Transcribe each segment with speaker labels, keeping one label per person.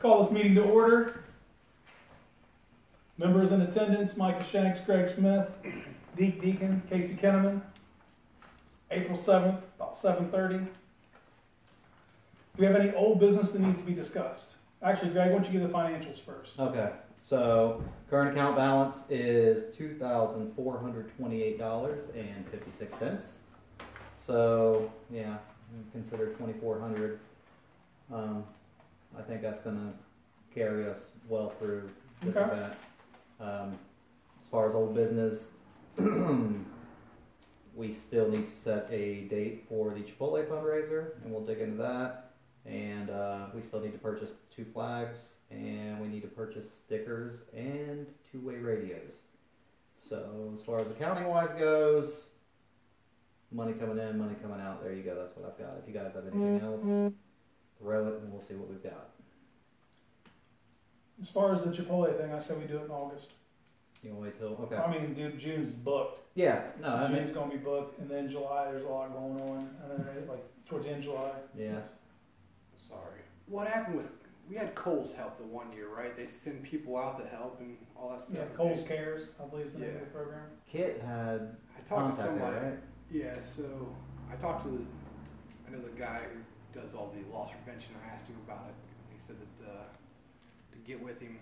Speaker 1: Call this meeting to order. Members in attendance, Micah Shanks, Greg Smith, Deke Deacon, Casey Kenneman. April seventh, about seven thirty. Do we have any old business that needs to be discussed? Actually, Greg, why don't you give the financials first?
Speaker 2: Okay, so current account balance is two thousand four hundred twenty-eight dollars and fifty-six cents. So, yeah, consider twenty-four hundred. Um, I think that's gonna carry us well through this
Speaker 1: Okay.
Speaker 2: event. Um, as far as old business, we still need to set a date for the Chipotle fundraiser, and we'll dig into that. And uh, we still need to purchase two flags, and we need to purchase stickers and two-way radios. So as far as accounting wise goes, money coming in, money coming out. There you go. That's what I've got. If you guys have anything else, throw it, and we'll see what we've got.
Speaker 1: As far as the Chipotle thing, I said we do it in August.
Speaker 2: You want to wait till okay?
Speaker 1: I mean, dude, June's booked.
Speaker 2: Yeah. No. I mean,
Speaker 1: June's gonna be booked, and then July, there's a lot going on, and then like towards the end of July.
Speaker 2: yeah.
Speaker 3: Sorry. What happened with we had Cole's help the one year, right? They send people out to help and all that stuff.
Speaker 1: Yeah, Coles Cares, I believe is the name of the program.
Speaker 2: Kit had
Speaker 3: I talked to
Speaker 2: contact
Speaker 3: somebody.
Speaker 2: there, right?
Speaker 3: Yeah, so I talked to the, I know the guy who does all the loss prevention. I asked him about it. He said that uh, to get with him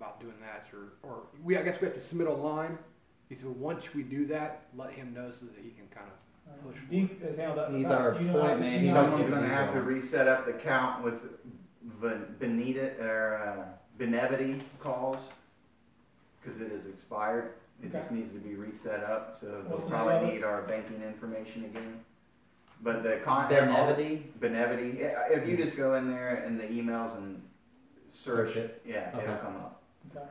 Speaker 3: about doing that, or or we I guess we have to submit online. He said, well, once we do that, let him know so that he can kind of.
Speaker 1: Uh, Deke has handled that. in the
Speaker 2: He's
Speaker 1: past.
Speaker 2: our
Speaker 1: Do you know how-
Speaker 2: point man.
Speaker 1: do you know how-
Speaker 4: Someone's gonna have to reset up the count with Ven- Benita, or uh, Benevity calls, because it is expired. It just needs to be reset up, so they'll
Speaker 1: What's the name of
Speaker 4: probably
Speaker 1: it?
Speaker 4: need our banking information again. But the contact, all-
Speaker 2: Benevity.
Speaker 4: Benevity, Yeah, if you just go in there in the emails and
Speaker 2: Search
Speaker 4: search,
Speaker 2: it.
Speaker 4: yeah, it'll
Speaker 2: Okay.
Speaker 4: come up.
Speaker 1: Okay.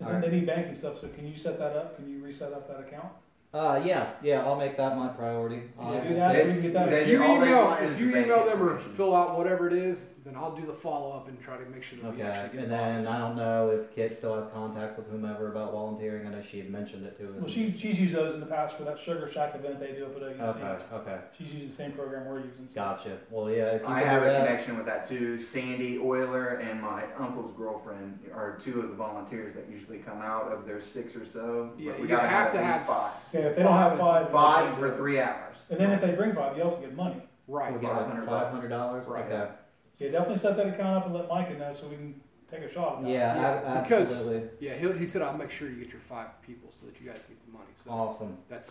Speaker 1: Isn't any banking stuff, so can you set that up? Can you reset up that account?
Speaker 2: Uh, yeah, yeah. I'll make that my priority.
Speaker 1: Yeah, do
Speaker 2: will
Speaker 1: that.
Speaker 2: check.
Speaker 1: we can get that-
Speaker 4: It's-
Speaker 3: If
Speaker 4: they-
Speaker 3: you
Speaker 4: all they
Speaker 3: email,
Speaker 4: want is
Speaker 3: if
Speaker 4: the
Speaker 3: you
Speaker 4: bank
Speaker 3: email them or
Speaker 4: information.
Speaker 3: fill out whatever it is, then I'll do the follow up and try to make sure that we
Speaker 2: Okay,
Speaker 3: actually get
Speaker 2: and
Speaker 3: the
Speaker 2: then
Speaker 3: office.
Speaker 2: I don't know if Kit still has contacts with whomever about volunteering. I know she had mentioned it to us.
Speaker 1: Well, she, she's used those in the past for that Sugar Shack event they do up at
Speaker 2: Okay,
Speaker 1: OUC.
Speaker 2: okay,
Speaker 1: She's used the same program we're using. so-
Speaker 2: gotcha. Well, yeah, if you
Speaker 4: I
Speaker 2: could
Speaker 4: have
Speaker 2: do
Speaker 4: a
Speaker 2: that-
Speaker 4: connection with that too. Sandy Euler and my uncle's girlfriend are two of the volunteers that usually come out of their six or so.
Speaker 3: Yeah,
Speaker 4: but
Speaker 3: you
Speaker 4: we gotta
Speaker 3: have to
Speaker 4: at
Speaker 3: have
Speaker 4: least five.
Speaker 1: Yeah, if they don't have five.
Speaker 4: Five for three hours.
Speaker 1: And then if they bring five, you also get money.
Speaker 3: Right.
Speaker 2: We'll get like
Speaker 4: $500.
Speaker 2: five hundred dollars.
Speaker 4: Right.
Speaker 2: Okay.
Speaker 1: So you definitely set that account up and let Micah know so we can take a shot. at that.
Speaker 2: Yeah, ab-
Speaker 3: Yeah, because-
Speaker 2: absolutely.
Speaker 3: Yeah, he, he said I'll make sure you get your five people so that you guys get the money. So
Speaker 2: Awesome.
Speaker 3: that's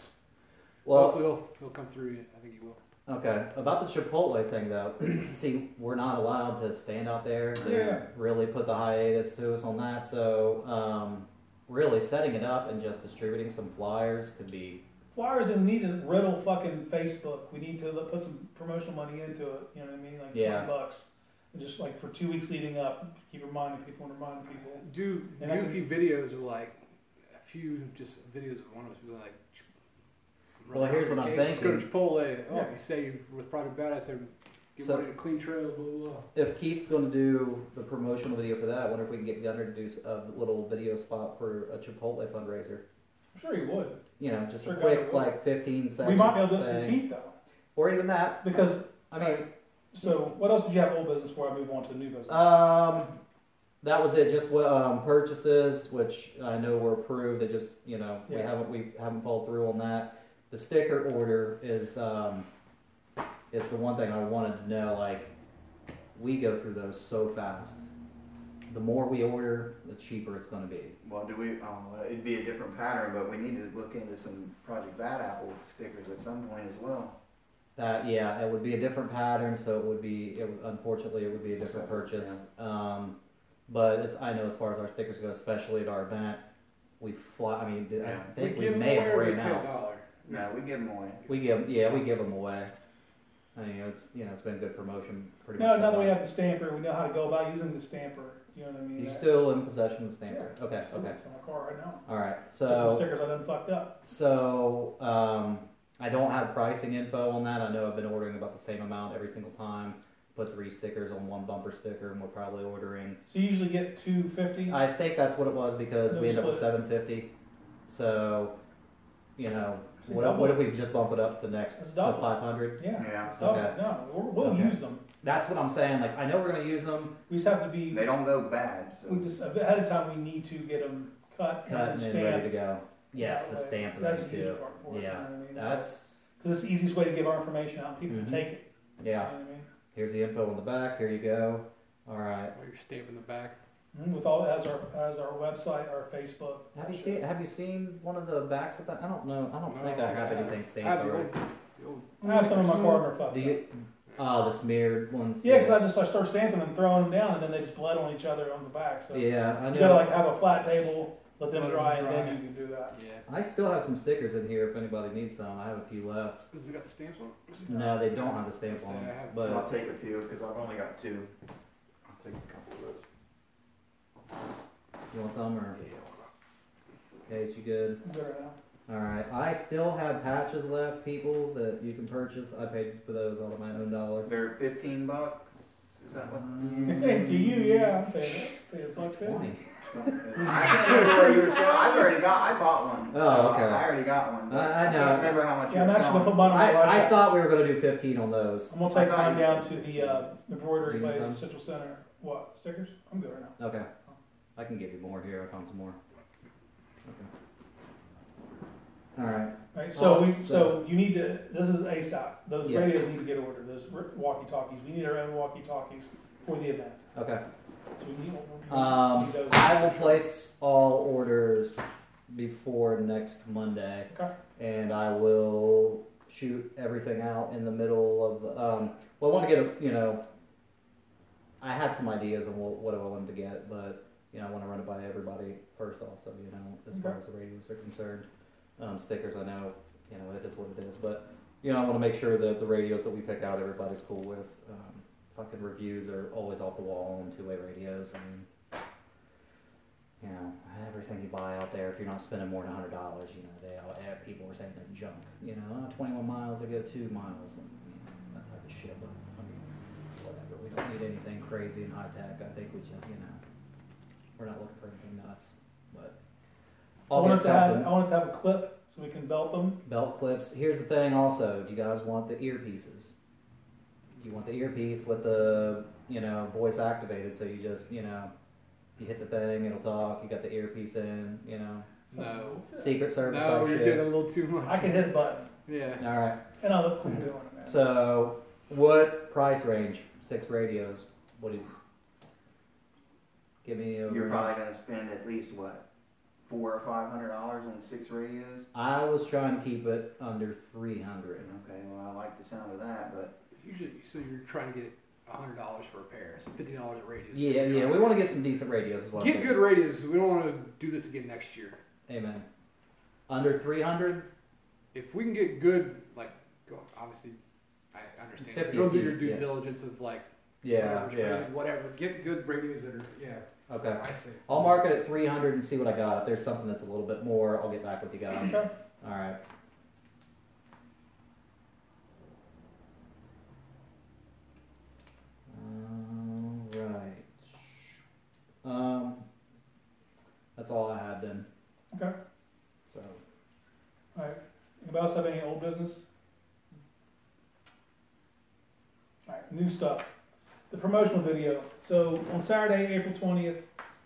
Speaker 2: Well,
Speaker 3: hopefully he'll, he'll come through. I think he will.
Speaker 2: okay. About the Chipotle thing, though. See, we're not allowed to stand out there. They
Speaker 1: Yeah.
Speaker 2: really put the hiatus to us on that. So, um, really setting it up and just distributing some flyers could be.
Speaker 1: Flyers and we need to riddle fucking Facebook. We need to let- put some promotional money into it. You know what I mean? Like
Speaker 2: Yeah.
Speaker 1: 20 bucks. And just like for two weeks leading up, keep reminding people and reminding people.
Speaker 3: Do
Speaker 1: And I
Speaker 3: goofy videos of like a few just videos of one of us be like.
Speaker 2: Well, here's what I'm
Speaker 3: Let's go to
Speaker 2: thinking.
Speaker 3: Chipotle. Oh,
Speaker 1: Yeah.
Speaker 3: you say you with Project Badass, and get
Speaker 2: So-
Speaker 3: ready to clean trail, blah blah. blah.
Speaker 2: If Keith's going to do the promotional video for that, I wonder if we can get Gunner to do a little video spot for a Chipotle fundraiser.
Speaker 1: I'm sure you would.
Speaker 2: You know, just a
Speaker 1: Sure,
Speaker 2: quick
Speaker 1: Gunner,
Speaker 2: like fifteen second.
Speaker 1: We might be able to do it
Speaker 2: thing.
Speaker 1: fifteenth though,
Speaker 2: or even that.
Speaker 1: because
Speaker 2: I mean,
Speaker 1: so what else did you have old business for? I move on to new business.
Speaker 2: Um, that was it. Just um, purchases, which I know were approved. They just, you know, we
Speaker 1: Yeah.
Speaker 2: haven't we haven't followed through on that. The sticker order is um, is the one thing I wanted to know. Like, we go through those so fast. The more we order, the cheaper it's going to be.
Speaker 4: Well, do we, um, it'd be a different pattern, but we need to look into some Project Bad Apple stickers at some point as well.
Speaker 2: That yeah, it would be a different pattern, so it would be it, unfortunately it would be a different
Speaker 4: Separate,
Speaker 2: purchase. Um, but as I know as far as our stickers go, especially at our event, we fly. I mean,
Speaker 4: Yeah.
Speaker 2: I think we,
Speaker 3: give 'em
Speaker 2: may
Speaker 3: away
Speaker 2: have
Speaker 3: or we
Speaker 2: ran
Speaker 3: pay a
Speaker 2: out.
Speaker 3: dollar.
Speaker 4: No, we give them away.
Speaker 2: We give yeah, we give them away. I mean, it's you know it's been good promotion. Pretty
Speaker 1: now,
Speaker 2: much.
Speaker 1: now that
Speaker 2: all
Speaker 1: we
Speaker 2: night.
Speaker 1: have the stamper, we know how to go about using the stamper. You know what I mean?
Speaker 2: you
Speaker 1: That-
Speaker 2: still in possession of the stamper. Okay,
Speaker 1: It's
Speaker 2: okay,
Speaker 1: on my car right now.
Speaker 2: all right.
Speaker 1: There's
Speaker 2: So
Speaker 1: some stickers I done fucked up.
Speaker 2: So um, I don't have pricing info on that. I know I've been ordering about the same amount every single time. Put three stickers on one bumper sticker, and we're probably ordering.
Speaker 1: So you usually get two fifty.
Speaker 2: I think that's what it was because
Speaker 1: It
Speaker 2: we
Speaker 1: was
Speaker 2: ended up with
Speaker 1: split.
Speaker 2: seven fifty. So, you know,
Speaker 1: So
Speaker 2: What, if- what if we just bump it up the next
Speaker 1: It's
Speaker 2: to
Speaker 1: double.
Speaker 2: 500?
Speaker 1: Yeah.
Speaker 4: Yeah.
Speaker 1: Stop it.
Speaker 2: Okay.
Speaker 1: No, we're, we'll
Speaker 2: Okay.
Speaker 1: use them.
Speaker 2: That's what I'm saying. Like, I know we're going to use them.
Speaker 1: We just have to be.
Speaker 4: They don't go bad, so.
Speaker 1: We just ahead of time. We need to get them cut,
Speaker 2: cut and
Speaker 1: and
Speaker 2: then
Speaker 1: stamped.
Speaker 2: ready to go. Yes,
Speaker 1: That
Speaker 2: the
Speaker 1: way.
Speaker 2: stamp and
Speaker 1: That's
Speaker 2: then
Speaker 1: a huge
Speaker 2: too.
Speaker 1: part for it, you
Speaker 2: Yeah,
Speaker 1: know what I mean?
Speaker 2: That's
Speaker 1: Because it's the easiest way to give our information out. People
Speaker 2: Mhm.
Speaker 1: to take it.
Speaker 2: yeah.
Speaker 1: You know what I mean?
Speaker 2: Here's the info on the back. Here you go. All right.
Speaker 3: While you're stamping the back.
Speaker 1: Mhm, With all as our as our website, our Facebook.
Speaker 2: Have you seen Have you seen one of the backs of that? I don't know. I don't
Speaker 3: No,
Speaker 2: think I have
Speaker 3: yeah.
Speaker 2: anything
Speaker 3: I
Speaker 2: stamped
Speaker 3: have the
Speaker 2: already.
Speaker 3: old, the old
Speaker 1: I have some of my
Speaker 4: Mm-hmm.
Speaker 1: cardinal fuck.
Speaker 2: Do you? Oh, the smeared ones.
Speaker 1: Yeah, because I just I start stamping and throwing them down, and then they just bled on each other on the back. So
Speaker 2: Yeah, I
Speaker 1: you gotta
Speaker 2: know.
Speaker 1: like have a flat table, let them
Speaker 3: Let 'em
Speaker 1: dry, and
Speaker 3: dry.
Speaker 1: then you can do that.
Speaker 3: yeah.
Speaker 2: I still have some stickers in here. If anybody needs some, I have a few left.
Speaker 3: Has it got the stamps on? it?
Speaker 2: No, they don't have the stamp on
Speaker 3: I
Speaker 2: them,
Speaker 3: have-
Speaker 2: but
Speaker 4: I'll take a few, because I've only got two. I'll take a couple of those.
Speaker 2: you want some or
Speaker 3: Yeah.
Speaker 2: case you good?
Speaker 1: There now.
Speaker 2: All right, I still have patches left, people that you can purchase. I paid for those out of my own dollar.
Speaker 4: They're fifteen bucks, is that what?
Speaker 3: Mm-hmm.
Speaker 4: Mm-hmm.
Speaker 1: to you, yeah, I'm saying that. Pay a buck fifty.
Speaker 2: Twenty.
Speaker 4: I can't remember what you were selling, I've already got, I bought one.
Speaker 2: Oh,
Speaker 4: so I-
Speaker 2: okay.
Speaker 4: I already got one. but
Speaker 2: I- I know.
Speaker 4: can't remember how much you
Speaker 1: Yeah, I'm
Speaker 4: were
Speaker 1: actually gonna put
Speaker 4: selling.
Speaker 1: mine on my
Speaker 2: I, I
Speaker 1: laptop.
Speaker 2: thought we were gonna do fifteen on those.
Speaker 1: I'm gonna
Speaker 4: I
Speaker 1: take
Speaker 4: thought
Speaker 1: mine
Speaker 4: you
Speaker 1: down to
Speaker 4: said-
Speaker 1: the uh, embroidery
Speaker 2: Reading
Speaker 1: place
Speaker 2: some?
Speaker 1: at Central Center. What stickers? I'm good right now.
Speaker 2: Okay, I can give you more here. I found some more. Okay. All right.
Speaker 1: Right, so we,
Speaker 2: Awesome.
Speaker 1: so you need to, this is ASAP, those
Speaker 2: Yes.
Speaker 1: radios need to get ordered, those r- walkie-talkies, we need our own walkie-talkies for the event.
Speaker 2: Okay.
Speaker 1: So we need, we
Speaker 2: Um,
Speaker 1: need those.
Speaker 2: I will place all orders before next Monday.
Speaker 1: Okay.
Speaker 2: and I will shoot everything out in the middle of. Um, well, I want to get a, you know, I had some ideas on what, what I wanted to get, but you know, I want to run it by everybody first, also, you know, as far
Speaker 1: Okay.
Speaker 2: as the radios are concerned. Um, stickers, I know, you know, it is what it is, but you know, I want to make sure that the radios that we pick out, everybody's cool with. Um, fucking reviews are always off the wall on two-way radios. I mean, you know, everything you buy out there, if you're not spending more than hundred dollars, you know, they all eh, people were saying they're junk. You know, oh, 21 miles, I go two miles, and, you know, that type of shit. But I mean, whatever. We don't need anything crazy and high tech. I think we just, you know, we're not looking for anything nuts. But
Speaker 1: I
Speaker 2: I'll
Speaker 1: wanted
Speaker 2: get
Speaker 1: to have,
Speaker 2: something.
Speaker 1: I wanted to have a clip, so we can belt them,
Speaker 2: Belt clips. Here's the thing also, do you guys want the earpieces? Do you want the earpiece with the, you know, voice activated so you just, you know, you hit the thing, it'll talk, you got the earpiece in, you know,
Speaker 3: No.
Speaker 2: Secret Service
Speaker 3: No,
Speaker 2: type
Speaker 3: you're
Speaker 2: shit.
Speaker 3: getting a little too much.
Speaker 1: I can hit a button,
Speaker 3: Yeah.
Speaker 2: All right.
Speaker 1: and I'll look cool doing it, man.
Speaker 2: So, what price range? Six radios. What do you give me? A
Speaker 4: You're
Speaker 2: range.
Speaker 4: probably gonna spend at least, what, four or five hundred dollars on six radios?
Speaker 2: I was trying to keep it under three hundred.
Speaker 4: Okay, well, I like the sound of that, but
Speaker 3: Usually, so you're trying to get hundred dollars for a pair, so fifty dollars a radio.
Speaker 2: Yeah, yeah. We want to get some decent radios as well.
Speaker 3: Get good radios. We don't want to do this again next year.
Speaker 2: Amen. Under three hundred.
Speaker 3: If we can get good, like, go- obviously, I understand.
Speaker 2: 50
Speaker 3: Go do your
Speaker 2: apiece,
Speaker 3: due
Speaker 2: yeah.
Speaker 3: diligence of like,
Speaker 2: Yeah,
Speaker 3: whatever,
Speaker 2: yeah.
Speaker 3: whatever. Get good radios that are, yeah.
Speaker 2: Okay.
Speaker 3: I see.
Speaker 2: I'll mark it at three hundred and see what I got. If there's something that's a little bit more, I'll get back with you guys.
Speaker 1: Okay.
Speaker 2: All right. All right. Um, that's all I had then.
Speaker 1: Okay.
Speaker 2: So,
Speaker 1: Alright, anybody else have any old business? Alright, new stuff, the promotional video, so on Saturday, April twentieth,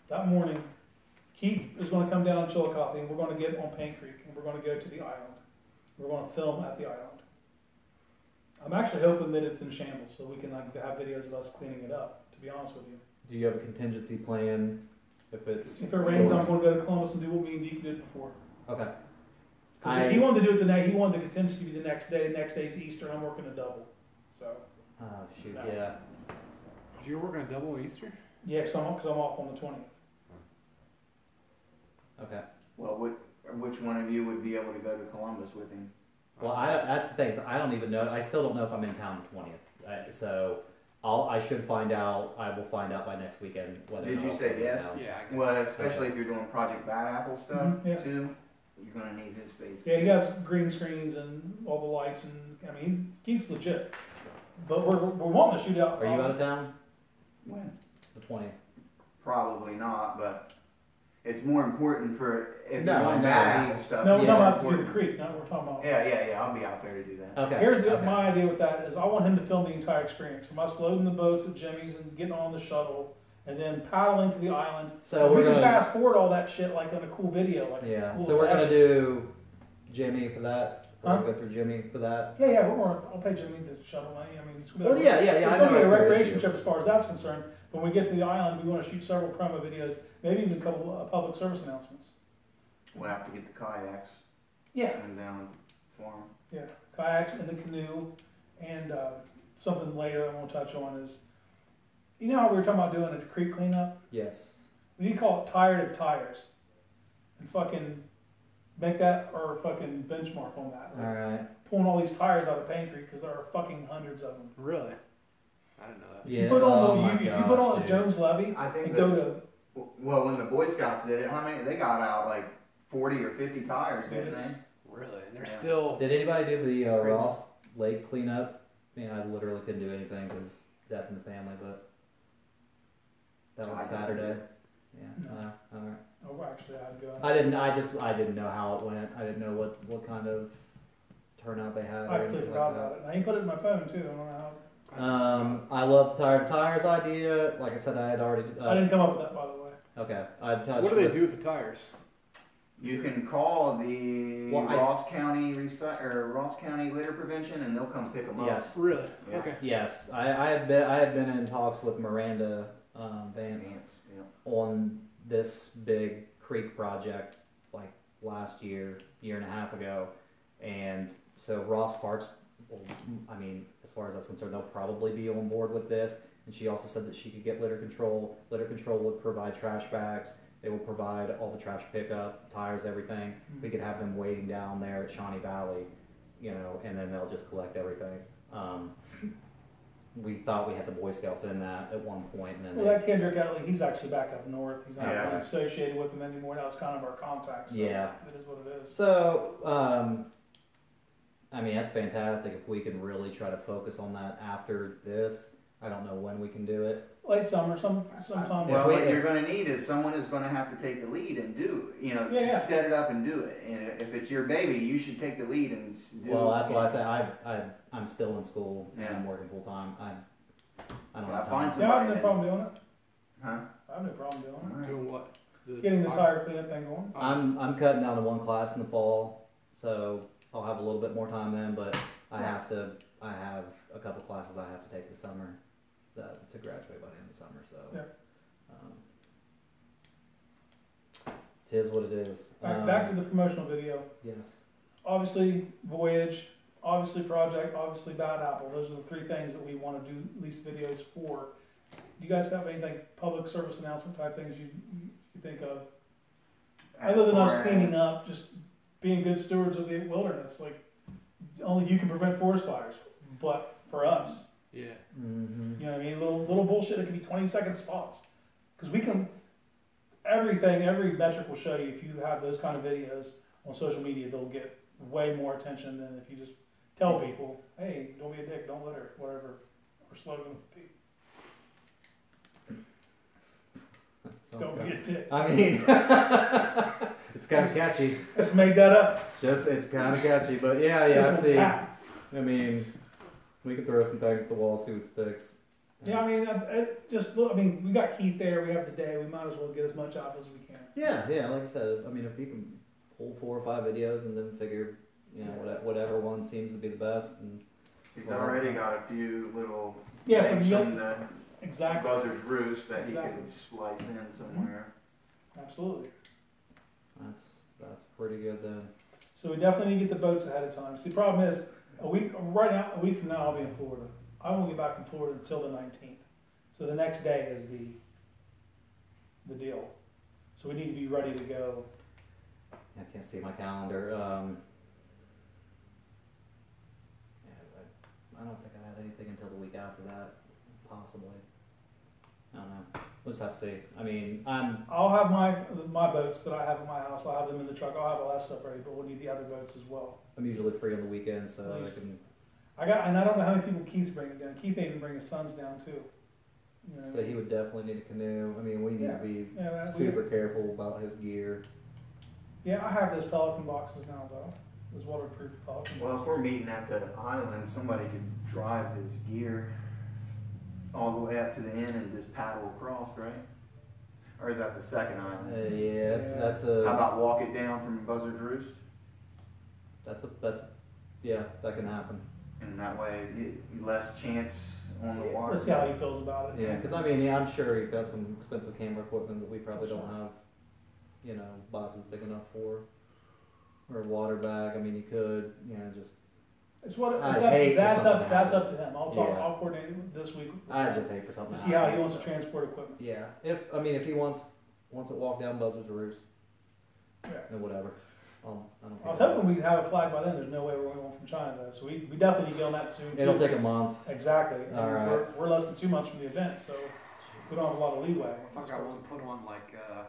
Speaker 1: that morning, Keith is gonna come down to Chillicothe, and we're gonna get on Paint Creek, and we're gonna go to the island, we're gonna film at the island. I'm actually hoping that it's in shambles, so we can like have videos of us cleaning it up, to be honest with you.
Speaker 2: do you have a contingency plan if it's
Speaker 1: If it rains, I'm gonna go to Columbus and do what me and Deke did before.
Speaker 2: Okay.
Speaker 1: 'Cause
Speaker 2: I-
Speaker 1: he wanted to do it the night. He wanted the contingency to be the next day. The next day's Easter. and I'm working a double. So
Speaker 2: Oh shoot!
Speaker 1: No.
Speaker 2: Yeah.
Speaker 3: You're working a double Easter?
Speaker 1: yeah, because I'm, 'cause I'm off on the 20th.
Speaker 2: Okay.
Speaker 4: well, which, which one of you would be able to go to Columbus with him?
Speaker 2: Well, I, that's the thing. Is I don't even know. I still don't know if I'm in town the 20th. Uh, so I'll, I should find out. I will find out by next weekend whether. or
Speaker 4: Did
Speaker 2: not
Speaker 4: you
Speaker 2: I'll
Speaker 4: say
Speaker 2: be in
Speaker 4: yes?
Speaker 2: town.
Speaker 3: Yeah. I guess.
Speaker 4: Well, especially if you're doing Project Bad Apple stuff
Speaker 1: Mhm, yeah.
Speaker 4: too, you're gonna need his face.
Speaker 1: Yeah, he has green screens and all the lights, and I mean he's, he's legit. But we're, we're wanting to shoot out.
Speaker 2: Are you out of town?
Speaker 4: When?
Speaker 2: The 20th.
Speaker 4: Probably not, but It's more important for if
Speaker 2: No,
Speaker 4: you're going
Speaker 2: no,
Speaker 4: back and
Speaker 2: he's-
Speaker 4: stuff.
Speaker 1: No, we're
Speaker 4: it's
Speaker 2: Yeah,
Speaker 4: more
Speaker 1: talking about to do the
Speaker 4: important.
Speaker 1: creek, not we're talking about.
Speaker 4: Yeah, yeah, yeah. I'll be out there to do that.
Speaker 2: Okay.
Speaker 1: Here's the,
Speaker 2: okay.
Speaker 1: my idea with that is I want him to film the entire experience, from us loading the boats at Jimmy's and getting on the shuttle, and then paddling to the island.
Speaker 2: So
Speaker 1: we
Speaker 2: we're
Speaker 1: can
Speaker 2: gonna.
Speaker 1: fast forward all that shit like on a cool video, like
Speaker 2: Yeah.
Speaker 1: Cool
Speaker 2: So we're gonna
Speaker 1: edit.
Speaker 2: do Jimmy for that. We're
Speaker 1: Huh?
Speaker 2: gonna go through Jimmy for that.
Speaker 1: Yeah, yeah, we're going I'll pay Jimmy the shuttle money. I mean, it's gonna be,
Speaker 2: Well, yeah, yeah, yeah.
Speaker 1: it's
Speaker 2: I
Speaker 1: gonna
Speaker 2: know
Speaker 1: be a
Speaker 2: that's no
Speaker 1: recreation
Speaker 2: issue.
Speaker 1: trip as far as that's concerned. When we get to the island, we want to shoot several promo videos, maybe even a couple uh, public service announcements.
Speaker 4: We'll have to get the kayaks
Speaker 1: Yeah,
Speaker 4: and down for 'em.
Speaker 1: yeah, kayaks and the canoe, and uh, something later I won't touch on is, you know, how we were talking about doing a creek cleanup.
Speaker 2: Yes.
Speaker 1: We need to call it tired of tires. And fucking make that our fucking benchmark on that.
Speaker 2: All right.
Speaker 1: Pulling all these tires out of Payne Creek because there are fucking hundreds of them.
Speaker 3: Really? I didn't know that.
Speaker 1: If
Speaker 2: Yeah.
Speaker 1: you put on,
Speaker 2: oh
Speaker 1: the-
Speaker 2: my
Speaker 1: you, if
Speaker 2: gosh,
Speaker 1: you put on
Speaker 2: dude.
Speaker 1: Jones Levy
Speaker 4: I think
Speaker 1: and
Speaker 4: that
Speaker 1: go to
Speaker 4: Well, when the Boy Scouts did it, how many? They got out like 40 or 50 tires, didn't
Speaker 1: Yes.
Speaker 4: they?
Speaker 3: Really? And they're
Speaker 4: Yeah.
Speaker 3: still.
Speaker 2: Did anybody do the uh,
Speaker 3: Crazy.
Speaker 2: Ross Lake cleanup? Man, I literally couldn't do anything because death in the family, but that was
Speaker 4: I didn't.
Speaker 2: Saturday. Yeah.
Speaker 1: No.
Speaker 2: Uh, all right.
Speaker 1: oh well, actually I'd go
Speaker 2: I didn't. I just. I didn't know how it went. I didn't know what what kind of turnout they had
Speaker 1: I
Speaker 2: or
Speaker 1: completely
Speaker 2: anything
Speaker 1: forgot
Speaker 2: like that.
Speaker 1: about it. And I can put it in my phone too. I don't know how
Speaker 2: Um, I love the tired tires idea. Like I said, I had already.
Speaker 1: I
Speaker 2: Uh,
Speaker 1: didn't come up with that by the way.
Speaker 2: okay, I touched.
Speaker 3: What do they
Speaker 2: with-
Speaker 3: do with the tires?
Speaker 4: You can call the
Speaker 2: Well, I-
Speaker 4: Ross County Recy- or Ross County Litter Prevention, and they'll come pick them up.
Speaker 2: Yes,
Speaker 3: Really?
Speaker 4: Yeah.
Speaker 3: Okay.
Speaker 2: yes. I, I had been I had been in talks with Miranda um, Vance
Speaker 4: Ants, yeah.
Speaker 2: on this big creek project like last year, year and a half ago, and so Ross Parks. well, I mean, as far as that's concerned, they'll probably be on board with this. And she also said that she could get litter control. Litter control would provide trash bags. They will provide all the trash pickup, tires, everything. We could have them waiting down there at Shawnee Valley, you know, and then they'll just collect everything. Um, we thought we had the Boy Scouts in that at one point, and then
Speaker 1: Well
Speaker 2: they-
Speaker 1: that Kendrick Ellie, he's actually back up north. He's not
Speaker 4: Yeah.
Speaker 1: really associated with them anymore. That was kind of our contact. So
Speaker 2: Yeah.
Speaker 1: That is what it is.
Speaker 2: So, um, I mean, that's fantastic if we can really try to focus on that after this. I don't know when we can do it.
Speaker 1: Late summer, some sometime.
Speaker 4: Well,
Speaker 2: we-
Speaker 4: what
Speaker 2: if-
Speaker 4: you're going to need is someone is going to have to take the lead and do, you know,
Speaker 1: Yeah, yeah.
Speaker 4: set it up and do it. And if it's your baby, you should take the lead and s- do.
Speaker 2: Well, that's why I say I, I I'm still in school and I'm
Speaker 4: Yeah.
Speaker 2: working full time. I I don't
Speaker 4: Yeah,
Speaker 2: have
Speaker 4: find
Speaker 2: time.
Speaker 1: Yeah, I have no problem doing it.
Speaker 4: Huh?
Speaker 1: I have no problem doing it.
Speaker 4: All right.
Speaker 3: Doing what?
Speaker 1: Getting the tire cleanup thing going.
Speaker 3: Um,
Speaker 2: I'm I'm cutting down to one class in the fall, so I'll have a little bit more time then. But I have to I have a couple classes I have to take this summer that, to graduate by the end of the summer. So.
Speaker 1: Yeah.
Speaker 2: Um, Tis what it is.
Speaker 1: Back,
Speaker 2: Um,
Speaker 1: back to the promotional video.
Speaker 2: Yes.
Speaker 1: Obviously, Voyage, obviously, Project, obviously, Bad Apple. Those are the three things that we want to do at least videos for. Do you guys have anything public service announcement type things you, you think of?
Speaker 4: As
Speaker 1: Other than
Speaker 4: far
Speaker 1: us cleaning
Speaker 4: as-
Speaker 1: up, just being good stewards of the wilderness. Like, only you can prevent forest fires, but for us.
Speaker 3: Yeah.
Speaker 2: Mm-hmm.
Speaker 1: You know what I mean? Little little bullshit that can be twenty second spots. Because we can everything, every metric will show you if you have those kind of videos on social media, they'll get way more attention than if you just tell people, Hey, don't be a dick, don't litter, whatever or slogan would be. Don't be a dick.
Speaker 2: I mean, it's kind of catchy.
Speaker 1: Just made that up.
Speaker 2: Just it's kind of catchy, but yeah, yeah,
Speaker 1: Just
Speaker 2: I
Speaker 1: on
Speaker 2: see.
Speaker 1: tap.
Speaker 2: I mean, we could throw some things at the wall, see what sticks.
Speaker 1: Yeah, I mean, I- it just look. I mean, we got Keith there. We have the day. We might as well get as much out as we can.
Speaker 2: Yeah, yeah. Like I said, I mean, if you can pull four or five videos and then figure, you know, whatever, whatever one seems to be the best, and
Speaker 4: He's already got a few little
Speaker 1: Yeah, from
Speaker 4: things
Speaker 1: Yelp.
Speaker 4: from the
Speaker 1: Exactly.
Speaker 4: buzzard's roost that he
Speaker 1: Exactly. Mm-hmm.
Speaker 4: could splice in somewhere.
Speaker 1: Absolutely.
Speaker 2: that's that's pretty good then.
Speaker 1: So we definitely need to get the boats ahead of time. See, the problem is, a week right now, a week from now, I'll be in Florida. I won't get back from Florida until the 19th. So the next day is the the deal. So we need to be ready to go.
Speaker 2: I can't see my calendar. Um, yeah, I, I don't think I have anything until the week after that, possibly. I don't know. We'll just have to see. I mean, I'm
Speaker 1: I'll have my my boats that I have in my house. I'll have them in the truck. I'll have all that stuff ready, but we'll need the other boats as well.
Speaker 2: I'm usually free on the weekend, so I
Speaker 1: Nice.
Speaker 2: can.
Speaker 1: I got, and I don't know how many people Keith's bringing down. Keith may even bring his sons down too. you know.
Speaker 2: So he would definitely need a canoe. I mean, we need to be
Speaker 1: Yeah, that- we-
Speaker 2: super careful about his gear.
Speaker 1: yeah, I have those Pelican boxes now though, those waterproof Pelican. boxes.
Speaker 4: Well, if we're meeting at the island, somebody could drive his gear all the way up to the end and just paddle across, right? Or is that the second
Speaker 2: Uh,
Speaker 4: island?
Speaker 2: yeah, that's
Speaker 1: Yeah.
Speaker 2: that's
Speaker 4: How
Speaker 2: a
Speaker 4: about walk it down from Buzzard Roost?
Speaker 2: that's a that's yeah that can happen.
Speaker 4: And that way, you- you less chance on the water.
Speaker 1: Let's see how he feels about it.
Speaker 2: Yeah, because I mean, yeah, I'm sure he's got some expensive camera equipment that we probably don't have, you know, boxes big enough for, or a water bag. I mean, you could, you know, just
Speaker 1: It's what, it's
Speaker 2: I
Speaker 1: up,
Speaker 2: hate for
Speaker 1: that's
Speaker 2: something
Speaker 1: up,
Speaker 2: to
Speaker 1: that's
Speaker 2: happen.
Speaker 1: up to him. I'll talk,
Speaker 2: Yeah.
Speaker 1: I'll coordinate it this week.
Speaker 2: I just hate for something.
Speaker 1: to
Speaker 2: to
Speaker 1: See how he
Speaker 2: happen,
Speaker 1: wants
Speaker 2: so.
Speaker 1: to transport equipment.
Speaker 2: Yeah, if I mean, if he wants wants it walk down Buzzard's Roost,
Speaker 1: Yeah.
Speaker 2: then whatever. Um, I don't.
Speaker 1: I was
Speaker 2: care.
Speaker 1: hoping we'd have a flag by then. There's no way we're going from China though, so we, we definitely need to get on that soon.
Speaker 2: It'll
Speaker 1: too,
Speaker 2: take a
Speaker 1: because-
Speaker 2: month.
Speaker 1: Exactly. and
Speaker 2: All right.
Speaker 1: We're, we're less than two months from the event, so we don't have a lot of leeway.
Speaker 3: I think I want to put on like uh,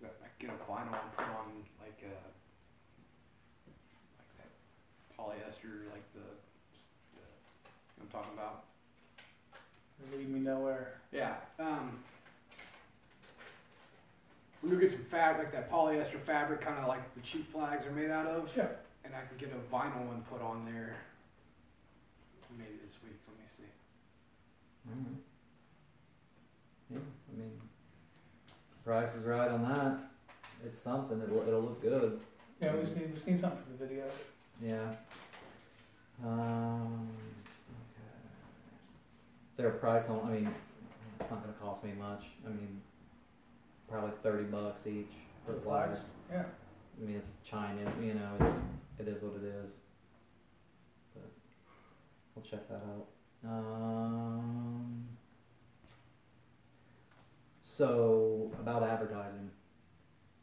Speaker 3: like, get a vinyl and put on like uh, like that polyester, like the, the I'm talking about.
Speaker 1: It'll Lead me nowhere.
Speaker 3: Yeah. Um, we could get some fabric, like that polyester fabric, kind of like the cheap flags are made out of.
Speaker 1: Yeah.
Speaker 3: And I can get a vinyl one put on there. Maybe this week. Let me see.
Speaker 2: Alright. Mm-hmm. Yeah, I mean, price is right on that. It's something. It'll it'll look good.
Speaker 1: Yeah, we just need, we just need something for the video.
Speaker 2: Yeah. Um, okay. Is there a price on? I mean, it's not gonna cost me much. I mean, probably thirty bucks each for
Speaker 1: For
Speaker 2: flags.
Speaker 1: flags? Yeah.
Speaker 2: I mean, it's China. You know, it's it is what it is. But we'll check that out. Um. So about advertising.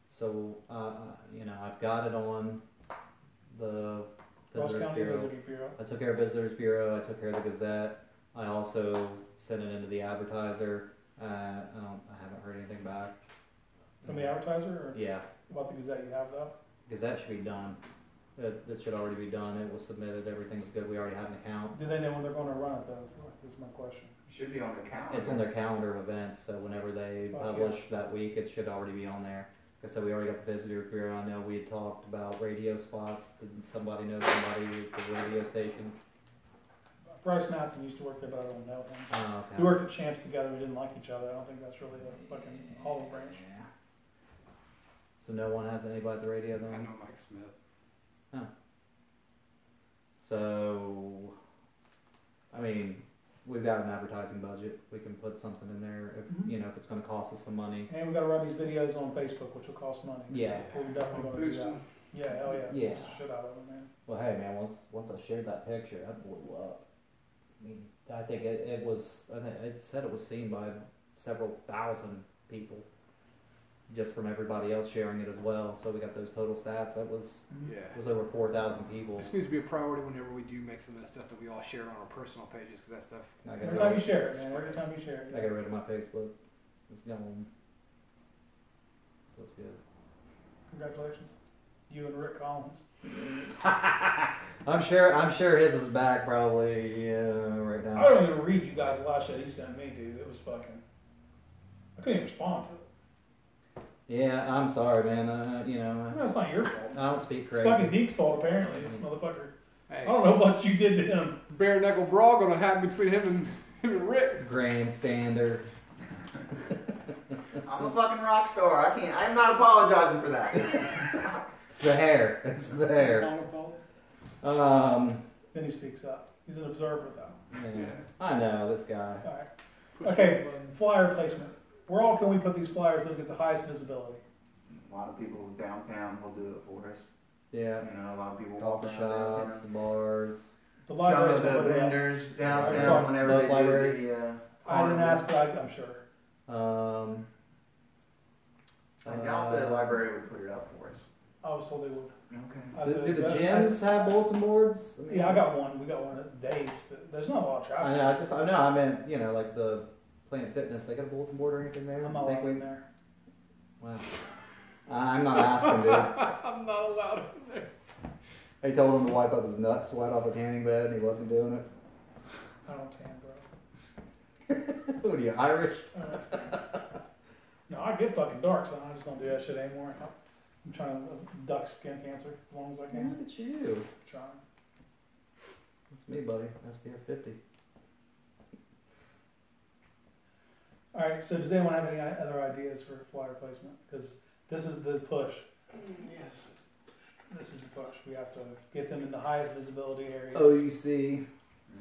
Speaker 2: So uh, you know, I've got it on the
Speaker 1: Ross
Speaker 2: visitors
Speaker 1: County
Speaker 2: bureau.
Speaker 1: Visitor Bureau.
Speaker 2: I took care of visitors bureau. I took care of the Gazette. I also sent it into the advertiser. Uh, I don't. I haven't heard anything back. Mm-hmm.
Speaker 1: From the advertiser or
Speaker 2: Yeah.
Speaker 1: about the Gazette you have though?
Speaker 2: Because that should be done. That, that should already be done. It was submitted. Everything's good. We already have an account.
Speaker 1: Do they know when they're gonna run it though? That's my question.
Speaker 4: Should be on the calendar.
Speaker 2: It's on their calendar of events, so whenever they
Speaker 1: Okay.
Speaker 2: publish that week, it should already be on there. Like I said, we already got the visitor bureau. I know we had talked about radio spots. Did somebody know somebody at the radio station?
Speaker 1: Bryce Matson used to work there, but I don't know him.
Speaker 2: Oh, okay.
Speaker 1: We worked at Champs together. We didn't like each other. I don't think that's really a fucking olive branch.
Speaker 2: Yeah. So no one has anybody at the radio
Speaker 3: I
Speaker 2: then?
Speaker 3: know Mike Smith.
Speaker 2: So, I mean, we've got an advertising budget. We can put something in there if,
Speaker 1: Mhm.
Speaker 2: you know, if it's gonna cost us some money.
Speaker 1: And we gotta run these videos on Facebook, which will cost money.
Speaker 2: Yeah.
Speaker 1: We're definitely gonna do
Speaker 3: Boost
Speaker 1: that.
Speaker 3: him.
Speaker 1: Yeah, hell yeah.
Speaker 2: Yeah.
Speaker 1: Boost the Shit out of them, man.
Speaker 2: Well, hey, man, once once I shared that picture, that blew up. I mean, I think it, it was, I think it said it was seen by several thousand people just from everybody else sharing it as well. So we got those total stats. That was
Speaker 3: Yeah.
Speaker 2: was over 4,000 people.
Speaker 3: This needs to be a priority whenever we do make some of that stuff that we all share on our personal pages because that stuff.
Speaker 2: I got,
Speaker 1: Every
Speaker 2: rid-
Speaker 1: time you share it, man. Every time you share
Speaker 2: I got
Speaker 1: it.
Speaker 2: rid of my Facebook. It's gone. That's good.
Speaker 1: Congratulations. You and Rick Collins.
Speaker 2: I'm sure I'm sure his is back probably uh, right now.
Speaker 1: I don't even read you guys' last shit he sent me, dude. It was fucking. I couldn't even respond to it.
Speaker 2: Yeah, I'm sorry, man. Uh, you know,
Speaker 1: No, it's not your fault.
Speaker 2: I don't speak
Speaker 1: It's
Speaker 2: crazy.
Speaker 1: fucking Deke's fault, apparently. This motherfucker. I
Speaker 3: Hey,
Speaker 1: don't know what you did to him.
Speaker 3: Oh, bare knuckle brawl gonna happen between him and him and Rick.
Speaker 2: grandstander.
Speaker 4: I'm a fucking rock star. I can't. I'm not apologizing for that.
Speaker 2: It's the hair. It's the hair. Um,
Speaker 1: Then he speaks up. He's an observer, though.
Speaker 2: yeah. I know this guy.
Speaker 1: All right. Okay, flyer placement. Where all can we put these flyers that'll get the highest visibility?
Speaker 4: a lot of people downtown will do it for us.
Speaker 2: Yeah.
Speaker 4: You know, a lot of people walk
Speaker 2: Coffee
Speaker 4: around
Speaker 2: shops,
Speaker 4: downtown.
Speaker 2: the bars.
Speaker 1: The
Speaker 4: Some
Speaker 1: libraries
Speaker 4: of the
Speaker 1: will put it up.
Speaker 4: vendors
Speaker 1: Libraries.
Speaker 4: downtown, whenever they
Speaker 2: Libraries.
Speaker 4: do the, uh,
Speaker 1: I didn't ask, but I, I'm sure.
Speaker 2: Um,
Speaker 4: I doubt the
Speaker 2: uh,
Speaker 4: library would put it up for us.
Speaker 1: I was told they would.
Speaker 4: Okay.
Speaker 1: I-
Speaker 2: Do, do the
Speaker 1: I-
Speaker 2: gyms have bulletin boards? I mean,
Speaker 1: Yeah, I got one. We got one at Dave's, but there's not a lot of traffic.
Speaker 2: I know. I just. I know. I meant you know like the Planet Fitness. They got a bulletin board or anything there?
Speaker 1: I'm
Speaker 2: I
Speaker 1: not
Speaker 2: think
Speaker 1: allowed
Speaker 2: we.
Speaker 1: in there.
Speaker 2: Wow. I'm not asking, dude.
Speaker 3: I'm not allowed in there.
Speaker 2: I told him to wipe up his nut sweat off his tanning bed, and he wasn't doing it.
Speaker 1: I don't tan, bro.
Speaker 2: Who are you, Irish?
Speaker 1: Oh, that's great. No, I get fucking dark, so I just don't do that shit anymore. I'm trying to duck skin cancer as long as I can.
Speaker 2: Look at you.
Speaker 1: Trying.
Speaker 2: That's me, buddy. SPF 50.
Speaker 1: All right. So does anyone have any i- other ideas for flyer placement? Because this is the push.
Speaker 3: Yes.
Speaker 1: This is the push. We have to get them in the highest visibility areas.
Speaker 2: Oh, OUC,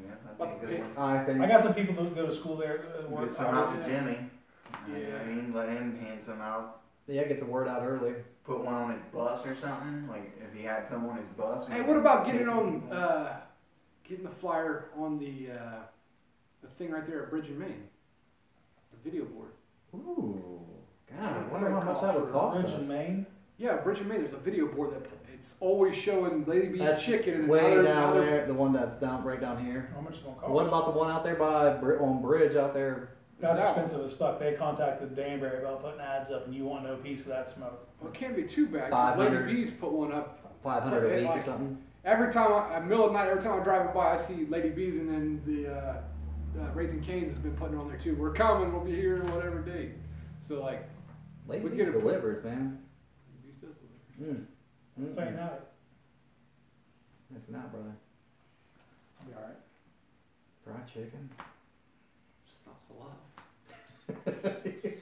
Speaker 4: Yeah, that'd be a good one.
Speaker 2: I think.
Speaker 1: I got some people that go to school there. uh, work
Speaker 4: Get some out
Speaker 1: hours.
Speaker 4: to Jimmy. I
Speaker 3: Yeah.
Speaker 4: mean, let him hand some out.
Speaker 2: yeah, get the word out early.
Speaker 4: Put one on his bus or something. Like if he had some on his bus.
Speaker 3: Hey, what about getting on, uh, getting the flyer on the, uh, the thing right there at Bridge and Main? The video board.
Speaker 2: Ooh. God,
Speaker 3: Yeah,
Speaker 2: I wonder how much
Speaker 3: it costs
Speaker 2: that
Speaker 3: for
Speaker 2: would
Speaker 3: a
Speaker 2: cost
Speaker 1: Ridge
Speaker 2: us.
Speaker 1: in Maine.
Speaker 3: Yeah, Bridge and Main, there's a video board that, it's always showing Lady B's
Speaker 2: That's
Speaker 3: chicken and
Speaker 2: Way
Speaker 3: another,
Speaker 2: down
Speaker 3: another,
Speaker 2: there, the one that's down right down here.
Speaker 1: How much is it gonna cost?
Speaker 2: What about the one out there by Bri- on Bridge out there?
Speaker 1: That's
Speaker 3: That one.
Speaker 1: expensive as fuck. They contacted Danbury about putting ads up, and you want no piece of that smoke.
Speaker 3: Well, it can't be too bad, 'cause Lady
Speaker 2: 500.
Speaker 3: B's put one up.
Speaker 2: Five hundred a
Speaker 3: Hey,
Speaker 2: week or
Speaker 3: like-
Speaker 2: something.
Speaker 3: Every time, I, at middle of the night, every time I drive by, I see Lady B's and then the, uh, uh, Raising Cane's has been putting it on there too. We're coming, we'll be here, whatever date. So like,
Speaker 2: Lady
Speaker 3: We
Speaker 2: Beast
Speaker 3: get a-
Speaker 2: delivers, man.
Speaker 3: B's does it.
Speaker 2: Mm. Mm-mm.
Speaker 1: Say no.
Speaker 2: It's not, brother.
Speaker 1: I'll be all right.
Speaker 2: Fried chicken.
Speaker 3: It's not a lot.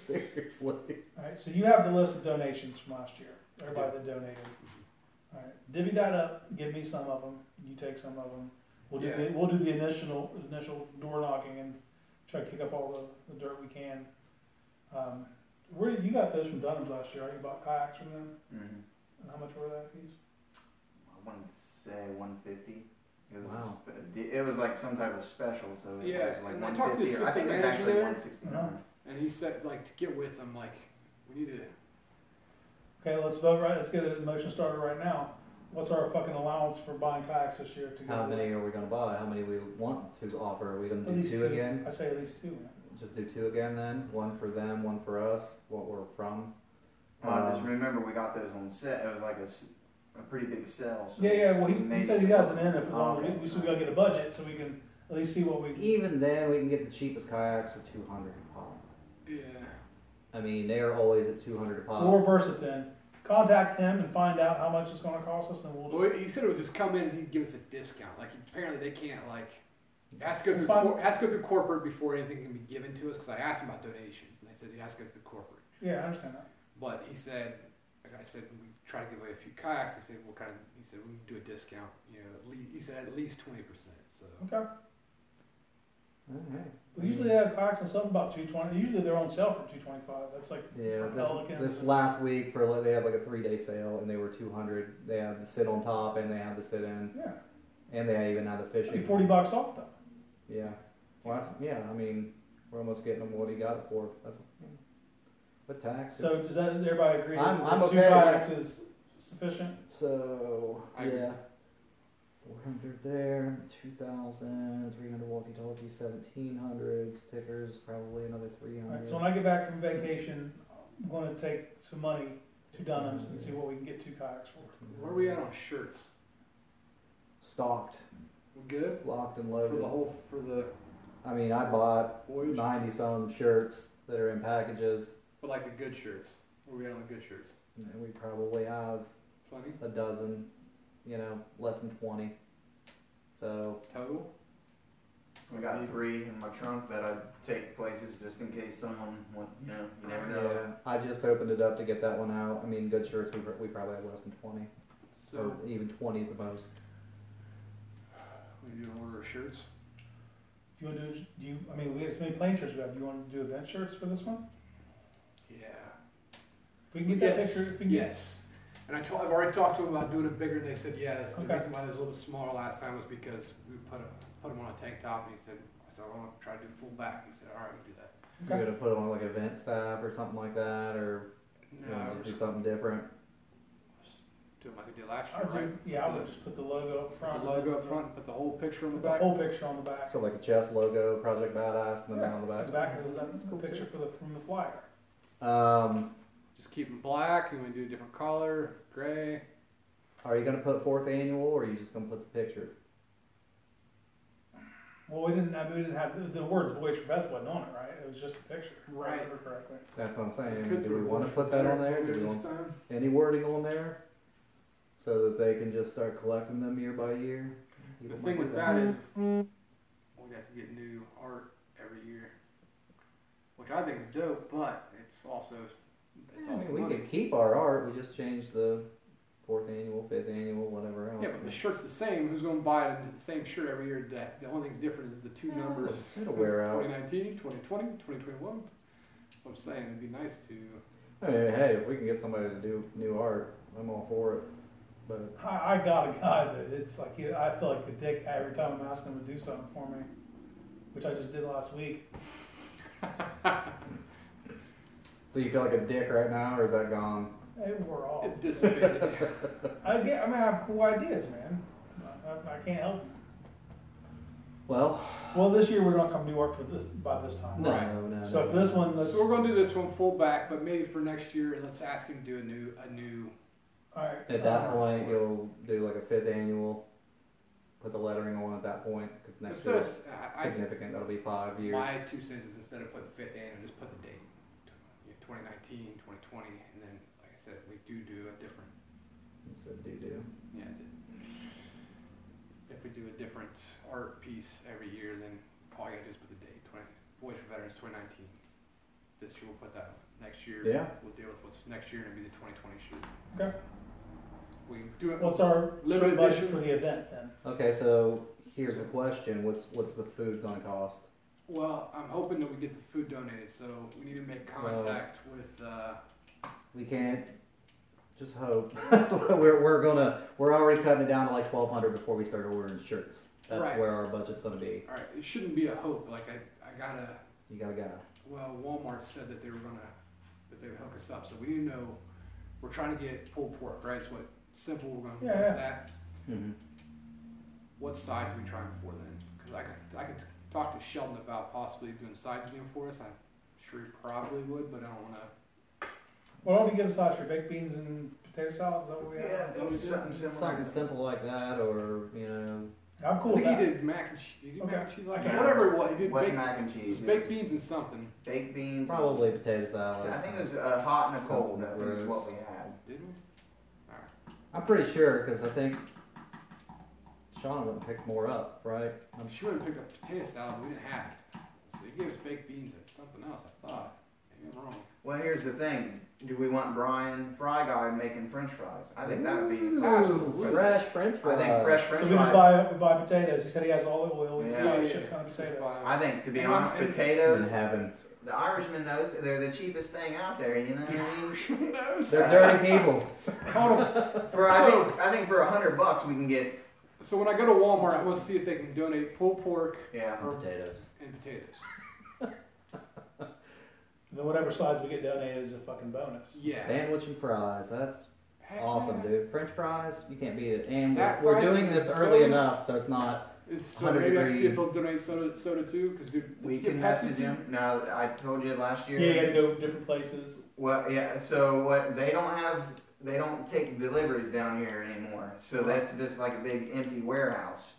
Speaker 2: Seriously.
Speaker 1: All right, so you have the list of donations from last year, everybody that donated.
Speaker 2: Mm-hmm.
Speaker 1: All right, divvy that up, give me some of them, you take some of them. We'll do,
Speaker 3: Yeah.
Speaker 1: the- we'll do the initial, initial door knocking and try to kick up all the, the dirt we can. Um, Where, you got those from Dunham's last year, right? You bought kayaks from them,
Speaker 4: hmm
Speaker 1: and how much were that piece?
Speaker 4: I want to say 150. It was,
Speaker 2: Wow.
Speaker 4: a spe- it was like some type of special, so it
Speaker 3: Yeah,
Speaker 4: was like
Speaker 3: and I talked to
Speaker 4: 150.
Speaker 3: the
Speaker 4: Or, I think it was
Speaker 3: assistant
Speaker 4: actually
Speaker 3: manager
Speaker 4: 169.
Speaker 1: Oh.
Speaker 3: And he said, like, to get with them, like, we need to.
Speaker 1: Okay, let's vote right, let's get a motion started right now. What's our fucking allowance for buying kayaks this year to go?
Speaker 2: How many are we gonna buy? How many we want to offer? Are we gonna
Speaker 1: At
Speaker 2: do
Speaker 1: least
Speaker 2: two again?
Speaker 1: I say at least two.
Speaker 2: Just do two again then? One for them, one for us, what we're from.
Speaker 4: Well, I just
Speaker 2: Um,
Speaker 4: remember we got those on set. It was like a, s- a pretty big sell. So Um,
Speaker 1: Yeah, yeah, well, he,
Speaker 4: we made
Speaker 1: he said he
Speaker 4: it.
Speaker 1: has an in it for longer,
Speaker 4: Okay.
Speaker 1: we, so we gotta get a budget, so we can at least see what we.
Speaker 2: Even then, we can get the cheapest kayaks for two hundred a pop.
Speaker 3: Yeah.
Speaker 2: I mean, they are always at two hundred a pop.
Speaker 1: We'll reverse it then. Contact him and find out how much it's gonna cost us, and we'll
Speaker 3: Well,
Speaker 1: just.
Speaker 3: he said it would just come in and he'd give us a discount. Like, apparently they can't, like, ask go
Speaker 1: It's
Speaker 3: through,
Speaker 1: fine.
Speaker 3: cor- ask go through corporate before anything can be given to us. Because I asked him about donations, and they said you ask go through corporate.
Speaker 1: Yeah, I understand that.
Speaker 3: But he said, like I said, we try to give away a few kayaks. He said, we'll kind of, he said, we can do a discount. You know, at least, he said at least twenty percent. So
Speaker 1: Okay.
Speaker 2: Alright.
Speaker 1: We usually have kayaks on something about two twenty, usually they're on sale for two twenty-five, that's like.
Speaker 2: Yeah,
Speaker 1: for Pelican.
Speaker 2: this, this last week for like, they had like a three day sale and they were two hundred. They had the sit on top and they had the sit in
Speaker 1: Yeah,
Speaker 2: and they even had the
Speaker 1: it'd be
Speaker 2: fishing.
Speaker 1: forty bucks off though.
Speaker 2: Yeah. Well, that's, yeah. I mean, we're almost getting him what he got it for. That's yeah. but tax. So,
Speaker 1: So does that, everybody agree?
Speaker 2: I'm-
Speaker 1: that
Speaker 2: I'm
Speaker 1: Two
Speaker 2: okay.
Speaker 1: kayaks is sufficient?
Speaker 3: I agree.
Speaker 2: yeah. Four hundred there, two thousand, three hundred walkie-talkie, seventeen hundred stickers, probably another three
Speaker 1: Alright,
Speaker 2: hundred.
Speaker 1: so when I get back from vacation, I'm gonna take some money to Dunham's and see what we can get two kayaks for.
Speaker 3: where are we at on shirts?
Speaker 2: Stocked,
Speaker 3: We're good
Speaker 2: locked, and
Speaker 3: for
Speaker 2: loaded.
Speaker 3: the whole for the
Speaker 2: I mean, I bought
Speaker 3: voyage,
Speaker 2: ninety some shirts that are in packages,
Speaker 3: but like the good shirts. Where are we at on the good shirts?
Speaker 2: and we probably have
Speaker 3: Plenty
Speaker 2: a dozen, you know, less than twenty. So
Speaker 3: total.
Speaker 4: We got three in my trunk that I take places just in case someone, want, you know, you never know.
Speaker 2: yeah, I just opened it up to get that one out. I mean, good shirts we, pr- we probably have less than twenty,
Speaker 3: So
Speaker 2: or even twenty at the most.
Speaker 3: we do order shirts.
Speaker 1: Do you wanna do, do you, I mean, we have so many plain shirts we have, do you wanna do event shirts for this one?
Speaker 3: Yeah.
Speaker 1: If we can get that picture, if we can get
Speaker 3: yes. And I told, I've already talked to them about doing it bigger, and they said, yeah, that's the
Speaker 1: Okay.
Speaker 3: reason why it was a little bit smaller last time was because we put, a, put them on a tank top, and he said, I said, I want to try to do full back. He said, all right, we'll do that.
Speaker 2: You're gonna put on like event staff or something like that, or you
Speaker 3: No,
Speaker 2: know, just
Speaker 3: we're
Speaker 2: do
Speaker 3: just
Speaker 2: something different.
Speaker 3: doing like we did last
Speaker 1: I
Speaker 3: year, right?
Speaker 1: do, yeah, I would
Speaker 3: Put
Speaker 1: just put the logo up front.
Speaker 3: The logo up front, put the whole picture on the
Speaker 1: Put the
Speaker 3: back.
Speaker 1: whole picture on the back.
Speaker 2: So like a chest logo, Project Badass, and then
Speaker 1: Yeah,
Speaker 2: on the
Speaker 1: The
Speaker 2: back.
Speaker 1: back of that's cool
Speaker 2: cool, too.
Speaker 1: picture for the, from the flyer.
Speaker 2: Um,
Speaker 3: Just keep them black. You want to do a different color, gray.
Speaker 2: are you gonna put fourth annual, or are you just gonna put the picture?
Speaker 1: Well, we didn't, I mean, we didn't have, the- the words Voyage Fest wasn't on it, right? It was just a picture. if I
Speaker 3: Right.
Speaker 1: remember Correctly.
Speaker 2: That's what I'm saying. Do we want to put that on there? Do we want
Speaker 3: time?
Speaker 2: any wording on there? So that they can just start collecting them year by year?
Speaker 3: The
Speaker 2: People might
Speaker 3: thing
Speaker 2: do
Speaker 3: with that is, we'd have to get new art every year, which I think is dope, but it's also, it's
Speaker 2: I
Speaker 3: also
Speaker 2: mean, we
Speaker 3: money.
Speaker 2: can keep our art, we just change the fourth annual, fifth annual, whatever else.
Speaker 3: Yeah, but the shirt's the same, who's gonna buy the same shirt every year, that, the only thing's different is the two numbers.
Speaker 2: It'll wear out.
Speaker 3: 2019, 2020, 2021, so I'm saying it'd be nice to,
Speaker 2: I mean, hey, if we can get somebody to do new art, I'm all for it, but.
Speaker 1: I, I got a guy that it's like, he, I feel like a dick every time I'm asking him to do something for me, which I just did last week.
Speaker 2: So you feel like a dick right now, or is that gone?
Speaker 1: It wore off.
Speaker 3: it dissipated.
Speaker 1: I get, I mean, I have cool ideas, man. I, I, I can't help you.
Speaker 2: Well,
Speaker 1: Well, this year we're gonna come new art for this, by this time.
Speaker 2: no,
Speaker 3: Right.
Speaker 2: no.
Speaker 1: So
Speaker 2: no.
Speaker 1: for this one, let's,
Speaker 3: So we're gonna do this one full back, but maybe for next year, let's ask him to do a new, a new,
Speaker 1: alright.
Speaker 2: At that point, you'll do like a fifth annual, put the lettering on at that point, because next
Speaker 3: instead of,
Speaker 2: year's
Speaker 3: s- uh, I, I
Speaker 2: significant, that'll be five years.
Speaker 3: My two cents is instead of putting fifth annual, just put the date, you know, 2019, 2020, and then, like I said, we do do a different,
Speaker 2: So doo-doo.
Speaker 3: yeah, if we do a different art piece every year, then all you gotta do is put the date, 20, Voice for Veterans 2019. This year we'll put that, one. next year
Speaker 2: Yeah.
Speaker 3: we'll deal with what's next year and it'll be the 2020 shoot.
Speaker 1: Okay.
Speaker 3: We can do it.
Speaker 1: uh, What's our
Speaker 3: Limited
Speaker 1: show budget
Speaker 3: edition.
Speaker 1: for the event then?
Speaker 2: Okay, so here's the question: What's what's the food gonna cost?
Speaker 3: Well, I'm hoping that we get the food donated, so we need to make
Speaker 2: Well-
Speaker 3: contact with. Uh,
Speaker 2: We can't just hope. That's what we're we're gonna we're already cutting it down to like twelve hundred before we start ordering shirts. That's
Speaker 3: Right.
Speaker 2: where our budget's gonna be.
Speaker 3: all right, it shouldn't be a hope. Like I, I gotta.
Speaker 2: You gotta go.
Speaker 3: Well, Walmart said that they were gonna, that they would hook us up, so we didn't know, we're trying to get pulled pork, right, it's what, simple, we're gonna
Speaker 1: Yeah,
Speaker 3: do
Speaker 1: yeah.
Speaker 3: that.
Speaker 2: Mm-hmm.
Speaker 3: What sides are we trying for then? Cause I could, I could talk to Sheldon about possibly doing sides again for us, I'm sure he probably would, but I don't wanna.
Speaker 1: Why don't we give us last year, baked beans and potato salad, is that what we
Speaker 4: Yeah,
Speaker 1: have?
Speaker 4: it was something similar.
Speaker 2: Something simple like that, or you know,
Speaker 1: I'm cool
Speaker 3: I
Speaker 1: with
Speaker 3: think he
Speaker 1: that.
Speaker 3: did mac and cheese, did he do mac and cheese like
Speaker 1: Okay.
Speaker 3: that? Whatever it was, he did
Speaker 4: What
Speaker 3: baked,
Speaker 4: mac and cheese? It
Speaker 3: baked
Speaker 4: was
Speaker 3: beans and something,
Speaker 4: Baked beans.
Speaker 2: probably potato salad.
Speaker 4: I think it was uh, hot and a cold. That
Speaker 2: Gross.
Speaker 4: was what we had.
Speaker 3: didn't we?
Speaker 2: I'm pretty sure because I think Sean would pick more up, right? I'm
Speaker 3: I'm sure he picked up potato salad, but we didn't have it. So he gave us baked beans and something else, I thought, maybe I'm wrong.
Speaker 4: Well, here's the thing. Do we want Brian Fry Guy making French fries? I think that would
Speaker 2: Ooh,
Speaker 4: be absolutely.
Speaker 2: fresh French
Speaker 4: I
Speaker 2: fries.
Speaker 4: think fresh
Speaker 1: So
Speaker 4: French
Speaker 1: we just
Speaker 4: fries.
Speaker 1: buy, we buy potatoes, he said he has all the oil, he's
Speaker 4: Yeah.
Speaker 1: got
Speaker 3: Yeah,
Speaker 1: a
Speaker 3: yeah,
Speaker 1: shit ton of potatoes.
Speaker 4: I think, to be
Speaker 3: And I'm-
Speaker 4: honest,
Speaker 3: and-
Speaker 2: And
Speaker 4: potatoes.
Speaker 2: having
Speaker 4: The Irishman knows they're the cheapest thing out there. You know what I mean?
Speaker 2: they're dirty people.
Speaker 3: Hold on.
Speaker 4: For I think I think for a hundred bucks we can get
Speaker 3: So when I go to Walmart, I want to see if they can donate pulled pork
Speaker 4: yeah.
Speaker 2: And potatoes.
Speaker 3: and potatoes.
Speaker 1: And then whatever sides we get donated is a fucking bonus.
Speaker 3: Yeah.
Speaker 2: Sandwich and fries. That's
Speaker 3: Heck
Speaker 2: awesome,
Speaker 3: yeah.
Speaker 2: dude. French fries. You can't beat it. And
Speaker 3: That
Speaker 2: we're, we're
Speaker 3: fries
Speaker 2: doing
Speaker 3: is
Speaker 2: this
Speaker 3: so-
Speaker 2: early enough, so it's not.
Speaker 3: It's so
Speaker 2: 100
Speaker 3: maybe I can see
Speaker 2: degree.
Speaker 3: if they'll donate soda, soda too, because dude,
Speaker 4: We
Speaker 3: get
Speaker 4: can
Speaker 3: Pepsi
Speaker 4: message
Speaker 3: too.
Speaker 4: him. Now I told you last
Speaker 1: Yeah,
Speaker 4: year.
Speaker 1: you gotta go different places.
Speaker 4: Well, yeah. So what they don't have, they don't take deliveries down here anymore. So that's just like a big empty warehouse.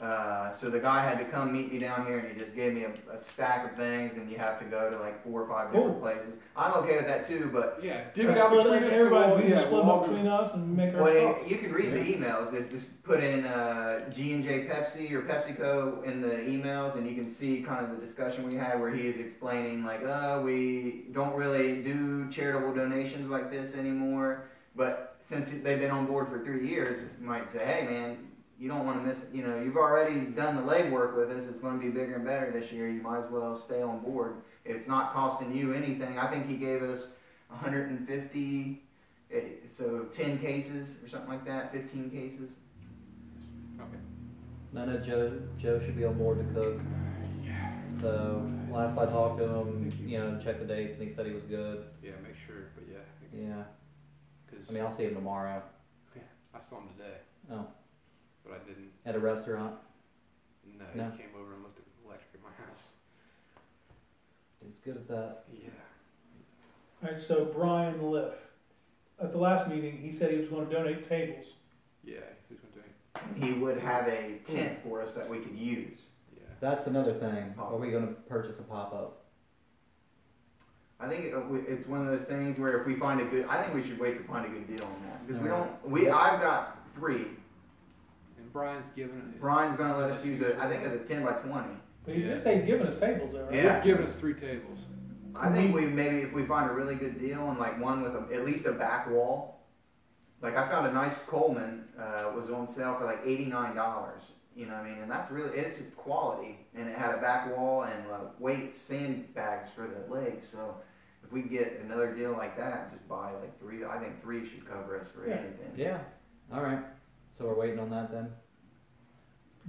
Speaker 4: Uh, so the guy had to come meet me down here, and he just gave me a, a stack of things, and you have to go to like four or five different
Speaker 1: Cool.
Speaker 4: places. I'm okay with that too, but
Speaker 3: Yeah,
Speaker 1: We
Speaker 3: give it out
Speaker 1: split
Speaker 3: between
Speaker 1: it,
Speaker 3: us.
Speaker 1: everybody, we
Speaker 3: yeah,
Speaker 1: just split them
Speaker 3: we'll
Speaker 1: up
Speaker 3: all
Speaker 1: between us and make our
Speaker 4: Well,
Speaker 1: stuff.
Speaker 4: you can read the emails. It just put in uh, G and J Pepsi or PepsiCo in the emails, and you can see kind of the discussion we had where he is explaining like, uh, we don't really do charitable donations like this anymore. But since they've been on board for three years, you might say, hey man, you don't want to miss. You know, you've already done the legwork with us. It's going to be bigger and better this year. You might as well stay on board. It's not costing you anything. I think he gave us 150 it- Eh, so 10 cases or something like that 15 cases
Speaker 2: None of Joe. Joe should be on board to cook.
Speaker 3: Yeah.
Speaker 2: So last I talked to him,
Speaker 3: Thank you.
Speaker 2: you know, checked the dates, and he said he was good.
Speaker 3: Yeah, make sure. But yeah,
Speaker 2: Yeah.
Speaker 3: because
Speaker 2: I mean, I'll see him tomorrow
Speaker 3: I saw him today.
Speaker 2: Oh.
Speaker 3: But I didn't.
Speaker 2: at a restaurant.
Speaker 3: No,
Speaker 2: No.
Speaker 3: he came over and looked at the electric at my house.
Speaker 2: It's good at that.
Speaker 3: Yeah.
Speaker 1: Alright, so Brian Liff, at the last meeting, he said he was gonna donate tables.
Speaker 3: Yeah, he said he was gonna donate.
Speaker 4: and he would have a tent for us that we could use
Speaker 3: Yeah.
Speaker 2: That's another thing.
Speaker 4: Pop-up.
Speaker 2: Are we going to purchase a pop up?
Speaker 4: I think it- uh, we- it's one of those things where if we find a good, I think we should wait to find a good deal on that because we don't. We I've got three.
Speaker 3: And Brian's giving it.
Speaker 4: Brian's gonna let us use it. I think it's a ten by twenty.
Speaker 1: But he
Speaker 3: Yeah.
Speaker 1: did say giving us tables there, right?
Speaker 4: Yeah.
Speaker 3: He's giving us three tables.
Speaker 4: I think we maybe if we find a really good deal and like one with a, at least a back wall. Like I found a nice Coleman uh, was on sale for like eighty nine dollars. You know what I mean? And that's really it's quality, and it had a back wall and uh, weight sandbags for the legs. So if we get another deal like that, just buy like three. I think three should cover us for
Speaker 1: Yeah.
Speaker 4: anything.
Speaker 2: Yeah. All right. So we're waiting on that then.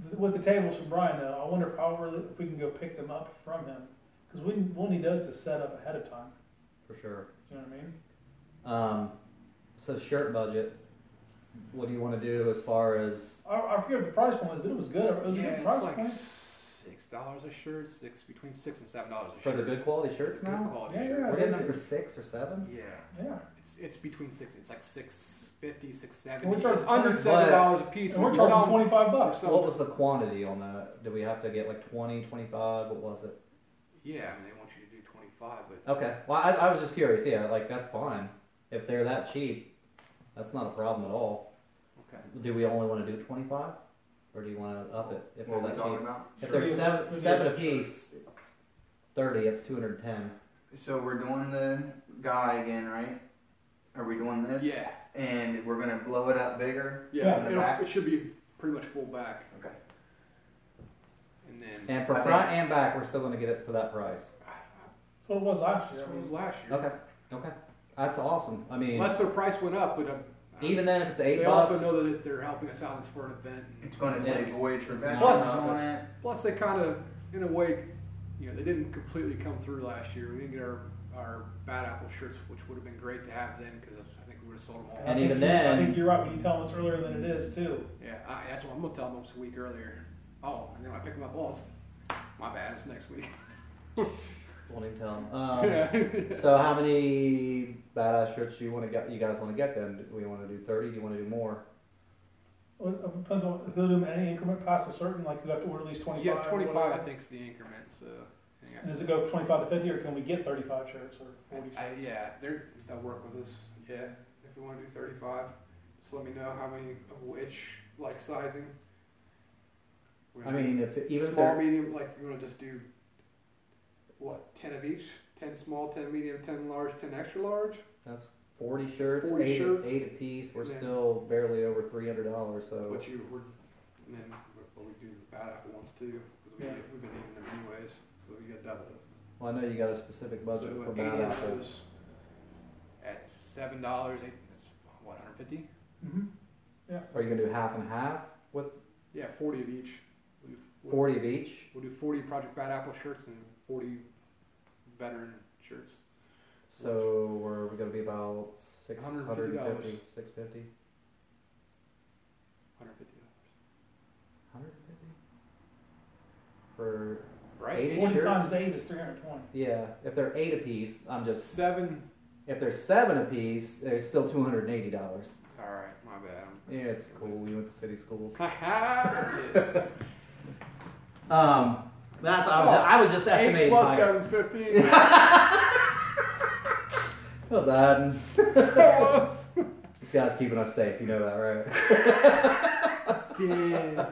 Speaker 1: Th- With the tables from Brian, though, I wonder if I'll really, if we can go pick them up from him, because we we'll need those to set up ahead of time.
Speaker 2: For sure.
Speaker 1: Do you know what I mean?
Speaker 2: Um, so shirt budget. What do you want to do as far as
Speaker 1: I, I forget what the price point was, but it was good. It was a
Speaker 3: yeah,
Speaker 1: good
Speaker 3: it's
Speaker 1: price
Speaker 3: like
Speaker 1: point.
Speaker 3: six dollars a shirt, six between six and seven dollars a
Speaker 2: for
Speaker 3: shirt.
Speaker 2: the good quality shirts
Speaker 3: Good
Speaker 2: now?
Speaker 3: quality
Speaker 1: Yeah, yeah,
Speaker 3: shirt.
Speaker 2: We're getting them for six or seven.
Speaker 3: Yeah,
Speaker 1: Yeah,
Speaker 3: it's it's between six. It's like six fifty, six
Speaker 1: And
Speaker 3: seventy.
Speaker 1: we're charging
Speaker 3: It's under
Speaker 1: twenty-
Speaker 3: seven dollars a piece.
Speaker 1: and we're
Speaker 3: we
Speaker 1: charging
Speaker 3: sell 'em-
Speaker 1: twenty five
Speaker 3: we're
Speaker 1: bucks.
Speaker 3: selling
Speaker 2: What was the quantity on that? Did we have to get like 20, 25? What was it?
Speaker 3: Yeah, I mean they want you to do twenty five, but
Speaker 2: Okay. Well, I, I was just curious. Yeah, like that's fine. If they're that cheap, that's not a problem at all.
Speaker 3: okay.
Speaker 2: Do we only want to do 25? Or do you want to up it if
Speaker 4: What are
Speaker 2: they're
Speaker 4: we
Speaker 2: that
Speaker 4: talking
Speaker 2: cheap?
Speaker 4: about?
Speaker 2: If
Speaker 1: Sure.
Speaker 2: there's
Speaker 1: We'll
Speaker 2: seven,
Speaker 1: do
Speaker 2: seven
Speaker 1: it.
Speaker 2: apiece, thirty, it's two hundred and ten.
Speaker 4: So we're doing the guy again, right? Are we doing this?
Speaker 3: Yeah,
Speaker 4: And we're gonna blow it up bigger.
Speaker 1: Yeah,
Speaker 3: yeah.
Speaker 4: in the
Speaker 3: it'll-
Speaker 4: back.
Speaker 3: It should be pretty much full back,
Speaker 4: Okay.
Speaker 3: and then
Speaker 2: And for
Speaker 4: I
Speaker 2: front and back, we're still gonna get it for that price.
Speaker 1: That's what it was last year.
Speaker 3: That's what it was last year.
Speaker 2: Okay, okay, that's awesome. I mean,
Speaker 3: Unless their price went up, but uh,
Speaker 2: even then, if it's
Speaker 3: they
Speaker 2: eight
Speaker 3: also
Speaker 2: bucks,
Speaker 3: know that they're helping us out for an event.
Speaker 4: It's gonna say
Speaker 2: It's-
Speaker 4: voyage for
Speaker 2: it's
Speaker 4: veterans
Speaker 3: not-
Speaker 4: on it.
Speaker 3: Plus, they kind of, in a way, you know, they didn't completely come through last year. We didn't get our, our Bad Apple shirts, which would have been great to have then because I think we would have sold them all.
Speaker 1: I think
Speaker 2: even
Speaker 1: you-
Speaker 2: then-
Speaker 1: I think you're right when you tell them it's earlier than it is too.
Speaker 3: Yeah, I, that's what I'm going to tell them it's a week earlier. Oh, and then I pick them up. Oh, it's, my bad, it's next week.
Speaker 2: won't even tell 'em. Um,
Speaker 3: Yeah.
Speaker 2: so how many badass shirts do you wanna get, you guys wanna get then? Do we wanna do thirty, do you wanna do more?
Speaker 1: Well, It depends on who do any increment past a certain, like you have to order at least twenty
Speaker 3: yeah,
Speaker 1: five.
Speaker 3: 25, I think, is the increment. So, hang on.
Speaker 1: Does it go from twenty five to fifty, or can we get thirty five shirts or forty?
Speaker 3: I, yeah, they're, they'll work with us. Yeah, if you want to do 35, just let me know how many of which, like sizing. We're
Speaker 2: I
Speaker 3: gonna
Speaker 2: mean, if, even if
Speaker 3: small,
Speaker 2: they're-
Speaker 3: medium, like you want to just do what ten of each? Ten small, ten medium, ten large, ten extra large.
Speaker 2: that's forty shirts,
Speaker 3: 40
Speaker 2: eight,
Speaker 3: shirts.
Speaker 2: eight apiece, we're
Speaker 3: Yeah.
Speaker 2: still barely over three hundred dollars, so.
Speaker 3: But you were, and then what what we do the bad apple ones too. 'cause we,
Speaker 1: Yeah.
Speaker 3: We've been eating them anyways, so we got double. it.
Speaker 2: Well, I know you got a specific budget
Speaker 3: so uh,
Speaker 2: for
Speaker 3: eighty
Speaker 2: bad
Speaker 3: of
Speaker 2: apples.
Speaker 3: those at seven dollars. That's what 150.
Speaker 1: Mhm.
Speaker 2: Are you gonna do half and half with
Speaker 3: Yeah, 40 of each. We'll do, we'll-
Speaker 2: forty of each?
Speaker 3: We'll do 40 Project Bad Apple shirts and 40 veteran shirts.
Speaker 2: So we're gonna be about six hundred and fifty,
Speaker 3: $150.
Speaker 2: six fifty,
Speaker 3: 150
Speaker 2: hundred fifty? For,
Speaker 3: Right?
Speaker 2: Eighty?
Speaker 1: Forty
Speaker 2: shirts.
Speaker 1: times eight is three hundred twenty.
Speaker 2: yeah, if they're eight apiece, I'm just,
Speaker 3: Seven.
Speaker 2: if they're seven apiece, there's still two hundred and eighty dollars.
Speaker 3: All right, my bad. I'm-
Speaker 2: Yeah, it's cool, we went to city schools.
Speaker 3: yeah.
Speaker 2: Um, that's, I was, I was just
Speaker 3: Eight
Speaker 2: estimating
Speaker 3: plus
Speaker 2: higher.
Speaker 3: seven's fifteen.
Speaker 2: I was adding. This guy's keeping us safe, you know that, right?
Speaker 3: yeah.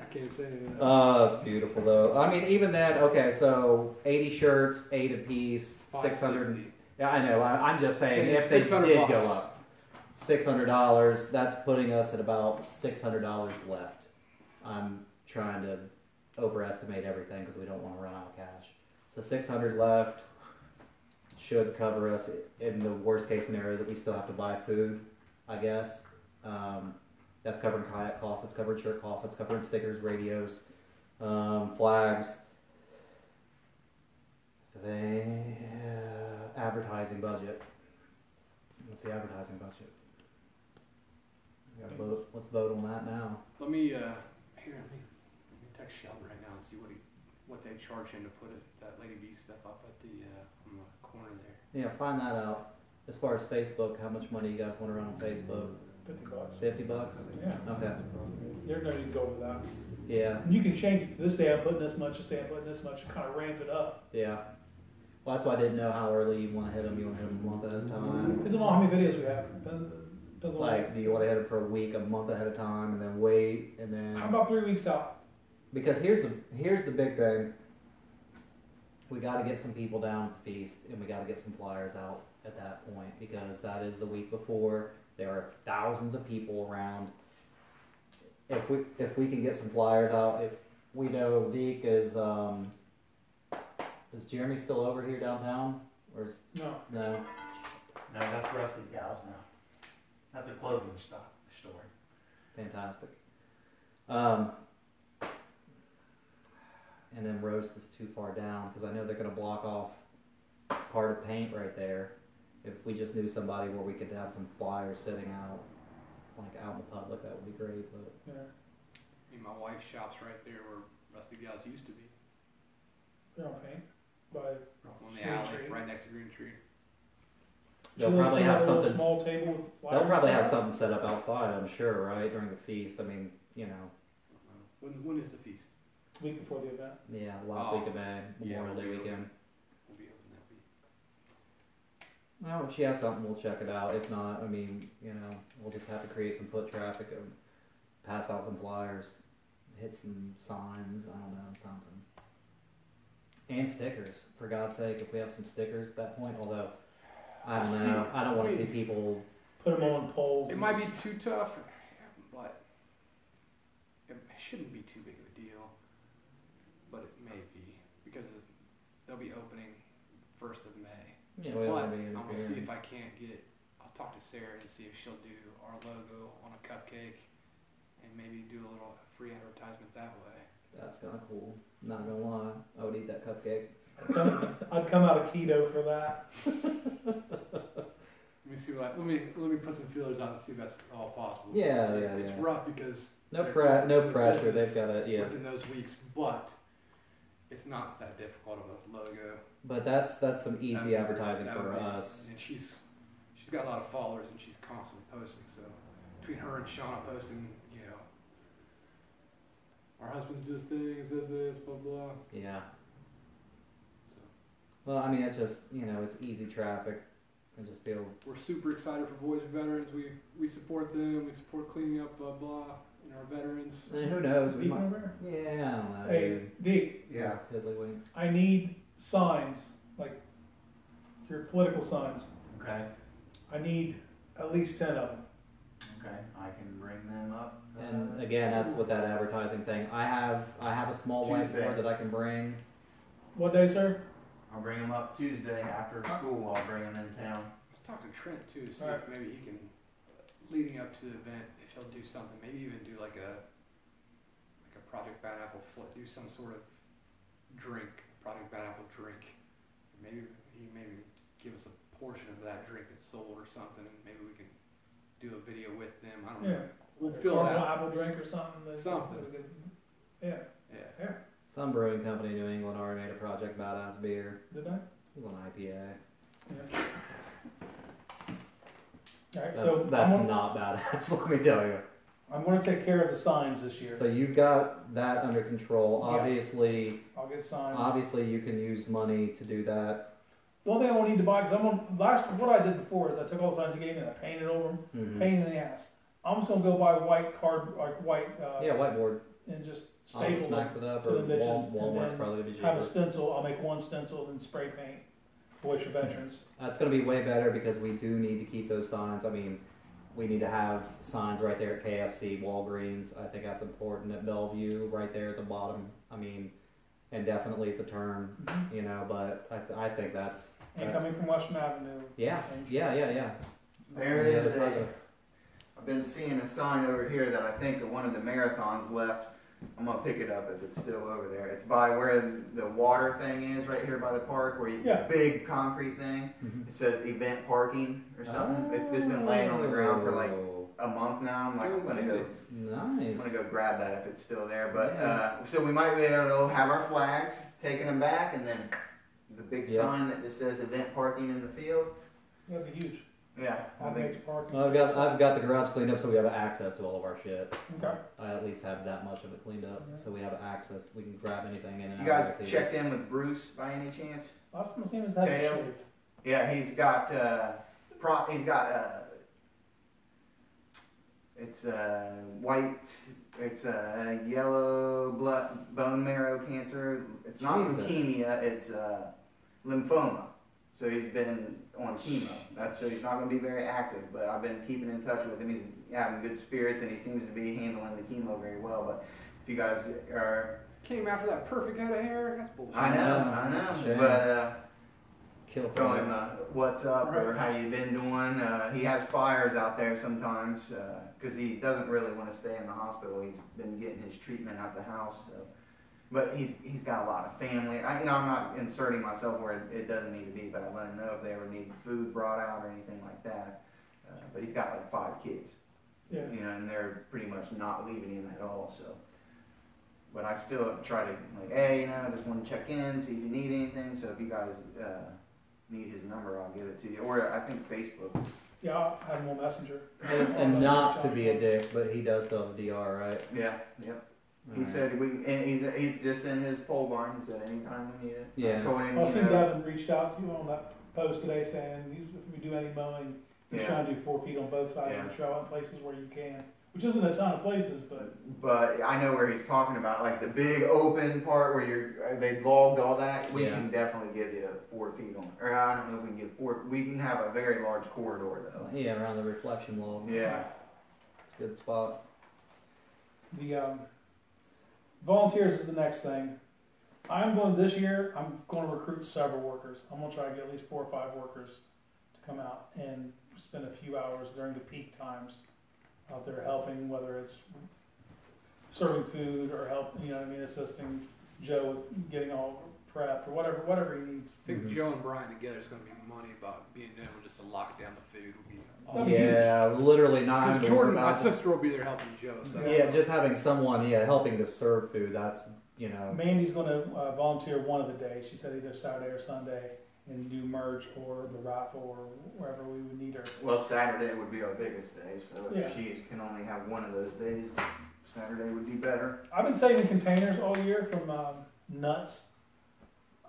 Speaker 3: I can't say anything.
Speaker 2: Oh, that's beautiful though. I mean, even that. Okay, so eighty shirts, eight apiece, six hundred.
Speaker 3: 560.
Speaker 2: Yeah, I know. I, I'm just saying, if they
Speaker 3: $600
Speaker 2: did go
Speaker 3: bucks.
Speaker 2: up, six hundred dollars. That's putting us at about six hundred dollars left. I'm trying to overestimate everything because we don't want to run out of cash. So six hundred left should cover us in the worst case scenario that we still have to buy food. I guess. Um, that's covering kayak costs. That's covering shirt costs. That's covering stickers, radios, um, flags. They uh, advertising budget. What's the advertising budget? We gotta vote. Let's vote on that now.
Speaker 3: Let me. Uh, here, let me, let me text Sheldon right now and see what he, what they charge him to put it, that Lady B stuff up at the uh, on the corner there.
Speaker 2: Yeah, find that out. As far as Facebook, how much money you guys want to run on Facebook?
Speaker 1: fifty bucks.
Speaker 2: Fifty bucks.
Speaker 1: Yeah,
Speaker 2: Okay.
Speaker 1: you're gonna need to go over that.
Speaker 2: Yeah.
Speaker 1: You can change it. This day I'm putting this much, this day I'm putting this much, kind of ramp it up.
Speaker 2: Yeah. Well, that's why I didn't know how early you want to hit them. You want to hit them a month at a time.
Speaker 1: Depends on how many videos we have. Depends depends on.
Speaker 2: Like, do you want to hit them for a week, a month ahead of time, and then wait, and then?
Speaker 1: I'm about three weeks out.
Speaker 2: Because here's the here's the big thing. We got to get some people down at the feast, and we got to get some flyers out at that point because that is the week before. There are thousands of people around. If we if we can get some flyers out, if we know Deke is um, is Jeremy still over here downtown or is,
Speaker 1: No,
Speaker 2: no?
Speaker 5: No, that's Rusty Gals now. That's a clothing stop store.
Speaker 2: Fantastic. Um, and then roast is too far down because I know they're going to block off part of paint right there. If we just knew somebody where we could have some flyers sitting out, like out in the public, that would be great. But
Speaker 1: yeah.
Speaker 3: Me and my wife shops right there where Rusty Gals used to be.
Speaker 1: They're on paint. By
Speaker 3: On the
Speaker 1: Green
Speaker 3: alley,
Speaker 1: Tree.
Speaker 3: right next to Green Tree.
Speaker 2: They'll
Speaker 1: She lives
Speaker 2: probably
Speaker 1: in a
Speaker 2: have
Speaker 1: little
Speaker 2: something-
Speaker 1: Small table. with
Speaker 2: they'll
Speaker 1: flowers
Speaker 2: probably
Speaker 1: on
Speaker 2: have
Speaker 1: it.
Speaker 2: something set up outside, I'm sure, right during the feast. I mean, you know,
Speaker 3: When, when is the feast?
Speaker 1: Week before the event.
Speaker 2: yeah, last
Speaker 3: Oh,
Speaker 2: week of May,
Speaker 3: yeah,
Speaker 2: Memorial Day
Speaker 3: we'll-
Speaker 2: weekend.
Speaker 3: We'll be open that week.
Speaker 2: Well, if she has something, we'll check it out. If not, I mean, you know, we'll just have to create some foot traffic and pass out some flyers, hit some signs, I don't know, something. And stickers, for God's sake, if we have some stickers at that point, although, I don't know, I don't wanna see people,
Speaker 1: Put them on poles.
Speaker 3: It might be too tough, but it shouldn't be too big of a deal. But it may be because they'll be opening first of May.
Speaker 2: you know, we don't
Speaker 3: but
Speaker 2: wanna Oh, be
Speaker 3: I'm gonna see
Speaker 2: interfering.
Speaker 3: if I can't get. I'll talk to Sarah and see if she'll do our logo on a cupcake, and maybe do a little free advertisement that way.
Speaker 2: That's kinda cool, not gonna lie, I would eat that cupcake.
Speaker 1: I'd come out of keto for that.
Speaker 3: Let me see what. I, let me let me put some feelers out and see if that's all possible.
Speaker 2: Yeah,
Speaker 3: It's-
Speaker 2: yeah,
Speaker 3: It's
Speaker 2: yeah.
Speaker 3: rough because
Speaker 2: No
Speaker 3: They're
Speaker 2: pre- no
Speaker 3: good
Speaker 2: pressure, they've
Speaker 3: business.
Speaker 2: gotta, yeah.
Speaker 3: within those weeks, but it's not that difficult of a logo.
Speaker 2: But that's, that's some easy
Speaker 3: That-
Speaker 2: advertising
Speaker 3: that
Speaker 2: for
Speaker 3: would be-
Speaker 2: us.
Speaker 3: And she's she's got a lot of followers and she's constantly posting. So between her and Shauna posting, you know, our husband's just thing says this, blah blah.
Speaker 2: Yeah.
Speaker 3: So
Speaker 2: Well, I mean, it's just you know, it's easy traffic. I just feel
Speaker 3: we're super excited for Voyage Veterans. We we support them. We support cleaning up, blah blah, and our veterans.
Speaker 2: and who knows? We
Speaker 1: Deacon
Speaker 2: might, Uh,
Speaker 1: over there?
Speaker 2: yeah, I don't know.
Speaker 1: Hey,
Speaker 2: dude.
Speaker 1: Deke,
Speaker 4: Yeah.
Speaker 2: Tiddlywinks.
Speaker 1: I need signs, like your political signs.
Speaker 5: Okay,
Speaker 1: I need at least ten of them.
Speaker 4: Okay, I can bring them up. uh,
Speaker 2: And again, that's with that advertising thing. I have I have a small
Speaker 4: Tuesday.
Speaker 2: whiteboard that I can bring.
Speaker 1: What day, sir?
Speaker 4: I'll bring them up Tuesday after school. I'll bring them in town.
Speaker 3: I'll talk to Trent too. See
Speaker 1: Alright.
Speaker 3: if maybe he can leading up to the event if he'll do something. Maybe even do like a like a Project Bad Apple float. Do some sort of drink, Project Bad Apple drink. Maybe he maybe give us a portion of that drink that's sold or something, and maybe we can do a video with them. I don't know. We'll fill
Speaker 1: Or
Speaker 3: it
Speaker 1: an
Speaker 3: out.
Speaker 1: Apple drink or something. that-
Speaker 3: Something.
Speaker 1: that we could- Yeah,
Speaker 3: Yeah.
Speaker 2: Some brewing company in New England already made a project badass beer.
Speaker 1: did I?
Speaker 2: It was an IPA.
Speaker 1: All right,
Speaker 2: That's,
Speaker 1: so
Speaker 2: that's
Speaker 1: I'm, gonna-
Speaker 2: not badass. Let me tell you.
Speaker 1: I'm going to take care of the signs this year.
Speaker 2: So you've got that under control.
Speaker 1: Yes.
Speaker 2: Obviously,
Speaker 1: I'll get signs.
Speaker 2: obviously you can use money to do that.
Speaker 1: the only thing I won't need to buy, because I'm on, last, what I did before is I took all the signs you gave me and I painted over them.
Speaker 2: Mhm.
Speaker 1: Pain in the ass. I'm just gonna go buy white card, like white, uh,
Speaker 2: Yeah, Oh, whiteboard.
Speaker 1: and just
Speaker 2: I'll
Speaker 1: staple
Speaker 2: just
Speaker 1: them.
Speaker 2: max it up,
Speaker 1: to
Speaker 2: or
Speaker 1: the bitches,
Speaker 2: Wal-
Speaker 1: and
Speaker 2: Walmart's
Speaker 1: then
Speaker 2: probably gonna be
Speaker 1: Have
Speaker 2: cheaper.
Speaker 1: a stencil. I'll make one stencil and spray paint. Voice for veterans.
Speaker 2: That's going to be way better because we do need to keep those signs. I mean, we need to have signs right there at KFC, Walgreens. I think that's important at Bellevue, right there at the bottom. I mean, and definitely at the turn, you know. But I, th- I think that's
Speaker 1: And
Speaker 2: Mm-hmm. That's-
Speaker 1: coming from Western Avenue.
Speaker 2: yeah,
Speaker 1: same.
Speaker 2: yeah, yeah, yeah.
Speaker 4: There
Speaker 2: Yeah,
Speaker 4: is
Speaker 2: that's not
Speaker 4: a. I've been seeing a sign over here that I think at one of the marathons left. I'm gonna pick it up if it's still over there. It's by where the water thing is, right here by the park, where you
Speaker 1: Yeah.
Speaker 4: big concrete thing.
Speaker 2: Mhm.
Speaker 4: It says event parking or something. It's just been laying on the ground for like
Speaker 2: Oh,
Speaker 4: a month now. I'm like, I'm gonna go. I'm gonna
Speaker 2: nice.
Speaker 4: go grab that if it's still there. But
Speaker 2: Yeah.
Speaker 4: uh, so we might be able to have our flags, taking them back, and then the big
Speaker 2: Yeah.
Speaker 4: sign that just says event parking in the field.
Speaker 1: That'd be huge.
Speaker 4: Yeah, I
Speaker 1: on
Speaker 4: think.
Speaker 1: Nature Park.
Speaker 2: Well, I've got I've got the garage cleaned up, so we have access to all of our shit.
Speaker 1: Okay.
Speaker 2: I at least have that much of it cleaned up, so we have access. We can grab anything in and
Speaker 4: You
Speaker 2: out.
Speaker 4: guys
Speaker 2: and see it.
Speaker 4: checked in with Bruce by any chance?
Speaker 1: Last time I seen him was having
Speaker 4: Tail.
Speaker 1: shaved.
Speaker 4: Yeah, he's got uh, pro- he's got uh, it's uh, white, it's uh, yellow blood bone marrow cancer. It's not
Speaker 2: Jesus.
Speaker 4: leukemia, it's uh, lymphoma. So he's been on chemo. That's so he's not going to be very active. But I've been keeping in touch with him. He's having good spirits and he seems to be handling the chemo very well. But if you guys are,
Speaker 3: Came after that perfect head of hair. That's bullshit.
Speaker 4: I know, I
Speaker 2: That's a
Speaker 4: know,
Speaker 2: shame.
Speaker 4: but. Uh,
Speaker 2: Kill
Speaker 4: Tell
Speaker 2: him.
Speaker 4: him uh, what's up or how you been doing. Uh, he has fires out there sometimes because he doesn't really want to stay in the hospital. He's been getting his treatment at the house, so. but he's he's got a lot of family. I, you know, I'm not inserting myself where it, it doesn't need to be, but I let him know if they ever need food brought out or anything like that. Uh, but he's got like five kids,
Speaker 1: Yeah.
Speaker 4: you know, and they're pretty much not leaving him at all. So, but I still try to like, hey, you know, I just want to check in, see if you need anything. So if you guys uh, need his number, I'll give it to you. Or I think Facebook.
Speaker 1: Yeah, I'll have him on Messenger.
Speaker 2: And, and not to be a dick, but he does still have a DR, right?
Speaker 4: Yeah, yep. He
Speaker 2: Alright.
Speaker 4: said we. And he's he's just in his pole barn. He said anytime we need it.
Speaker 2: Yeah.
Speaker 4: I told him.
Speaker 1: Also,
Speaker 4: you know,
Speaker 1: Devin reached out to you on that post today saying he's- if we do any mowing, he's
Speaker 4: Yeah.
Speaker 1: trying to do four feet on both sides of the trail in places where you can, which isn't a ton of places, but
Speaker 4: But I know where he's talking about, like the big open part where you're, uh, they logged all that. We
Speaker 2: Yeah.
Speaker 4: can definitely give you four feet on, or I don't know if we can give four. We can have a very large corridor though.
Speaker 2: Yeah, Oh, around the reflection wall.
Speaker 4: Yeah.
Speaker 2: It's a good spot.
Speaker 1: the um, volunteers is the next thing. I'm going this year. I'm going to recruit several workers. I'm going to try to get at least four or five workers to come out and spend a few hours during the peak times out there helping, whether it's serving food or help, you know, what I mean, assisting Joe with getting all prepped or whatever, whatever he needs.
Speaker 3: I think
Speaker 2: Mhm.
Speaker 3: Joe and Brian together is going to be money about being able just to lock down the food. Would be
Speaker 4: Oh,
Speaker 1: That'd be huge.
Speaker 2: Yeah, literally not. having
Speaker 3: Because
Speaker 2: to worry
Speaker 3: Jordan, my
Speaker 2: about it.
Speaker 3: sister will be there helping Joe. So
Speaker 2: Yeah, just having someone, yeah, helping to serve food. That's you know.
Speaker 1: Mandy's going to uh, volunteer one of the days. She said either Saturday or Sunday and do merge or the raffle or wherever we would need her.
Speaker 4: Well, Saturday would be our biggest day, so if
Speaker 1: Yeah.
Speaker 4: she can only have one of those days, Saturday would be better.
Speaker 1: I've been saving containers all year from um, nuts.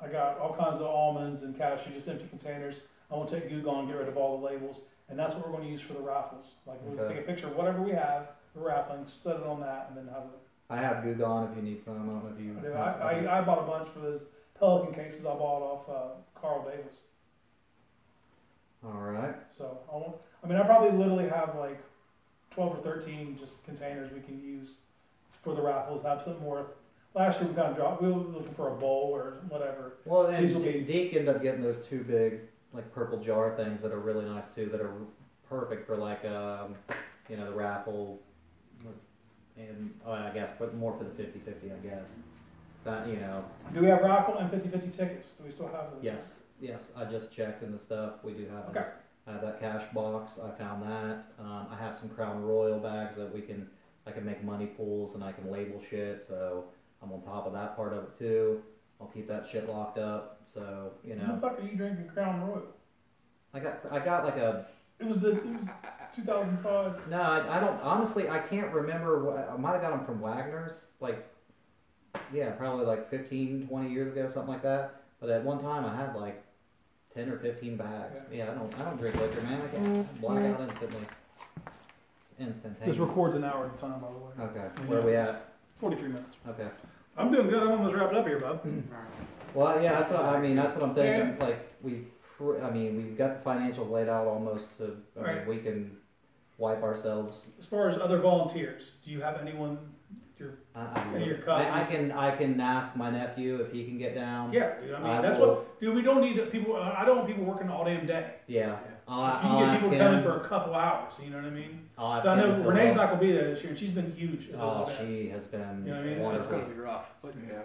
Speaker 1: I got all kinds of almonds and cashew, just empty containers. I want to take Google and get rid of all the labels, and that's what we're going to use for the raffles. Like we'll
Speaker 2: Okay.
Speaker 1: take a picture of whatever we have, the raffling, set it on that, and then have it.
Speaker 2: I have Gugon if you need some. I don't know if you.
Speaker 1: I do- I, I, I bought a bunch for those Pelican cases I bought off uh, Carl Davis.
Speaker 2: All right.
Speaker 1: So I want, I mean, I probably literally have like twelve or thirteen just containers we can use for the raffles. Have some more. Last year we kind of dropped. We were looking for a bowl or whatever.
Speaker 2: Well, and
Speaker 1: These will
Speaker 2: D-
Speaker 1: be-
Speaker 2: Deke ended up getting those two big, like purple jar things that are really nice too. That are perfect for like, um, you know, the raffle, and uh, I guess, but more for the 50-50, I guess. So you know,
Speaker 1: Do we have raffle and 50-50 tickets? Do we still have those?
Speaker 2: Yes, yes, I just checked in the stuff, we do have
Speaker 1: Okay.
Speaker 2: those. I have that cash box, I found that, um, I have some Crown Royal bags that we can, I can make money pools and I can label shit, so I'm on top of that part of it too. I'll keep that shit locked up, so, you
Speaker 1: Who the
Speaker 2: know,
Speaker 1: fuck are you drinking Crown Royal?
Speaker 2: I got, I got like a,
Speaker 1: It was the it was 2005.
Speaker 2: no, I, I don't, honestly, I can't remember, wh- I might have got them from Wagner's, like, yeah, probably like 15, 20 years ago, something like that, but at one time I had like ten or fifteen bags. Yeah, I don't I don't drink liquor, man. I can black out instantly.
Speaker 1: This
Speaker 2: Instantaneous.
Speaker 1: records an hour at a time, by the way.
Speaker 2: Okay, where are we at?
Speaker 1: 43 minutes.
Speaker 2: Okay.
Speaker 1: I'm doing good. I'm almost wrapping up here, bub.
Speaker 2: Well, yeah, that's what I mean. That's what I'm thinking. Like we've, pr- I mean, we've got the financials laid out almost to. I mean,
Speaker 1: Right.
Speaker 2: we can wipe ourselves.
Speaker 1: As far as other volunteers, do you have anyone?
Speaker 2: I, I,
Speaker 1: And your
Speaker 2: I, I
Speaker 1: cousins.
Speaker 2: can I can ask my nephew if he can get down.
Speaker 1: Yeah, dude. I mean,
Speaker 2: Um, I
Speaker 1: that's
Speaker 2: will-
Speaker 1: what. Dude, we don't need people. uh, I don't want people working all damn day.
Speaker 2: Yeah. I'll,
Speaker 1: if you
Speaker 2: I'll
Speaker 1: can get
Speaker 2: ask
Speaker 1: people
Speaker 2: him.
Speaker 1: coming for a couple hours, you know what I mean?
Speaker 2: I'll ask
Speaker 1: So I know
Speaker 2: him if he'll-
Speaker 1: Renee's not gonna be there this year, and she's been huge at those
Speaker 2: Oh,
Speaker 1: events.
Speaker 2: she has been
Speaker 1: You know what I mean?
Speaker 3: so it's
Speaker 2: wonderful.
Speaker 3: going to be rough. But
Speaker 4: Yeah.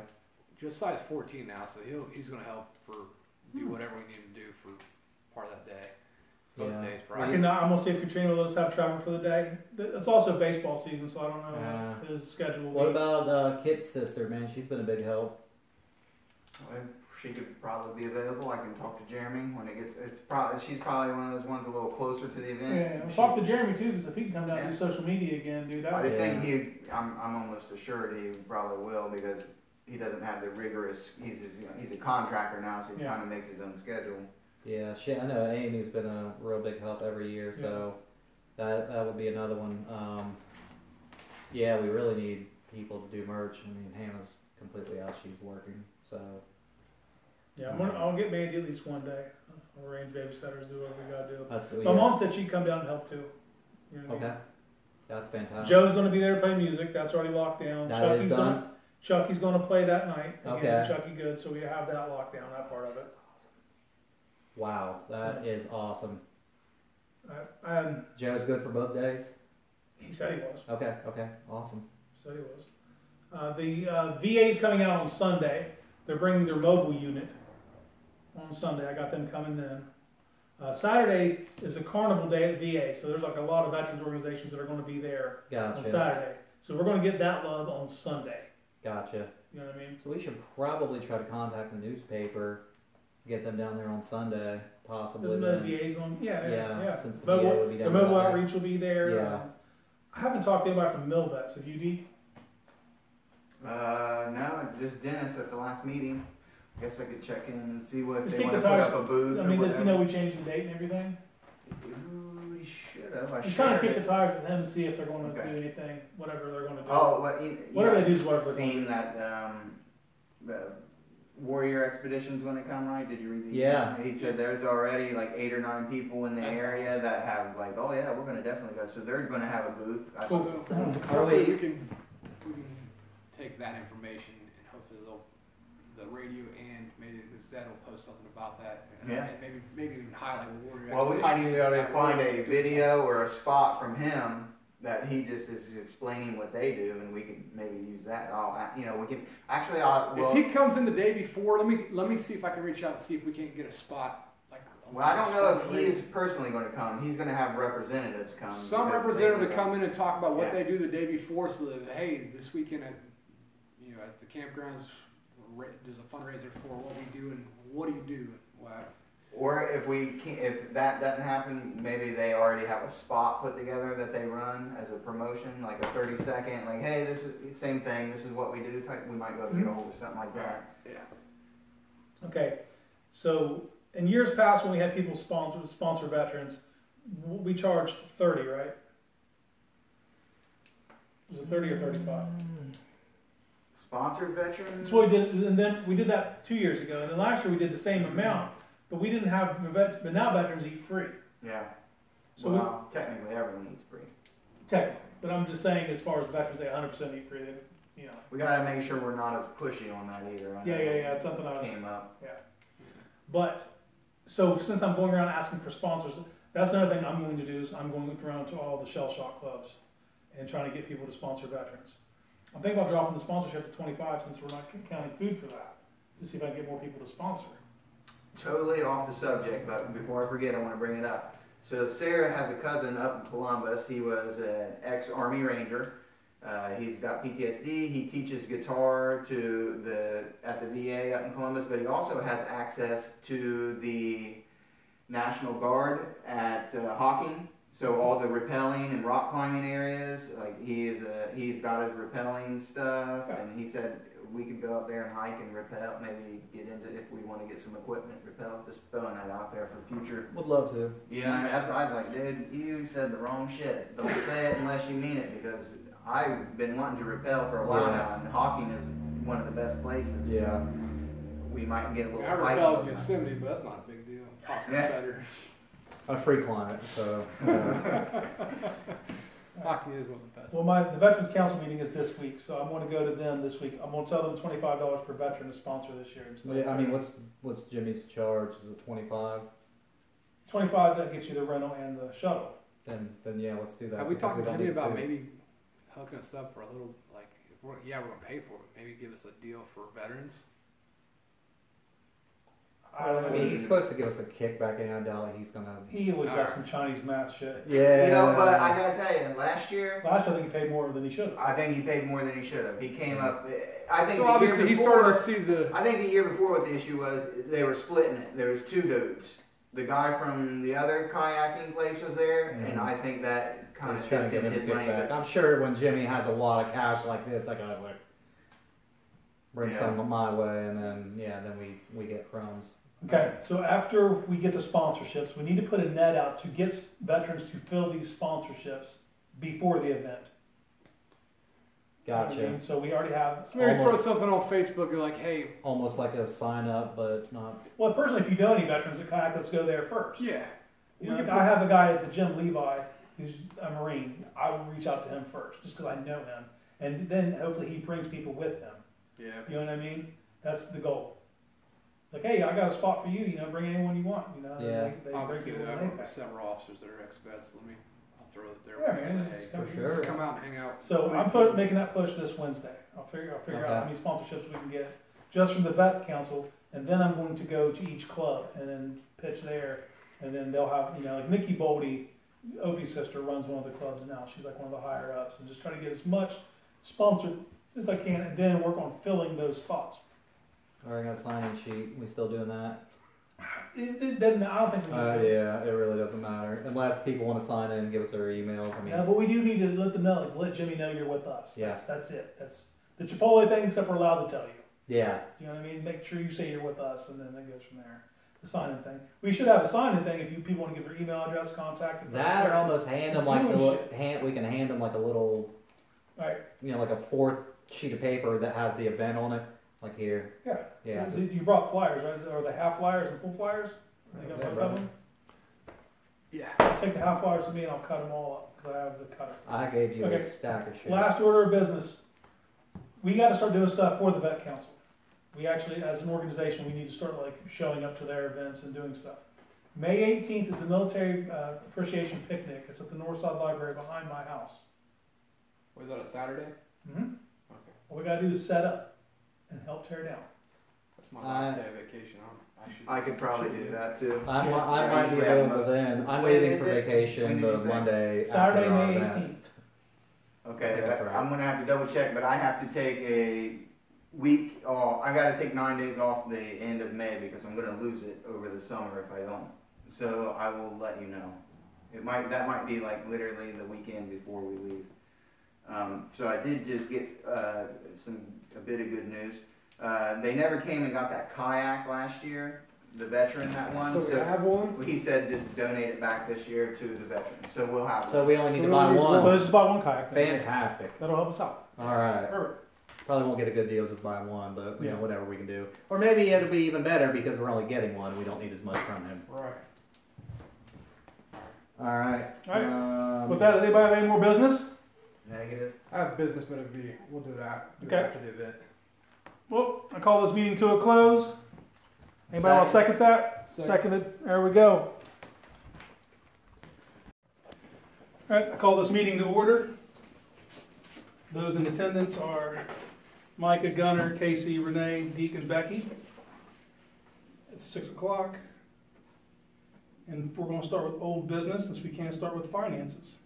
Speaker 3: Josiah's 14 now, so he'll he's going to help for do whatever we need him to do for part of that day. Both
Speaker 2: Yeah.
Speaker 3: days,
Speaker 1: I
Speaker 3: probably.
Speaker 1: can, I'm gonna see if Katrina will let us have travel for the day. Th- It's also baseball season, so I don't know
Speaker 2: Yeah.
Speaker 1: his schedule. will
Speaker 2: What
Speaker 1: be.
Speaker 2: about uh, Kit's sister, man? She's been a big help.
Speaker 4: I- she could probably be available. I can talk to Jeremy when it gets. It's probably she's probably one of those ones a little closer to the event.
Speaker 1: Yeah, we'll talk to Jeremy too, because if he can come down and do
Speaker 4: Yeah.
Speaker 1: social media again, dude, that
Speaker 4: I
Speaker 1: would
Speaker 4: did
Speaker 1: be.
Speaker 4: think he. I'm, I'm almost assured he probably will because he doesn't have the rigorous. He's his, he's a contractor now, so he
Speaker 1: Yeah.
Speaker 4: kind of makes his own schedule.
Speaker 2: Yeah, she, I know Amy's been a real big help every year, so that that would be another one. Um, yeah, we really need people to do merch. I mean, Hannah's completely out; she's working, so
Speaker 1: Yeah, I'm gonna, I'll get Mandy at least one day. I'll arrange babysitters, do what we gotta do.
Speaker 2: that's what we
Speaker 1: My
Speaker 2: get.
Speaker 1: mom said she'd come down and help too. You know what I mean?
Speaker 2: Okay, that's fantastic.
Speaker 1: Joe's gonna be there to play music. That's already locked down.
Speaker 2: That
Speaker 1: Chucky's
Speaker 2: is
Speaker 1: gonna Chucky's gonna play that night. Again,
Speaker 2: Okay.
Speaker 1: Chucky good, so we have that locked down. That part of it.
Speaker 2: wow, that is awesome.
Speaker 1: I, and
Speaker 2: Joe's good for both days.
Speaker 1: he said he was.
Speaker 2: Okay, okay, awesome.
Speaker 1: So he was. Uh, the uh, VA's coming out on Sunday. They're bringing their mobile unit on Sunday. I got them coming then. Uh, Saturday is a carnival day at VA, so there's like a lot of veterans organizations that are going to be there on
Speaker 2: Gotcha,
Speaker 1: Saturday. So we're going to get that love on Sunday.
Speaker 2: gotcha.
Speaker 1: You know what I mean?
Speaker 2: So we should probably try to contact the newspaper, get them down there on Sunday,
Speaker 1: The,
Speaker 2: possibly.
Speaker 1: the
Speaker 2: then.
Speaker 1: VA's going, yeah, yeah,
Speaker 2: Yeah,
Speaker 1: yeah.
Speaker 2: since the
Speaker 1: mobile,
Speaker 2: VA will be
Speaker 1: the
Speaker 2: down
Speaker 1: mobile
Speaker 2: about that.
Speaker 1: outreach will be there.
Speaker 2: Yeah.
Speaker 1: I haven't talked to anybody from Milvets. Have you, Deke?
Speaker 4: Uh, no, just Dennis at the last meeting. I guess I could check in and see what if
Speaker 1: Just
Speaker 4: they
Speaker 1: keep
Speaker 4: want
Speaker 1: the
Speaker 4: to put
Speaker 1: ties-
Speaker 4: up a booth
Speaker 1: I
Speaker 4: or
Speaker 1: mean, does
Speaker 4: whatever.
Speaker 1: he know we changed the date and everything?
Speaker 4: Ooh, he should have. I
Speaker 1: Just kind of
Speaker 4: shared
Speaker 1: kick
Speaker 4: it.
Speaker 1: the tires with him and see if they're going to
Speaker 4: Okay.
Speaker 1: do anything, whatever they're going to do.
Speaker 4: Oh, what you, you
Speaker 1: Whatever they
Speaker 4: guys
Speaker 1: do is whatever they're
Speaker 4: Seen that um, the Warrior Expedition's going to come, right? Did you read the?
Speaker 2: Yeah.
Speaker 4: He said there's already like eight or nine people in the
Speaker 5: That's
Speaker 4: area that have like, oh yeah, we're going to definitely go. So they're going to have a booth. I-
Speaker 3: So hopefully we can, we can take that information and hopefully they'll, the radio and maybe the Gazette will post something about that. and- uh,
Speaker 4: Yeah.
Speaker 3: And maybe, maybe even highlight what Warrior
Speaker 4: Well, we might even be able to
Speaker 3: Expedition is.
Speaker 4: find a video or a spot from him that he just is explaining what they do, and we can maybe use that. I'll, you know, we can actually. I'll, well,
Speaker 3: If he comes in the day before, let me, let me see if I can reach out and see if we can't get a spot, like. a
Speaker 4: well, I don't know
Speaker 3: spot
Speaker 4: if
Speaker 3: for
Speaker 4: he
Speaker 3: radio.
Speaker 4: is personally going to come. He's going to have representatives come.
Speaker 3: Some
Speaker 4: because they
Speaker 3: representative
Speaker 4: do
Speaker 3: to
Speaker 4: that.
Speaker 3: come in and talk about what
Speaker 4: Yeah.
Speaker 3: they do the day before, so that, hey, this weekend at, you know, at the campgrounds, we're ra- there's a fundraiser for what we do and what do you do? Well,
Speaker 4: Or if we can, if that doesn't happen, maybe they already have a spot put together that they run as a promotion, like a thirty second, like, hey, this is same thing. This is what we do. Type, we might go
Speaker 1: Mm-hmm.
Speaker 4: get a hold of something like that.
Speaker 3: yeah.
Speaker 1: Okay, so in years past, when we had people sponsor sponsor veterans, w- we charged thirty, right? Was it thirty or thirty-five?
Speaker 4: Sponsored veterans.
Speaker 1: That's what we did, and then we did that two years ago, and then last year we did the same amount, but we didn't have the vet, but now veterans eat free,
Speaker 4: Yeah.
Speaker 1: So we-
Speaker 4: well, technically, everyone eats free.
Speaker 1: technically. But I'm just saying, as far as veterans, they 100 percent eat free. They, you know,
Speaker 4: We gotta make sure we're not as pushy on that either. I
Speaker 1: yeah,
Speaker 4: know
Speaker 1: yeah, yeah. It's something I
Speaker 4: it
Speaker 1: would
Speaker 4: Came up.
Speaker 1: But so since I'm going around asking for sponsors, that's another thing I'm going to do is I'm going around to all the shell shock clubs and trying to get people to sponsor veterans. I'm thinking about dropping the sponsorship to 25 since we're not counting food for that to see if I can get more people to sponsor.
Speaker 4: Totally off the subject, but before I forget, I want to bring it up. So Sarah has a cousin up in Columbus. He was an ex-Army Ranger. Uh, he's got PTSD. He teaches guitar to the at the VA up in Columbus, but he also has access to the National Guard at uh, Hawking. So all the rappelling and rock climbing areas, like he is a, he's got his rappelling stuff, and he said we could go up there and hike and rappel. Maybe get into if we want to get some equipment rappel. Just throwing that out there for future.
Speaker 2: Would love to.
Speaker 4: Yeah, I mean, that's why I was like, dude, you said the wrong shit. Don't say it unless you mean it because I've been wanting to rappel for a while now,
Speaker 2: Yes.
Speaker 4: and Hawking is one of the best places.
Speaker 2: Yeah.
Speaker 4: we might get a little.
Speaker 3: I
Speaker 4: hiking.
Speaker 3: rebelled Yosemite, but that's not a big deal. Hawkins
Speaker 4: Yeah.
Speaker 3: better.
Speaker 2: a free client, so uh,
Speaker 3: Hawking is one of the best.
Speaker 1: Well, my the Veterans Council meeting is this week, so I'm going to go to them this week. I'm going to tell them $25 per veteran to sponsor this year. instead of
Speaker 2: I mean, what's what's Jimmy's charge? Is it twenty five?
Speaker 1: 25 that gets you the rental and the shuttle.
Speaker 2: Then then yeah, let's do that.
Speaker 3: Have we
Speaker 2: because
Speaker 3: talked to
Speaker 2: don't
Speaker 3: Jimmy
Speaker 2: need
Speaker 3: about
Speaker 2: food.
Speaker 3: maybe hooking us up for a little, like, if we're, yeah, we're gonna pay for it, maybe give us a deal for veterans?
Speaker 1: I don't know.
Speaker 2: I
Speaker 1: what
Speaker 2: mean,
Speaker 1: it
Speaker 2: he's
Speaker 1: is.
Speaker 2: supposed to give us a kickback, and I doubt he's gonna.
Speaker 1: He always got
Speaker 3: Alright.
Speaker 1: some Chinese math shit.
Speaker 2: Yeah.
Speaker 4: You know, but I gotta tell you, last year
Speaker 1: Last, I think he paid more than he should have.
Speaker 4: I think he paid more than he should have. He came up. I think
Speaker 3: So
Speaker 4: the year
Speaker 3: obviously, he
Speaker 4: before-
Speaker 3: started to see the.
Speaker 4: I think the year before what the issue was, they were splitting it. There was two dudes. The guy from the other kayaking place was there, and
Speaker 2: Mhm.
Speaker 4: I think that kind
Speaker 2: He's
Speaker 4: of
Speaker 2: trying to
Speaker 4: took
Speaker 2: give
Speaker 4: him
Speaker 2: him a
Speaker 4: his money.
Speaker 2: kickback.
Speaker 4: but-
Speaker 2: I'm sure when Jimmy has a lot of cash like this, that guy's like, bring
Speaker 4: Yeah.
Speaker 2: some my way, and then yeah, then we we get crumbs.
Speaker 1: Okay, so after we get the sponsorships, we need to put a net out to get veterans to fill these sponsorships before the event. You know what I
Speaker 2: Gotcha.
Speaker 1: mean? So we already have.
Speaker 3: Somebody throw
Speaker 2: almost-
Speaker 3: something on Facebook. You're like, hey,
Speaker 2: Almost like a sign up, but not.
Speaker 1: Well, personally, if you know any veterans that kayak, let's go there first.
Speaker 3: yeah,
Speaker 1: You know, I have a guy at the gym, Levi, who's a Marine. I will reach out to him first, just because I know him, and then hopefully he brings people with him.
Speaker 3: yeah.
Speaker 1: You know what I mean? That's the goal. Like, hey, I got a spot for you. You know, bring anyone you want. You know, and
Speaker 2: Yeah.
Speaker 1: they, they bring
Speaker 3: Obviously,
Speaker 1: people
Speaker 3: there
Speaker 1: with
Speaker 3: are
Speaker 1: them.
Speaker 3: several officers that are expats. Let me, I'll throw it there.
Speaker 1: Yeah,
Speaker 3: Say,
Speaker 1: man,
Speaker 3: hey,
Speaker 1: just come-
Speaker 2: for
Speaker 1: just
Speaker 2: sure.
Speaker 3: Just come out and hang out.
Speaker 1: So I'm put, making that push this Wednesday. I'll figure, I'll figure out how
Speaker 2: Okay.
Speaker 1: many sponsorships we can get just from the Vets Council, and then I'm going to go to each club and then pitch there, and then they'll have, you know, like Nikki Boldy, Opie's sister, runs one of the clubs now. She's like one of the higher ups, and just try to get as much sponsored as I can, and then work on filling those spots.
Speaker 2: Or I got a sign in sheet. We still doing that?
Speaker 1: It, it doesn't. I don't think we need
Speaker 2: Uh,
Speaker 1: to.
Speaker 2: yeah, it really doesn't matter unless people want to sign in and give us their emails. I mean,
Speaker 1: No, Uh, but we do need to let them know, like, let Jimmy know you're with us.
Speaker 2: Yeah.
Speaker 1: That's, that's it. That's the Chipotle thing, except we're allowed to tell you.
Speaker 2: yeah,
Speaker 1: You know what I mean? Make sure you say you're with us, and then it goes from there. The sign-in thing. We should have a sign-in thing if you people want to give their email address, contact. and
Speaker 2: that or almost hand them like
Speaker 1: Doing
Speaker 2: the li-
Speaker 1: shit.
Speaker 2: hand. We can hand them like a little,
Speaker 1: Right.
Speaker 2: You know, like a fourth sheet of paper that has the event on it, like here.
Speaker 1: Yeah.
Speaker 2: Yeah.
Speaker 1: You-
Speaker 2: just-
Speaker 1: you brought flyers, right? Are they half flyers and full flyers? You got
Speaker 2: Yeah,
Speaker 1: both of
Speaker 2: brother.
Speaker 1: them?
Speaker 3: Yeah.
Speaker 1: Take the half flyers to me, and I'll cut them all up because I have the cutter.
Speaker 2: I gave you
Speaker 1: Okay.
Speaker 2: a stack of shit.
Speaker 1: Last order of business. We got to start doing stuff for the vet council. We actually, as an organization, we need to start like showing up to their events and doing stuff. May eighteenth is the military uh, appreciation picnic. It's at the Northside Library behind my house.
Speaker 3: Was that a Saturday?
Speaker 1: Mm-hmm.
Speaker 3: Okay.
Speaker 1: All we gotta do is set up and help tear down.
Speaker 3: That's my last
Speaker 2: Uh,
Speaker 3: day of vacation. I'm, I should.
Speaker 4: I could probably do that too.
Speaker 2: I'm,
Speaker 3: Yeah,
Speaker 2: I
Speaker 4: yeah,
Speaker 2: might be
Speaker 4: usually I'm
Speaker 2: available
Speaker 4: up.
Speaker 2: then. I'm
Speaker 4: When
Speaker 2: leaving
Speaker 4: is
Speaker 2: for
Speaker 4: it? When
Speaker 2: vacation
Speaker 4: did
Speaker 2: the
Speaker 4: you say?
Speaker 2: Monday. after
Speaker 1: Saturday,
Speaker 2: our
Speaker 1: May
Speaker 2: event.
Speaker 1: eighteenth.
Speaker 4: Okay,
Speaker 2: Yeah, that's
Speaker 4: but
Speaker 2: right.
Speaker 4: I'm gonna have to double check, but I have to take a week. off. I gotta take nine days off the end of May because I'm gonna lose it over the summer if I don't. So I will let you know. It might that might be like literally the weekend before we leave. Um, so I did just get uh, some a bit of good news. Uh, they never came and got that kayak last year, the veteran that one.
Speaker 3: So we have one.
Speaker 4: he said just donate it back this year to the veteran. So we'll have.
Speaker 2: So
Speaker 4: one.
Speaker 2: we only need
Speaker 3: So
Speaker 2: to
Speaker 3: we
Speaker 2: buy
Speaker 3: need
Speaker 2: one.
Speaker 1: So this is about one kayak. then.
Speaker 2: Fantastic.
Speaker 1: That'll help us out.
Speaker 2: All right.
Speaker 1: Perfect.
Speaker 2: Probably won't get a good deal just buying one, but you
Speaker 1: Yeah.
Speaker 2: know whatever we can do. Or maybe it'll be even better because we're only getting one. We don't need as much from him.
Speaker 3: Right.
Speaker 2: All right.
Speaker 1: All right.
Speaker 2: Um,
Speaker 1: With that, anybody have any more business?
Speaker 4: Negative.
Speaker 3: I have business, but it'd be we'll do that do it
Speaker 1: Okay.
Speaker 3: after the event.
Speaker 1: Well, I call this meeting to a close. Anybody want to second that?
Speaker 3: Second.
Speaker 1: Seconded. There we go. All right, I call this meeting to order. Those in attendance are Micah, Gunner, Casey, Renee, Deacon, Becky. It's six o'clock. And we're going to start with old business since we can't start with finances.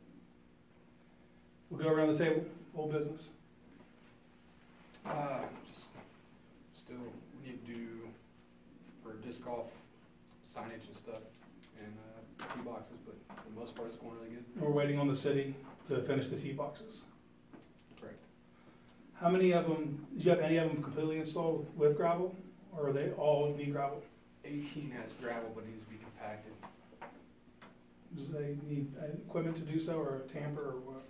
Speaker 1: We'll go around the table, old business.
Speaker 3: Uh, just still we need to do for disc golf signage and stuff and uh, two boxes, but for the most part, it's going really good.
Speaker 1: We're waiting on the city to finish the tee boxes.
Speaker 3: Correct.
Speaker 1: How many of them, do you have any of them completely installed with gravel? Or are they all need gravel?
Speaker 3: 18 has gravel, but it needs to be compacted.
Speaker 1: Do they need uh, equipment to do so or a tamper or what?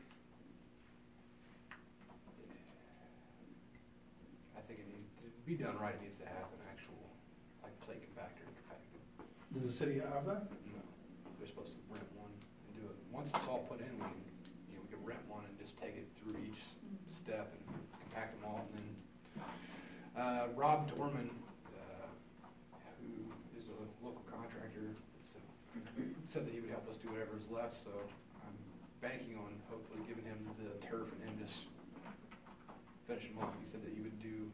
Speaker 3: I think it needs to be done right. It needs to have an actual like plate compactor to compact it.
Speaker 1: Does the city have that?
Speaker 3: No, they're supposed to rent one and do it. Once it's all put in, we can, you know, we can rent one and just take it through each step and compact them all. And then, uh, Rob Dorman, uh, who is a local contractor, said, said that he would help us do whatever is left, so I'm banking on hopefully giving him the turf and him just finish him off. He said that he would do,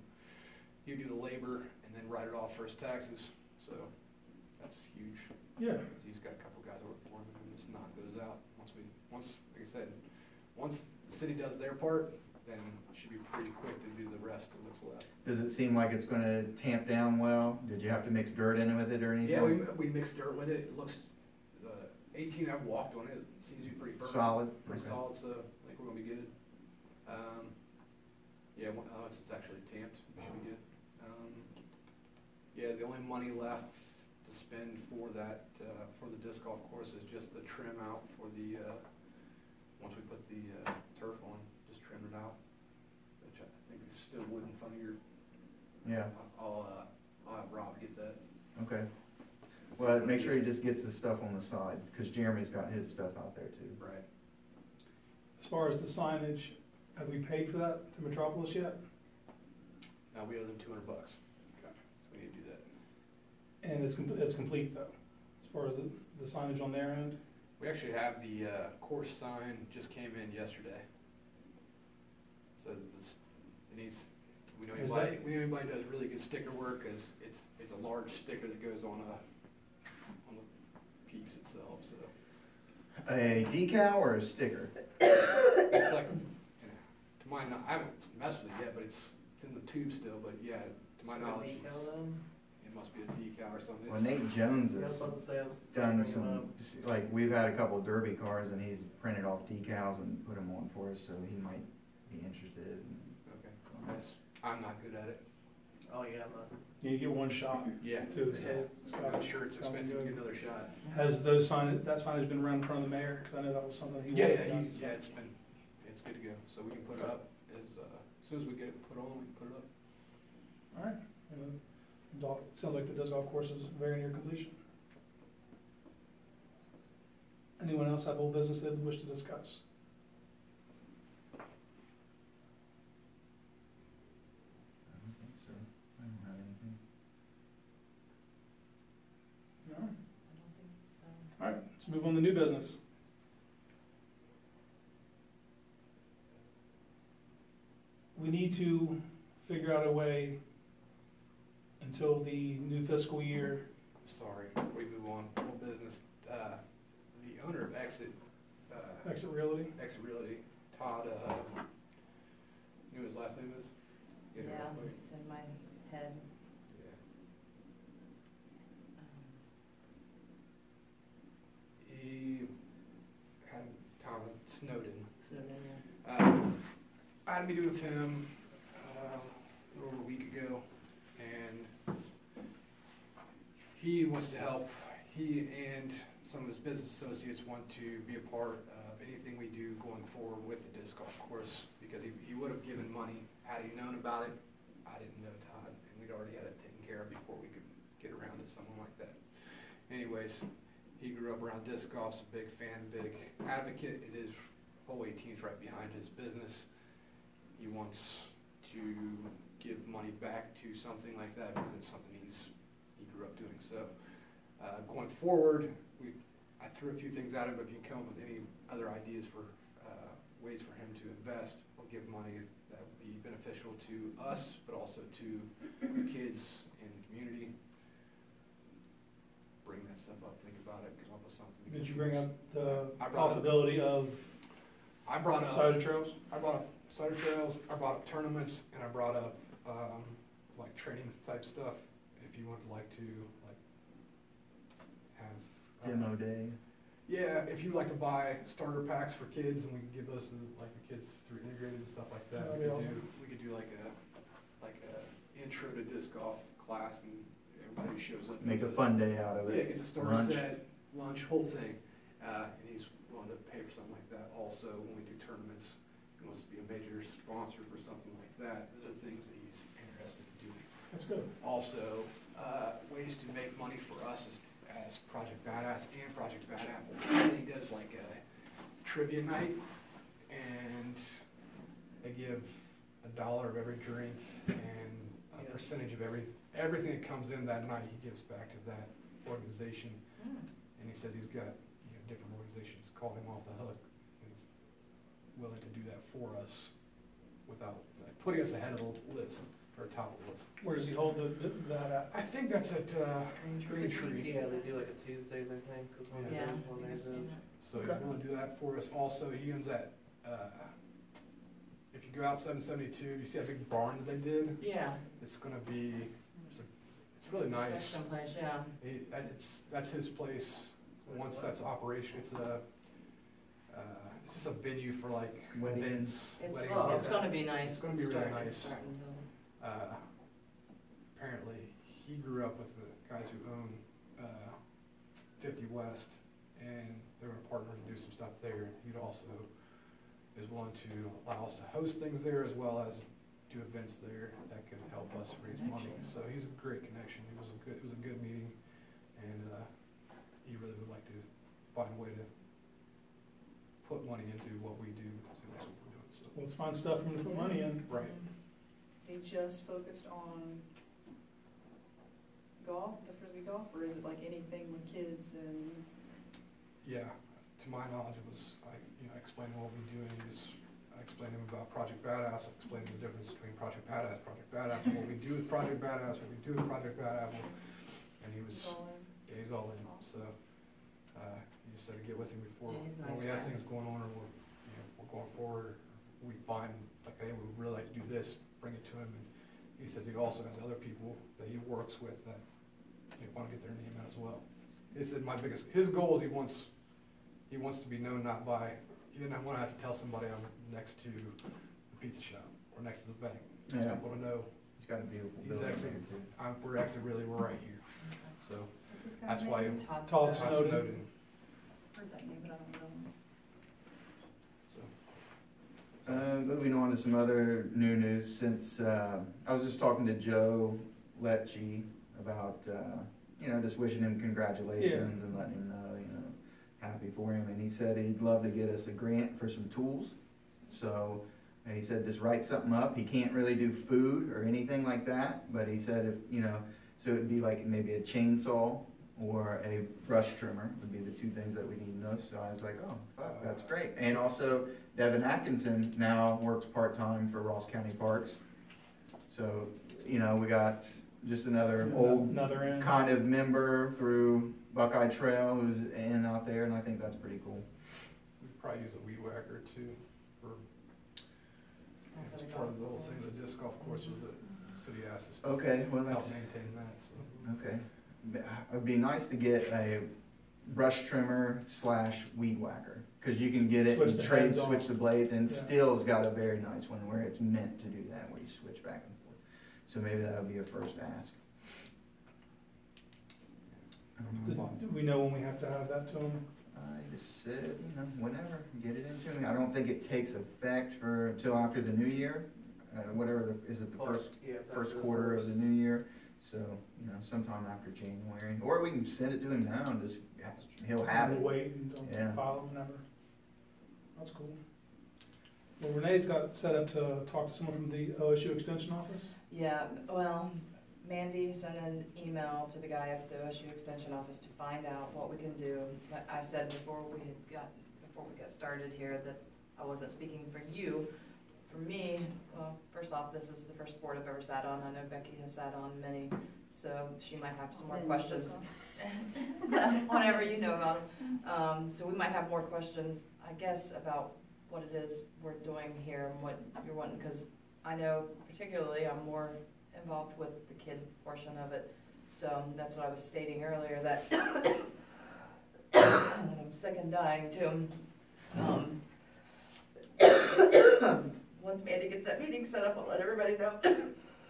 Speaker 3: he would do the labor and then write it off for his taxes. So that's huge.
Speaker 1: Yeah.
Speaker 3: Because he's got a couple guys that work for him, and just knock those out. Once we, once, like I said, once the city does their part, then it should be pretty quick to do the rest of what's left.
Speaker 4: Does it seem like it's gonna tamp down well? Did you have to mix dirt in with it or anything?
Speaker 3: Yeah, we, we mixed dirt with it. It looks, the eighteen I've walked on it, it seems to be pretty firm.
Speaker 4: Solid?
Speaker 3: Pretty
Speaker 4: Okay.
Speaker 3: solid, so I think we're gonna be good. Um, yeah, one- oh, it's, it's actually tamped, we should be good. Um, yeah, the only money left to spend for that, uh, for the disc golf course is just the trim out for the, uh, once we put the, uh, turf on, just trim it out. Which I think is still wood in front of your,
Speaker 4: Yeah,
Speaker 3: I'll, uh, I'll have Rob get that.
Speaker 4: okay. Well, make sure he just gets his stuff on the side, because Jeremy's got his stuff out there too.
Speaker 3: Right.
Speaker 1: As far as the signage, have we paid for that to Metropolis yet?
Speaker 3: Now we owe them two hundred bucks. Okay. So we need to do that.
Speaker 1: And it's, com- it's complete though, as far as the the signage on their end?
Speaker 3: We actually have the uh, course sign just came in yesterday. So this, it needs, we know
Speaker 1: Is
Speaker 3: anybody, we know anybody does really good sticker work, cause it's, it's a large sticker that goes on a, on the piece itself, so.
Speaker 4: A decal or a sticker?
Speaker 3: It's like, you know, to my, kno- I haven't messed with it yet, but it's, it's in the tube still, but yeah, to my knowledge, it's-
Speaker 6: Um,
Speaker 3: it must be a decal or something.
Speaker 4: Well,
Speaker 3: It's-
Speaker 4: Nate Jones
Speaker 5: Yeah, I
Speaker 4: has
Speaker 5: was about to say, I was
Speaker 4: done
Speaker 5: bringing it up.
Speaker 3: uh,
Speaker 4: some, like, we've had a couple derby cars and he's printed off decals and put them on for us, so he might be interested.
Speaker 3: Okay, that's, I'm not good at it.
Speaker 5: Oh, yeah, I'm not.
Speaker 1: You get one shot
Speaker 3: Yeah.
Speaker 1: too,
Speaker 3: yeah.
Speaker 1: so. it's gotta-
Speaker 3: I'm sure it's
Speaker 1: gotta be
Speaker 3: expensive to
Speaker 1: good.
Speaker 3: get another shot.
Speaker 1: Has those sign, that signage been run in front of the mayor? Because I know that was something he
Speaker 3: Yeah,
Speaker 1: wanted
Speaker 3: yeah,
Speaker 1: done,
Speaker 3: he-
Speaker 1: so.
Speaker 3: yeah, it's been, it's good to go, so we can put it up as, uh, as soon as we get it put on, we can put it up.
Speaker 1: All right. And then dog- Sounds like the disc golf course is very near completion. Anyone else have old business they wish to discuss?
Speaker 4: I don't think so. I don't have anything.
Speaker 1: All right. All right, let's move on to new business. We need to figure out a way until the new fiscal year,
Speaker 3: Sorry, before we move on, whole business, uh, the owner of Exit, uh,
Speaker 1: exit reality.
Speaker 3: Exit Realty, Todd, uh, knew his last name is?
Speaker 6: Yeah,
Speaker 3: You know, like-
Speaker 6: it's in my head.
Speaker 3: Yeah.
Speaker 7: um,
Speaker 3: He had Todd Snowden,
Speaker 6: So then,
Speaker 3: Uh, I had a meeting with him uh, a little over a week ago, and he wants to help. He and some of his business associates want to be a part of anything we do going forward with the disc golf course because he, he would have given money had he known about it. I didn't know Todd, and we'd already had it taken care of before we could get around to something like that. Anyways, he grew up around disc golf's a big fan, big advocate. It is whole 18's right behind his business. He wants to give money back to something like that because it's something he's he grew up doing. So uh, going forward, we I threw a few things at him, but if you come up with any other ideas for uh, ways for him to invest or give money that would be beneficial to us, but also to the kids in the community. Bring that stuff up, think about it, come up with something.
Speaker 1: Did you bring up the
Speaker 3: I brought up-
Speaker 1: possibility of
Speaker 3: I brought up.
Speaker 1: cider trails?
Speaker 3: I brought up cider trails, I brought up tournaments, and I brought up um, like training type stuff. If you would like to like have uh,
Speaker 4: Demo day.
Speaker 3: yeah, if you'd like to buy starter packs for kids, and we can give those to like the kids through integrated and stuff like that.
Speaker 1: That'd be
Speaker 3: We could
Speaker 1: awesome.
Speaker 3: do we could do like a like a intro to disc golf class, and everybody who shows up
Speaker 4: Make
Speaker 3: gets
Speaker 4: a fun day out of
Speaker 3: yeah,
Speaker 4: it.
Speaker 3: it's a starter
Speaker 4: Lunch.
Speaker 3: set, lunch, whole thing. Uh, and he's willing to pay for something like that. Also, when we do tournaments, he wants to be a major sponsor for something like that. Those are things that he's interested in doing.
Speaker 1: That's good.
Speaker 3: Also, uh, ways to make money for us as, as Project Badass and Project Bad Apple. He does like a trivia night, and they give a dollar of every drink and a
Speaker 5: Yeah.
Speaker 3: percentage of every everything that comes in that night. He gives back to that organization,
Speaker 6: yeah.
Speaker 3: and he says he's got you know, different organizations calling him off the hook. And he's willing to do that for us without like, putting us ahead of the list. or Tom it was.
Speaker 1: Where does he hold the, the- that at?
Speaker 3: I think that's at uh, Green Tree.
Speaker 6: Yeah, they do like a Tuesdays, I think, is
Speaker 8: Hmm.
Speaker 6: when
Speaker 3: Yeah.
Speaker 6: theirs is, when theirs is.
Speaker 3: So he's going to do that for us. Also, he owns that. Uh, if you go out 772, you see that big barn that they did.
Speaker 8: Yeah,
Speaker 3: It's going to be. It's, a, it's really
Speaker 8: that's
Speaker 3: nice.
Speaker 8: someplace, yeah.
Speaker 3: He, that, it's that's his place. Once that's operation, it's a. Uh, it's just a venue for like
Speaker 5: Weddings.
Speaker 3: events.
Speaker 8: It's,
Speaker 3: weddings.
Speaker 5: Oh,
Speaker 8: it's
Speaker 5: okay.
Speaker 8: gonna be nice.
Speaker 3: It's gonna be really
Speaker 8: Start-
Speaker 3: nice.
Speaker 8: start and go.
Speaker 3: uh, apparently he grew up with the guys who own uh, 50 West, and they were partnering to do some stuff there. He'd also is willing to allow us to host things there as well as do events there that could help us raise money. So he's a great connection. It was a good, it was a good meeting, and uh, he really would like to find a way to put money into what we do. So that's what we're doing. So
Speaker 1: Well, it's fun stuff for him to put money in.
Speaker 3: right.
Speaker 7: Mm-hmm. Is he just focused on golf, the frisbee golf, or is it like anything with kids and?
Speaker 3: Yeah, to my knowledge, it was, I, you know, explaining what we do, and he was, I explained to him about Project Badass, explaining the difference between Project Badass, Project Badass, and what we do with Project Badass, what we do with Project Bad Apple. And he was,
Speaker 7: all in?
Speaker 3: yeah, he's all in, so, uh, you just said to get with him before,
Speaker 8: Yeah, he's a
Speaker 3: when
Speaker 8: nice
Speaker 3: we have
Speaker 8: guy.
Speaker 3: things going on, or we're, you know, we're going forward, we find, like, hey, we would really like to do this, bring it to him, and he says he also has other people that he works with that, you know, wanna get their name out as well. He said my biggest, his goal is he wants, he wants to be known not by, he didn't wanna have to tell somebody I'm next to the pizza shop, or next to the bank. He just
Speaker 4: Yeah.
Speaker 3: people to know,
Speaker 5: He's got a beautiful
Speaker 3: He's
Speaker 5: building there
Speaker 3: excellent.
Speaker 5: too.
Speaker 3: I'm, we're actually really, we're right here, so.
Speaker 7: What's this guy's
Speaker 3: That's why
Speaker 7: name?
Speaker 8: Todd
Speaker 1: Todd
Speaker 3: Todd
Speaker 1: Snowden.
Speaker 3: Snowden.
Speaker 7: Heard that name, but I don't know.
Speaker 3: So, so
Speaker 4: Uh, moving on to some other new news, since uh, I was just talking to Joe Lecce about, uh, you know, just wishing him congratulations and letting him know, you know, happy for him. And he said he'd love to get us a grant for some tools. So and he said just write something up. He can't really do food or anything like that, but he said if, you know, so it'd be like maybe a chainsaw or a brush trimmer would be the two things that we need most. So I was like, oh, fuck, that's great. And also, Devin Atkinson now works part-time for Ross County Parks. So, you know, we got just another old
Speaker 1: Another end.
Speaker 4: kind of member through Buckeye Trail who's in out there, and I think that's pretty cool.
Speaker 3: we probably use a weed whacker too for, it's part of the whole thing, the disc golf course
Speaker 7: Mm-hmm.
Speaker 3: was that city asked us to
Speaker 4: Okay, well,
Speaker 3: help
Speaker 4: that's,
Speaker 3: maintain that, so.
Speaker 7: Mm-hmm.
Speaker 4: okay. It'd be nice to get a brush trimmer slash weed whacker, because you can get it
Speaker 1: Switch
Speaker 4: and
Speaker 1: the
Speaker 4: trade,
Speaker 1: heads on.
Speaker 4: switch the blades, and
Speaker 1: Yeah.
Speaker 4: still's got a very nice one where it's meant to do that, where you switch back and forth. So maybe that'll be a first ask. I don't know
Speaker 1: Does-
Speaker 4: why.
Speaker 1: Do we know when we have to have that to him?
Speaker 4: I just said, you know, whenever, get it into me. I don't think it takes effect for, until after the new year, uh, whatever, the- is it the first,
Speaker 6: Yeah, it's after
Speaker 4: first
Speaker 6: the
Speaker 4: quarter of the
Speaker 6: first.
Speaker 4: new year? So, you know, sometime after January, or we can send it to him now and just, he'll have
Speaker 1: We'll
Speaker 4: it.
Speaker 1: Wait until
Speaker 4: Yeah.
Speaker 1: file it whenever. That's cool. Well, Renee's got set up to talk to someone from the OSU Extension Office.
Speaker 8: Yeah, well, Mandy sent an email to the guy at the OSU Extension Office to find out what we can do. But I said before we had got, before we got started here, that I wasn't speaking for you. For me, well, first off, this is the first board I've ever sat on. I know Becky has sat on many, so she might have some more questions whatever you know about it. Um, so we might have more questions, I guess, about what it is we're doing here and what you're wanting, because I know particularly I'm more involved with the kid portion of it. So that's what I was stating earlier, that I'm sick and dying too. Um, Once Mandy gets that meeting set up, I'll let everybody know.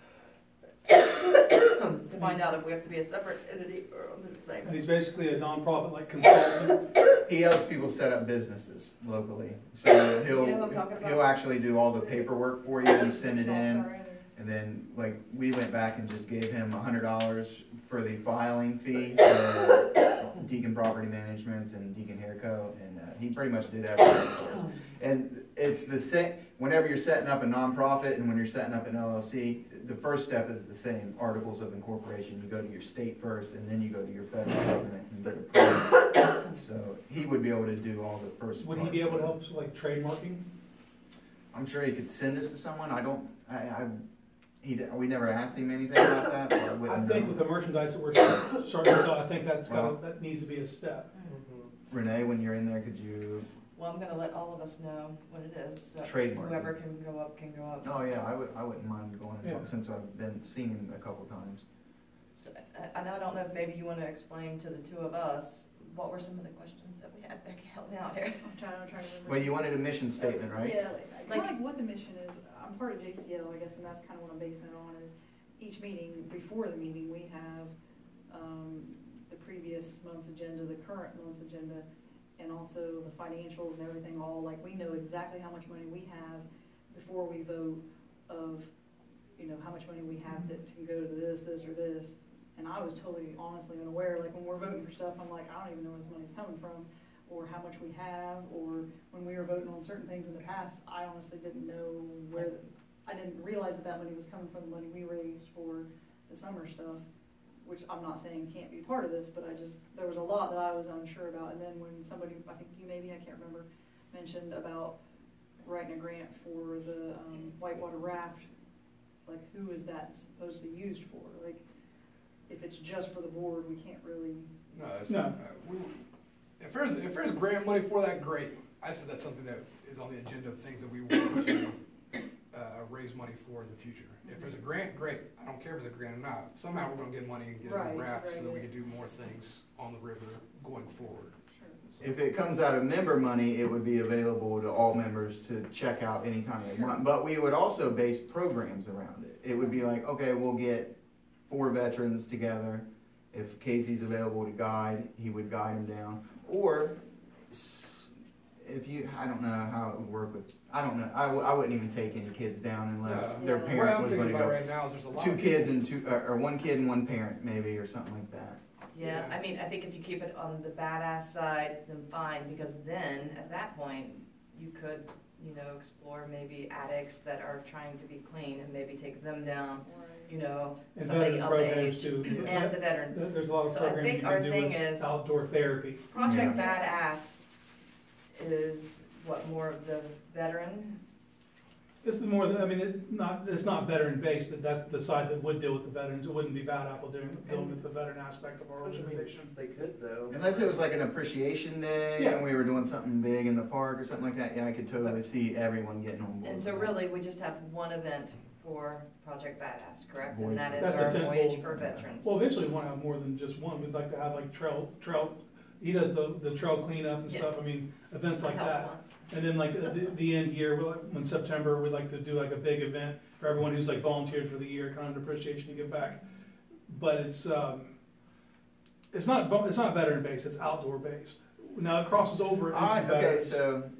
Speaker 8: To find out if we have to be a separate entity or under the same.
Speaker 1: And he's basically a nonprofit like consultant.
Speaker 4: He helps people set up businesses locally. So he'll,
Speaker 8: You know who I'm talking about?
Speaker 4: he'll actually do all the paperwork for you and send it
Speaker 7: Dogs
Speaker 4: in.
Speaker 7: are in.
Speaker 4: And then, like, we went back and just gave him a hundred dollars for the filing fee for Deacon Property Management and Deacon Hairco, and uh, he pretty much did everything for us. And it's the same, whenever you're setting up a nonprofit and when you're setting up an LLC, the first step is the same, articles of incorporation. You go to your state first, and then you go to your federal government and get approved. So he would be able to do all the first.
Speaker 1: Would he be able to help
Speaker 4: parts.
Speaker 1: us like trademarking?
Speaker 4: I'm sure he could send us to someone. I don't, I, I, he, d- we never asked him anything about that, so I
Speaker 1: I
Speaker 4: wouldn't
Speaker 1: think
Speaker 4: know.
Speaker 1: with the merchandise that we're starting to sell, I think that's
Speaker 4: Well-
Speaker 1: got, that needs to be a step.
Speaker 6: Mhm.
Speaker 4: Renee, when you're in there, could you,
Speaker 8: Well, I'm gonna let all of us know what it is. so
Speaker 4: Trademark.
Speaker 8: Whoever can go up can go up.
Speaker 4: oh yeah, I would, I wouldn't mind going, and
Speaker 1: Yeah.
Speaker 4: since I've been seeing him a couple times.
Speaker 8: So, uh, And I don't know if maybe you wanna explain to the two of us, what were some of the questions that we had, Becky, help me out here.
Speaker 7: I'm trying, I'm trying to remember.
Speaker 4: Well, you wanted a mission statement, right?
Speaker 7: Yeah, like,
Speaker 8: Like-
Speaker 7: kind of like what the mission is, I'm part of JCL, I guess, and that's kind of what I'm basing it on, is each meeting, before the meeting, we have, um, the previous month's agenda, the current month's agenda, and also the financials and everything, all, like, we know exactly how much money we have before we vote of, you know, how much money we have that can go to this, this, or this. And I was totally honestly unaware, like, when we're voting for stuff, I'm like, I don't even know where this money's coming from, or how much we have, or when we were voting on certain things in the past, I honestly didn't know where, I didn't realize that that money was coming from, the money we raised for the summer stuff, which I'm not saying can't be part of this, but I just, there was a lot that I was unsure about, and then when somebody, I think you maybe, I can't remember, mentioned about writing a grant for the, um, whitewater raft, like, who is that supposed to be used for, like, if it's just for the board, we can't really
Speaker 9: No, it's,
Speaker 1: No.
Speaker 9: uh, we, if there's, if there's grant money for that, great. I said that's something that is on the agenda of things that we want to, uh, raise money for in the future. If there's a grant, great. I don't care if it's a grant or not. Somehow we're gonna get money and get it
Speaker 7: Right,
Speaker 9: on rafts so that we
Speaker 7: right.
Speaker 9: can do more things on the river going forward. So-
Speaker 4: If it comes out of member money, it would be available to all members to check out anytime they want. But we would also base programs around it. It would be like, okay, we'll get four veterans together. If Casey's available to guide, he would guide them down. Or s- if you, I don't know how it would work with, I don't know, I, w- I wouldn't even take any kids down unless
Speaker 7: No.
Speaker 4: their
Speaker 7: Yeah.
Speaker 9: What
Speaker 4: parent
Speaker 9: I'm
Speaker 4: was going
Speaker 9: thinking
Speaker 4: to
Speaker 9: about
Speaker 4: go.
Speaker 9: right now is there's a lot.
Speaker 4: Two
Speaker 9: of-
Speaker 4: kids and two, or, or one kid and one parent maybe, or something like that.
Speaker 8: Yeah,
Speaker 9: Yeah.
Speaker 8: I mean, I think if you keep it on the badass side, then fine, because then at that point, you could, you know, explore maybe addicts that are trying to be clean and maybe take them down, you know,
Speaker 1: And
Speaker 8: somebody
Speaker 1: veteran
Speaker 8: of
Speaker 1: programs
Speaker 8: age
Speaker 1: too.
Speaker 8: and the veteran.
Speaker 1: There- There's a lot of
Speaker 8: So I
Speaker 1: programs you
Speaker 8: think our
Speaker 1: can do
Speaker 8: thing
Speaker 1: with
Speaker 8: is-
Speaker 1: outdoor therapy.
Speaker 8: Project Badass is what more of the veteran,
Speaker 1: This is more than, I mean, it not, it's not veteran based, but that's the side that would deal with the veterans. It wouldn't be bad apple doing, dealing with the veteran aspect of our
Speaker 6: Which I mean,
Speaker 1: organization.
Speaker 6: They could though.
Speaker 4: Unless it was like an appreciation day
Speaker 1: Yeah.
Speaker 4: and we were doing something big in the park or something like that, yeah, I could totally see everyone getting on board.
Speaker 8: and so
Speaker 4: with that.
Speaker 8: really we just have one event for Project Badass, correct?
Speaker 4: Voyage.
Speaker 8: And that is
Speaker 1: That's the
Speaker 8: our
Speaker 1: tentpole.
Speaker 8: voyage for veterans.
Speaker 1: Well, eventually we want to have more than just one. We'd like to have like trail, trail, he does the, the trail cleanup and
Speaker 8: Yeah.
Speaker 1: stuff. I mean, events like
Speaker 8: Help
Speaker 1: that.
Speaker 8: ones.
Speaker 1: And then like the, the- the end year, we'll- when September, we'd like to do like a big event for everyone who's like volunteered for the year, kind of an appreciation to give back. But it's, um, it's not, vo- it's not veteran based, it's outdoor based. Now it crosses over into
Speaker 4: Alright, Ah, okay,
Speaker 1: veterans.
Speaker 4: so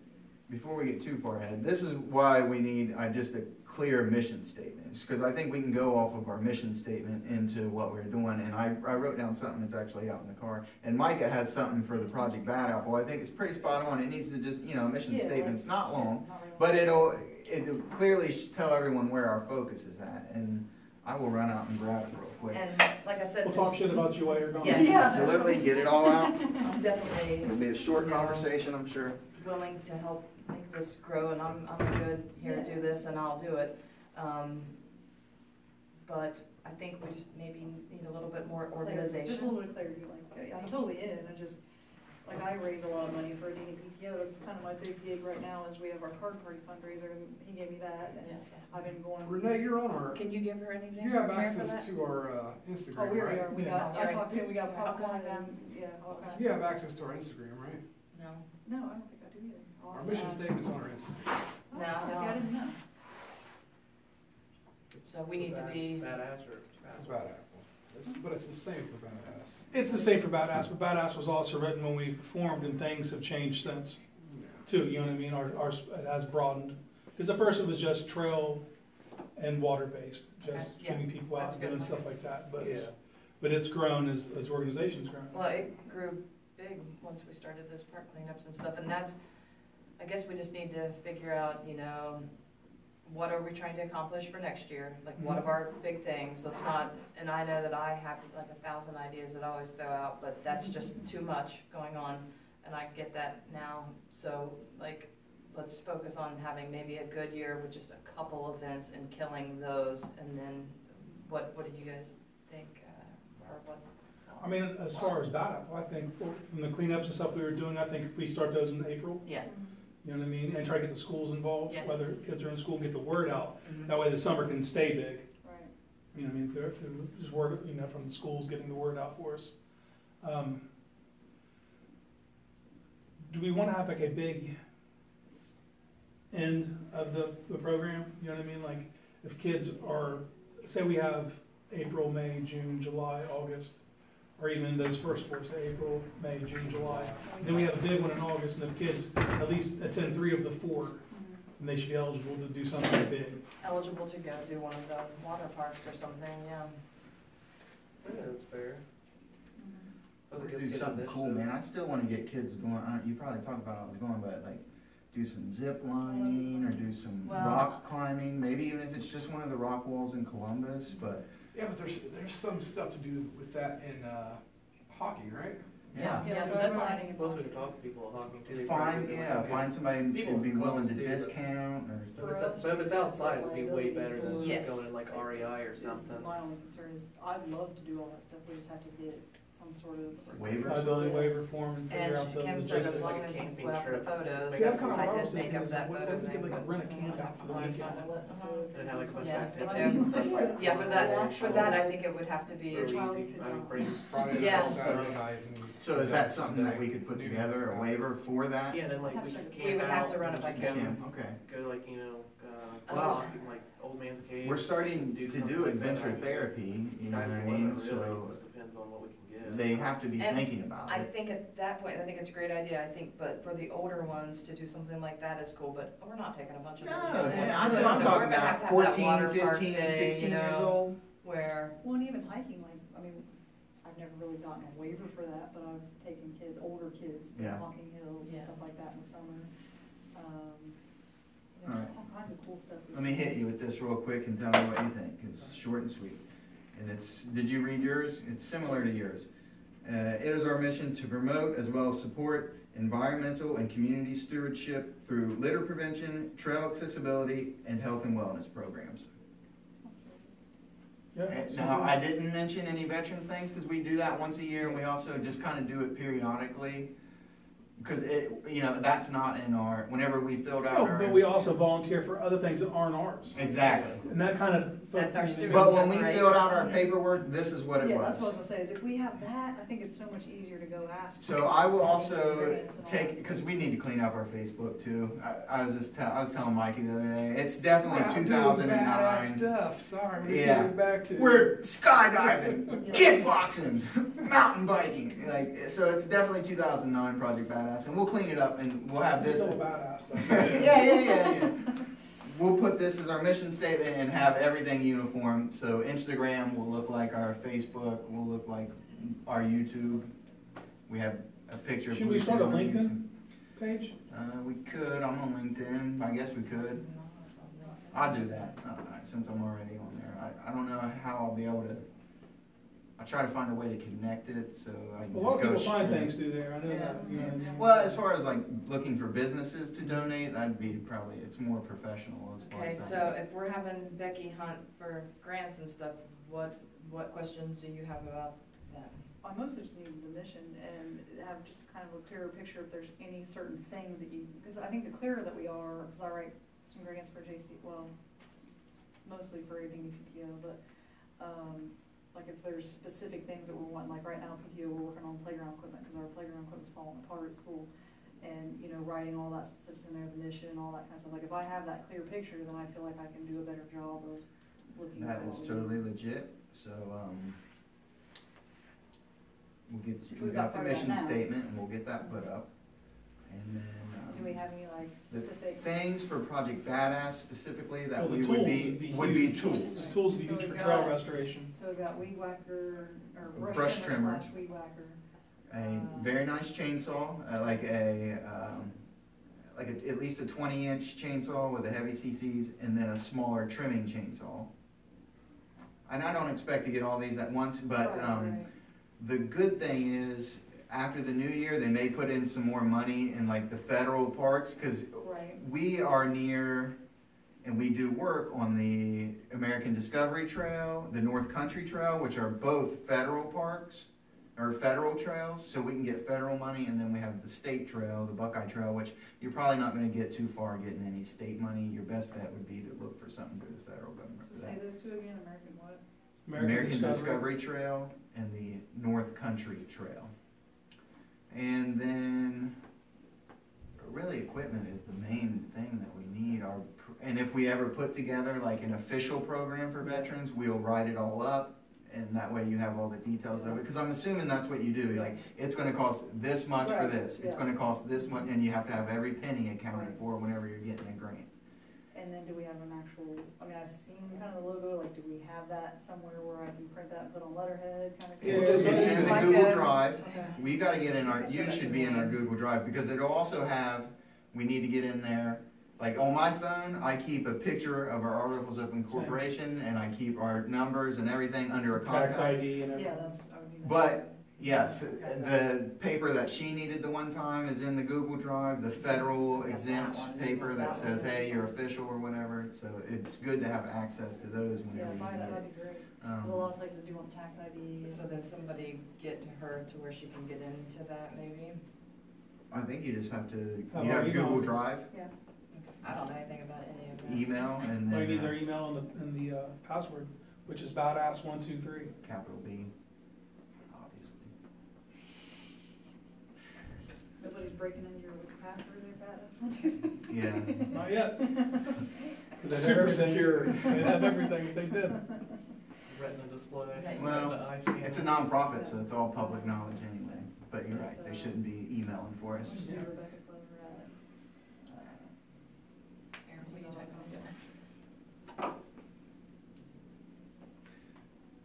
Speaker 4: before we get too far ahead, this is why we need, I just a clear mission statement. Because I think we can go off of our mission statement into what we're doing, and I, I wrote down something that's actually out in the car. And Micah has something for the Project Bad Apple, I think it's pretty spot on, it needs to just, you know, a mission
Speaker 7: Yeah,
Speaker 4: statement,
Speaker 7: like-
Speaker 4: it's not long.
Speaker 7: Not really.
Speaker 4: But it'll, it'll clearly sh- tell everyone where our focus is at, and I will run out and grab it real quick.
Speaker 8: And like I said,
Speaker 1: We'll talk shit about you while you're gone.
Speaker 8: Yeah.
Speaker 4: Absolutely, get it all out.
Speaker 8: I'm definitely
Speaker 4: It'll be a short conversation, I'm sure.
Speaker 8: willing to help make this grow, and I'm, I'm good here to do this, and I'll do it. Um, But I think we just maybe need a little bit more
Speaker 7: Like, Just a
Speaker 8: organization.
Speaker 7: little bit of clarity, like, I- I'm totally in, I just, like, I raise a lot of money for DPTO, that's kind of my big gig right now, is we have our card party fundraiser, and he gave me that, and I've been going,
Speaker 9: Renee, you're on our,
Speaker 8: Can you give her anything?
Speaker 9: you have
Speaker 8: to prepare for that?
Speaker 9: access to our, uh,
Speaker 7: oh, we
Speaker 9: Instagram, right?
Speaker 7: are, we
Speaker 1: Yeah.
Speaker 7: got, I talked to him, we got
Speaker 8: Yeah.
Speaker 7: popcorn
Speaker 8: Okay.
Speaker 7: and, yeah, all that.
Speaker 9: You have access to our Instagram, right?
Speaker 8: No,
Speaker 7: No, I don't think I do either. I'll-
Speaker 9: Our mission
Speaker 7: uh,
Speaker 9: statement's on our Instagram.
Speaker 7: oh,
Speaker 8: No,
Speaker 7: See,
Speaker 8: no.
Speaker 7: I didn't know.
Speaker 8: so we need to
Speaker 6: Bad-
Speaker 8: be,
Speaker 6: Badass or
Speaker 9: It's
Speaker 6: badass.
Speaker 9: bad apple. It's, but it's the same for badass.
Speaker 1: It's the same for Badass, but Badass was also written when we formed and things have changed since
Speaker 9: Yeah.
Speaker 1: too, you know what I mean? Our, ours has broadened. Because at first it was just trail and water based, just
Speaker 8: Okay, yeah.
Speaker 1: getting people out
Speaker 8: That's a
Speaker 1: and
Speaker 8: good
Speaker 1: doing
Speaker 8: point.
Speaker 1: stuff like that, but it's,
Speaker 6: Yeah.
Speaker 1: but it's grown as, as organizations grown.
Speaker 8: well, it grew big once we started those park cleanups and stuff, and that's, I guess we just need to figure out, you know, what are we trying to accomplish for next year? Like, what of our big things? Let's not, and I know that I have like a thousand ideas that I always throw out, but that's just too much going on, and I get that now. So, like, let's focus on having maybe a good year with just a couple events and killing those, and then what, what do you guys think, uh, or what?
Speaker 1: I mean, as far as backup, I think for- from the cleanups and stuff we were doing, I think if we start those in April,
Speaker 8: Yeah.
Speaker 1: you know what I mean? And try to get the schools involved,
Speaker 8: Yes.
Speaker 1: whether kids are in school, get the word out.
Speaker 8: Mhm.
Speaker 1: That way the summer can stay big.
Speaker 7: Right.
Speaker 1: You know, what I mean, they're, they're just word, you know, from the schools getting the word out for us. Um, do we want to have like a big end of the, the program? You know what I mean? Like, if kids are, say we have April, May, June, July, August, or even those first four, say April, May, June, July. Then we have a big one in August, and if kids at least attend three of the four, then they should be eligible to do something big.
Speaker 8: Eligible to go do one of the water parks or something, yeah.
Speaker 6: I think that's fair. Those are just
Speaker 4: do
Speaker 6: good
Speaker 4: something cool,
Speaker 6: initiatives.
Speaker 4: man. I still want to get kids going. I, you probably talked about it, I was going, but like do some zip lining or do some
Speaker 8: Well-
Speaker 4: rock climbing. Maybe even if it's just one of the rock walls in Columbus, but
Speaker 9: Yeah, but there's, there's some stuff to do with that in, uh, hockey, right?
Speaker 4: yeah.
Speaker 8: Yeah,
Speaker 9: so
Speaker 8: zip
Speaker 9: I'm-
Speaker 8: lining and-
Speaker 6: Most people talk to people at hockey too. they
Speaker 4: Find
Speaker 6: probably
Speaker 4: yeah,
Speaker 6: like it.
Speaker 4: find somebody
Speaker 6: People
Speaker 4: that'd be willing
Speaker 6: Columbus
Speaker 4: to
Speaker 6: do, but-
Speaker 4: discount or
Speaker 6: But if it's- but if it's outside, it'd be way better than
Speaker 8: Yes.
Speaker 6: just going in like REI or
Speaker 7: Is-
Speaker 6: something.
Speaker 7: My only concern is, I'd love to do all that stuff, we just have to get some sort of.
Speaker 4: waivers.
Speaker 1: Liability waiver
Speaker 7: Yes.
Speaker 1: form and figure out
Speaker 8: And
Speaker 1: the
Speaker 8: Kim
Speaker 1: logistics.
Speaker 8: said
Speaker 6: just
Speaker 8: as
Speaker 6: like
Speaker 8: long
Speaker 6: a
Speaker 8: as,
Speaker 6: camping
Speaker 8: well, the
Speaker 6: trip.
Speaker 8: photos,
Speaker 1: See, that's kind of
Speaker 8: I
Speaker 1: what I was
Speaker 8: did make
Speaker 1: thinking
Speaker 8: up
Speaker 1: is,
Speaker 8: that
Speaker 1: what
Speaker 8: photo
Speaker 1: if we
Speaker 8: thing,
Speaker 1: could like
Speaker 8: but.
Speaker 1: rent a camp out for the
Speaker 8: I
Speaker 1: weekend?
Speaker 8: saw that. Uh-huh.
Speaker 6: And have like some
Speaker 8: Yeah,
Speaker 6: activities
Speaker 8: me too.
Speaker 6: and stuff like that.
Speaker 8: Yeah, for that, for
Speaker 6: Actual-
Speaker 8: that, I think it would have to be.
Speaker 6: Or easy, I
Speaker 7: Charlie could
Speaker 6: would
Speaker 7: not.
Speaker 6: bring
Speaker 9: Friday night,
Speaker 8: Yes.
Speaker 9: Saturday night. and
Speaker 4: So is that something that
Speaker 9: Sunday
Speaker 4: we could put
Speaker 9: noon.
Speaker 4: together a waiver for that?
Speaker 6: Yeah, then like we just
Speaker 7: We
Speaker 6: camp out.
Speaker 8: would have to run it by
Speaker 6: just
Speaker 4: Yeah,
Speaker 8: camera.
Speaker 4: Okay.
Speaker 6: Go to, like, you know, uh,
Speaker 4: Well-
Speaker 6: block, like Old Man's Cave.
Speaker 4: We're starting
Speaker 6: Do
Speaker 4: to
Speaker 6: something
Speaker 4: do
Speaker 6: like
Speaker 4: adventure
Speaker 6: that.
Speaker 4: therapy. You know what
Speaker 6: Sky's
Speaker 4: I
Speaker 6: the limit,
Speaker 4: mean?
Speaker 6: really.
Speaker 4: So
Speaker 6: It just depends on what we can get.
Speaker 4: they have to be
Speaker 8: And
Speaker 4: thinking about
Speaker 8: I
Speaker 4: it.
Speaker 8: think at that point, I think it's a great idea, I think, but for the older ones to do something like that is cool, but we're not taking a bunch of
Speaker 4: No,
Speaker 8: them.
Speaker 4: yeah, I'm,
Speaker 8: So
Speaker 4: I'm
Speaker 8: we're
Speaker 4: talking
Speaker 8: gonna have
Speaker 4: about
Speaker 8: to have that
Speaker 4: 14,
Speaker 8: water park
Speaker 4: 15, and
Speaker 8: day,
Speaker 4: 16
Speaker 8: you
Speaker 4: years
Speaker 8: know,
Speaker 4: old.
Speaker 8: Where,
Speaker 7: Well, and even hiking, like, I mean, I've never really gotten a waiver for that, but I've taken kids, older kids, to
Speaker 4: Yeah.
Speaker 7: walking hills
Speaker 8: Yeah.
Speaker 7: and stuff like that in the summer. Um,
Speaker 4: All
Speaker 7: There's
Speaker 4: right.
Speaker 7: all kinds of cool stuff. we
Speaker 4: Let me
Speaker 7: can do.
Speaker 4: hit you with this real quick and tell me what you think, 'cause it's short and sweet. And it's, did you read yours? It's similar to yours. Uh, it is our mission to promote as well as support environmental and community stewardship through litter prevention, trail accessibility, and health and wellness programs.
Speaker 1: Yeah,
Speaker 4: And
Speaker 1: so-
Speaker 4: Now, I didn't mention any veterans things, because we do that once a year, and we also just kind of do it periodically. Because it, you know, that's not in our, whenever we filled out
Speaker 1: No,
Speaker 4: our.
Speaker 1: but we also volunteer for other things that aren't ours.
Speaker 4: Exactly.
Speaker 1: And that kind of.
Speaker 8: That's our students.
Speaker 4: But when we
Speaker 8: Right.
Speaker 4: filled out our paperwork, this is what it
Speaker 7: Yeah, that's what I was
Speaker 4: was.
Speaker 7: gonna say, is if we have that, I think it's so much easier to go ask.
Speaker 4: So I will also
Speaker 7: Experience and all
Speaker 4: take,
Speaker 7: that.
Speaker 4: because we need to clean up our Facebook too. I, I was just, tell- I was telling Mikey the other day, it's definitely
Speaker 9: Wow,
Speaker 4: two
Speaker 9: doing
Speaker 4: thousand and
Speaker 9: badass
Speaker 4: nine.
Speaker 9: Stuff, sorry, we're
Speaker 4: Yeah.
Speaker 9: getting back to.
Speaker 4: We're skydiving, kickboxing, mountain biking, like, so it's definitely two thousand nine Project Badass, and we'll clean it up and we'll have this.
Speaker 1: Still a badass though.
Speaker 4: Yeah, yeah, yeah, yeah. We'll put this as our mission statement and have everything uniform, so Instagram will look like our Facebook, will look like our YouTube. We have a picture of.
Speaker 1: Should we
Speaker 4: Blue
Speaker 1: start
Speaker 4: Town
Speaker 1: on LinkedIn?
Speaker 4: YouTube.
Speaker 1: Page?
Speaker 4: Uh, we could, I'm on LinkedIn, I guess we could. I'll do that, uh, since I'm already on there. I, I don't know how I'll be able to, I try to find a way to connect it, so I can
Speaker 1: A lot
Speaker 4: just
Speaker 1: of
Speaker 4: go
Speaker 1: people find
Speaker 4: straight.
Speaker 1: things through there, I know that. you know.
Speaker 4: Well, as far as like looking for businesses to donate, that'd be probably, it's more professional as far
Speaker 8: okay,
Speaker 4: as that
Speaker 8: so
Speaker 4: goes.
Speaker 8: if we're having Becky hunt for grants and stuff, what, what questions do you have about that?
Speaker 7: I mostly just needed the mission and have just kind of a clearer picture if there's any certain things that you, because I think the clearer that we are, because I write some grants for JC, well, mostly for ABPTO, but, um, like if there's specific things that we're wanting, like right now PTO, we're working on playground equipment, because our playground equipment's falling apart at school. And, you know, writing all that specifics in there, the mission, all that kind of stuff, like if I have that clear picture, then I feel like I can do a better job of looking at
Speaker 4: That
Speaker 7: what
Speaker 4: is
Speaker 7: we-
Speaker 4: totally legit, so, um, we'll get,
Speaker 7: We've
Speaker 4: we
Speaker 7: got
Speaker 4: got the
Speaker 7: part of that
Speaker 4: mission
Speaker 7: now.
Speaker 4: statement and we'll get that put up. And
Speaker 7: Do we
Speaker 4: then, um,
Speaker 7: have any like
Speaker 4: the
Speaker 7: specific?
Speaker 4: things for Project Badass specifically that
Speaker 1: Well, the
Speaker 4: we would
Speaker 1: tools
Speaker 4: be, would be
Speaker 1: huge.
Speaker 4: tools.
Speaker 1: The Tools we
Speaker 7: So
Speaker 1: use for
Speaker 7: we've
Speaker 1: trail
Speaker 7: got-
Speaker 1: restoration.
Speaker 7: So we've got weed whacker, or
Speaker 4: Brush
Speaker 7: brush
Speaker 4: trimmer.
Speaker 7: trimmer slash weed whacker.
Speaker 4: A very nice chainsaw, uh, like a, um, like a- at least a twenty inch chainsaw with a heavy CCs and then a smaller trimming chainsaw. And I don't expect to get all these at once, but,
Speaker 7: Right,
Speaker 4: um,
Speaker 7: right.
Speaker 4: The good thing is, after the new year, they may put in some more money in like the federal parks, cause
Speaker 7: Right.
Speaker 4: we are near, and we do work on the American Discovery Trail, the North Country Trail, which are both federal parks, or federal trails, so we can get federal money, and then we have the state trail, the Buckeye Trail, which you're probably not gonna get too far getting any state money, your best bet would be to look for something through the federal government for
Speaker 7: So say
Speaker 4: that.
Speaker 7: those two again, American what?
Speaker 4: American Discovery Trail and the North Country Trail. And then, really, equipment is the main thing that we need, our, pr- and if we ever put together like an official program for veterans, we'll write it all up, and that way you have all the details of it, because I'm assuming that's what you do, you're like, it's gonna cost this much for
Speaker 7: Right,
Speaker 4: this, it's
Speaker 7: yeah.
Speaker 4: gonna cost this much, and you have to have every penny accounted
Speaker 7: Right.
Speaker 4: for whenever you're getting a grant.
Speaker 7: And then do we have an actual, I mean, I've seen kind of the logo, like, do we have that somewhere where I can print that and put on letterhead kind of?
Speaker 4: Yeah, It's-
Speaker 1: it's
Speaker 4: in the
Speaker 8: Like
Speaker 4: Google
Speaker 8: a-
Speaker 4: Drive.
Speaker 8: okay.
Speaker 4: We gotta get in our, you should be in our
Speaker 8: Yeah.
Speaker 4: Google Drive, because it'll also have, we need to get in there, like, on my phone, I keep a picture of our articles of incorporation, and I keep our numbers and everything under a
Speaker 1: Tax
Speaker 4: contact.
Speaker 1: ID and
Speaker 7: Yeah,
Speaker 1: everything.
Speaker 7: that's, I would need that.
Speaker 4: But, yes, the paper that she needed the one time is in the Google Drive, the federal
Speaker 8: That's that
Speaker 4: exempt
Speaker 8: one.
Speaker 4: paper
Speaker 8: That
Speaker 4: that
Speaker 8: one.
Speaker 4: says, hey, you're official or whatever, so it's good to have access to those
Speaker 7: Yeah,
Speaker 4: whenever you
Speaker 7: buy that,
Speaker 4: need
Speaker 7: that'd
Speaker 4: it.
Speaker 7: be great, because a
Speaker 4: Um,
Speaker 7: lot of places do want the tax ID.
Speaker 8: So then somebody get her to where she can get into that maybe?
Speaker 4: I think you just have to,
Speaker 1: Have
Speaker 4: you
Speaker 1: our
Speaker 4: have Google
Speaker 1: emails.
Speaker 4: Drive,
Speaker 8: I don't know anything about any of that.
Speaker 4: email, and
Speaker 1: Well, you
Speaker 4: then
Speaker 1: need
Speaker 4: uh,
Speaker 1: their email and the, and the uh, password, which is badass one two three.
Speaker 4: capital B, obviously.
Speaker 7: Nobody's breaking in your password like that, that's one too.
Speaker 4: Yeah.
Speaker 1: Not yet.
Speaker 6: They have
Speaker 1: Super
Speaker 6: everything.
Speaker 1: secure. They have everything. They did.
Speaker 6: Retina display.
Speaker 8: Is that-
Speaker 4: Well,
Speaker 6: retina eye scan.
Speaker 4: It's a nonprofit, so it's all public knowledge anyway. But you're right, they
Speaker 7: It's, uh,
Speaker 4: shouldn't be emailing for
Speaker 7: I
Speaker 4: us.
Speaker 7: should do Rebecca Clover at, uh,
Speaker 8: Aaron, will you type on that?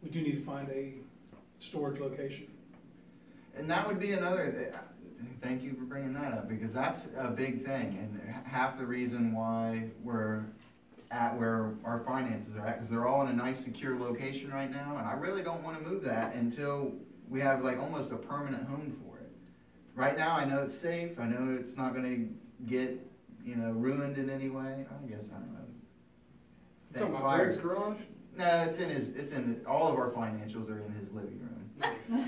Speaker 1: We do need to find a storage location.
Speaker 4: And that would be another, uh, thank you for bringing that up, because that's a big thing, and half the reason why we're at where our finances are at, because they're all in a nice, secure location right now, and I really don't wanna move that until we have like almost a permanent home for it. Right now, I know it's safe, I know it's not gonna get, you know, ruined in any way, I guess, I don't know.
Speaker 3: Talking
Speaker 4: Thank
Speaker 3: about Greg's
Speaker 4: fires.
Speaker 3: garage?
Speaker 4: No, it's in his, it's in, all of our financials are in his living room.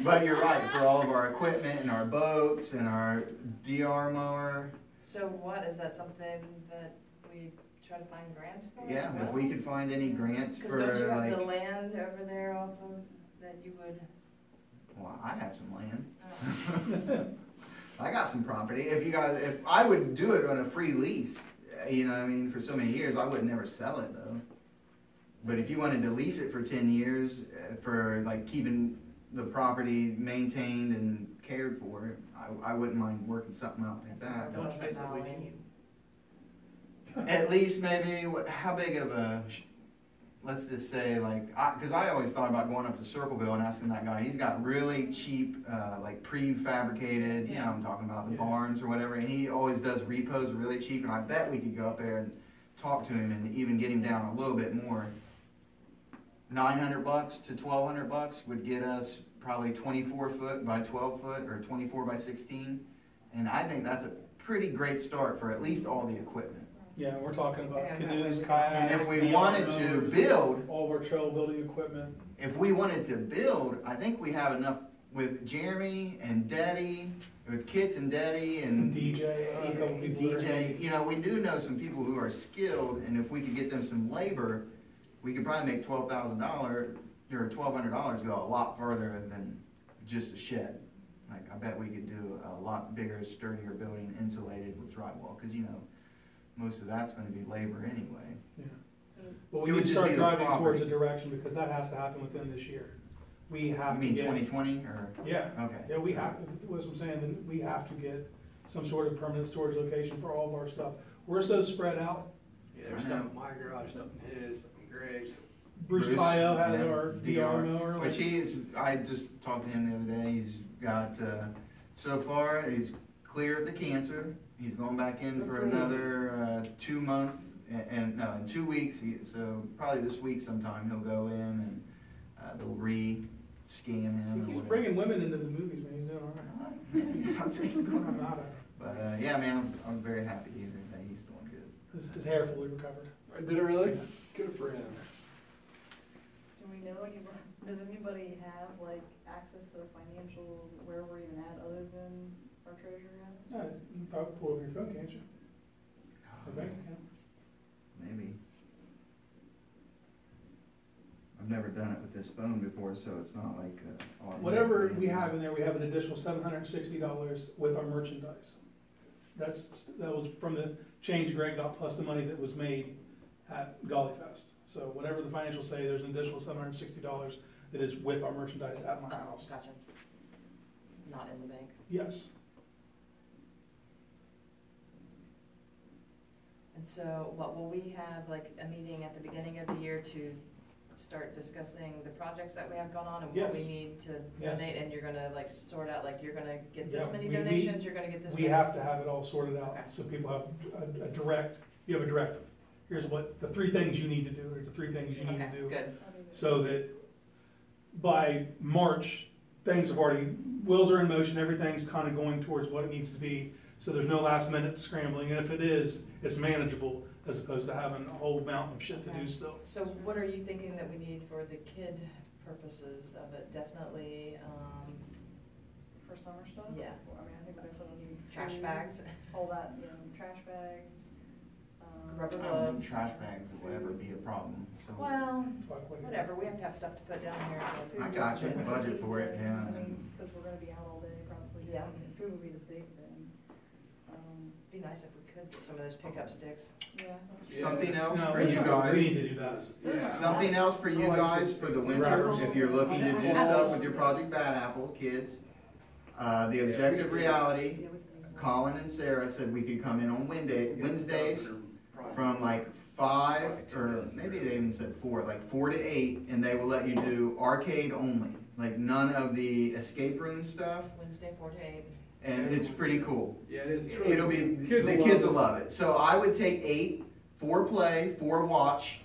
Speaker 4: But you're right, for all of our equipment and our boats and our DR mower,
Speaker 8: So what, is that something that we try to find grants for? as
Speaker 4: yeah, if
Speaker 8: well?
Speaker 4: we could find any grants
Speaker 8: Cause don't you
Speaker 4: for
Speaker 8: have the
Speaker 4: like,
Speaker 8: land over there off of, that you would,
Speaker 4: well, I have some land.
Speaker 8: uh,
Speaker 4: I got some property, if you guys, if, I would do it on a free lease, uh, you know, what I mean, for so many years, I would never sell it though. But if you wanted to lease it for ten years, uh, for like keeping the property maintained and cared for, I, I wouldn't mind working something out like that.
Speaker 8: How much
Speaker 6: That's
Speaker 8: space
Speaker 6: what we
Speaker 8: would we
Speaker 6: need.
Speaker 4: at least maybe what, how big of a sh- let's just say like because I, always thought about going up to circleville and asking that guy he's got really cheap uh, like prefabricated you know i'm talking about the
Speaker 1: Yeah.
Speaker 4: barns or whatever and he always does repos really cheap and i bet we could go up there and talk to him and even get him down a little bit more 900 bucks to 1200 bucks would get us probably 24 foot by 12 foot or 24 by 16 and i think that's a pretty great start for at least all the equipment
Speaker 1: Yeah, we're talking
Speaker 8: Yeah,
Speaker 1: about
Speaker 8: that way
Speaker 1: canoes,
Speaker 8: we-
Speaker 1: kayaks.
Speaker 4: and if we
Speaker 1: beach
Speaker 4: wanted to
Speaker 1: rowers,
Speaker 4: build
Speaker 1: All of our trail building equipment.
Speaker 4: if we wanted to build, I think we have enough with Jeremy and Daddy, with Kits and Daddy and
Speaker 1: DJ, uh, a couple people that are handy.
Speaker 4: DJ. You know, we do know some people who are skilled, and if we could get them some labor, we could probably make twelve thousand dollar or twelve hundred dollars go a lot further than just a shed. Like I bet we could do a lot bigger, sturdier building, insulated with drywall, because you know, most of that's going to be labor anyway.
Speaker 1: Yeah.
Speaker 7: So
Speaker 1: Well,
Speaker 4: It
Speaker 1: we
Speaker 4: would
Speaker 1: need to
Speaker 4: just be
Speaker 1: start
Speaker 4: the
Speaker 1: driving towards
Speaker 4: property.
Speaker 1: a direction because that has to happen within this year. We
Speaker 4: I
Speaker 1: have to
Speaker 4: mean,
Speaker 1: get.
Speaker 4: twenty twenty or
Speaker 1: Yeah,
Speaker 4: okay.
Speaker 1: yeah, we have, that's what I'm saying, that we have to get some sort of permanent storage location for all of our stuff. We're so spread out.
Speaker 3: Yeah, there's stuff in my garage, stuff in his, stuff in Greg's.
Speaker 1: Bruce
Speaker 4: Bruce,
Speaker 1: Tyo has
Speaker 4: yeah,
Speaker 1: our
Speaker 4: DR,
Speaker 1: DR mower.
Speaker 4: Which he is, I just talked to him the other day, he's got, uh, so far, he's clear of the cancer. He's going back in for
Speaker 1: Okay.
Speaker 4: another, uh, two months, and, and, no, in two weeks, he, so probably this week sometime, he'll go in and, uh, they'll re, scheme him.
Speaker 1: He's
Speaker 4: or whatever.
Speaker 1: bringing women into the movies, man, he's doing all right. He's going on and on.
Speaker 4: But uh, yeah, man, I'm, I'm very happy he's, that he's doing good.
Speaker 1: His, his hair fully recovered.
Speaker 9: Did it really? Good for him.
Speaker 7: Do we know any, does anybody have like access to the financial, where we're even at other than our treasurer? office?
Speaker 1: No, it's- you can probably pull up your phone, can't you? Or bank account.
Speaker 4: Maybe. I've never done it with this phone before, so it's not like. Uh, automatic.
Speaker 1: Whatever we have in there, we have an additional seven hundred and sixty dollars with our merchandise. That's, that was from the change Greg got, plus the money that was made at Golly Fest. So whatever the financials say, there's an additional seven hundred and sixty dollars that is with our merchandise at my house.
Speaker 8: Oh, Gotcha. Not in the bank.
Speaker 1: Yes,
Speaker 8: And so what, will we have like a meeting at the beginning of the year to start discussing the projects that we have going on and what we
Speaker 1: Yes.
Speaker 8: need to
Speaker 1: Yes.
Speaker 8: donate? And you're gonna like sort out, like you're gonna get this
Speaker 1: Yeah,
Speaker 8: many
Speaker 1: we- we-
Speaker 8: donations, you're gonna get this
Speaker 1: we
Speaker 8: many?
Speaker 1: have to have it all sorted out,
Speaker 8: Okay.
Speaker 1: so people have a, a direct, you have a directive. Here's what, the three things you need to do, or the three things you need to
Speaker 8: Okay,
Speaker 1: do.
Speaker 8: good.
Speaker 7: Other than-
Speaker 1: so that by March, things have already, wheels are in motion, everything's kind of going towards what it needs to be, so there's no last minute scrambling, and if it is, it's manageable, as opposed to having a whole mountain of shit to do
Speaker 8: Okay.
Speaker 1: still.
Speaker 8: So what are you thinking that we need for the kid purposes of it? Definitely, um,
Speaker 7: For summer stuff?
Speaker 8: Yeah.
Speaker 7: Well, I mean, I think we definitely need.
Speaker 8: trash
Speaker 7: food,
Speaker 8: bags,
Speaker 7: All that, you know, trash bags. um,
Speaker 8: rubber
Speaker 4: I don't think
Speaker 8: gloves.
Speaker 4: trash bags will ever be a problem. So
Speaker 8: Well,
Speaker 1: That's why I quit.
Speaker 8: whatever, we have to have stuff to put down here. so food
Speaker 4: I
Speaker 8: would
Speaker 4: gotcha,
Speaker 8: be-
Speaker 4: budget for it, yeah, and-
Speaker 7: Because we're gonna be out all day probably.
Speaker 8: Yeah.
Speaker 7: and Food would be the big thing. Um,
Speaker 8: Be nice if we could get some of those pickup sticks.
Speaker 7: yeah, that's true.
Speaker 4: something else
Speaker 1: No,
Speaker 4: for
Speaker 1: we-
Speaker 4: you guys.
Speaker 1: We need to do that.
Speaker 7: Yeah.
Speaker 4: Something else for you
Speaker 9: I like
Speaker 4: guys
Speaker 9: it.
Speaker 4: for the
Speaker 9: It's
Speaker 4: winter,
Speaker 1: wrappers.
Speaker 4: if you're looking to do stuff with your Project Bad Apple kids. Uh, the objective reality,
Speaker 7: Yeah, we can use that.
Speaker 4: Colin and Sarah said we could come in on Wednesday, Wednesdays
Speaker 3: Probably.
Speaker 4: from like five, or maybe they even said four, like four to eight, and they will let you do arcade only. Like none of the escape room stuff,
Speaker 8: Wednesday, four to eight.
Speaker 4: and it's pretty cool.
Speaker 3: Yeah, it is. It's really
Speaker 4: It'll be,
Speaker 3: cool.
Speaker 4: the kids will love it. So I would take eight, four play, four watch.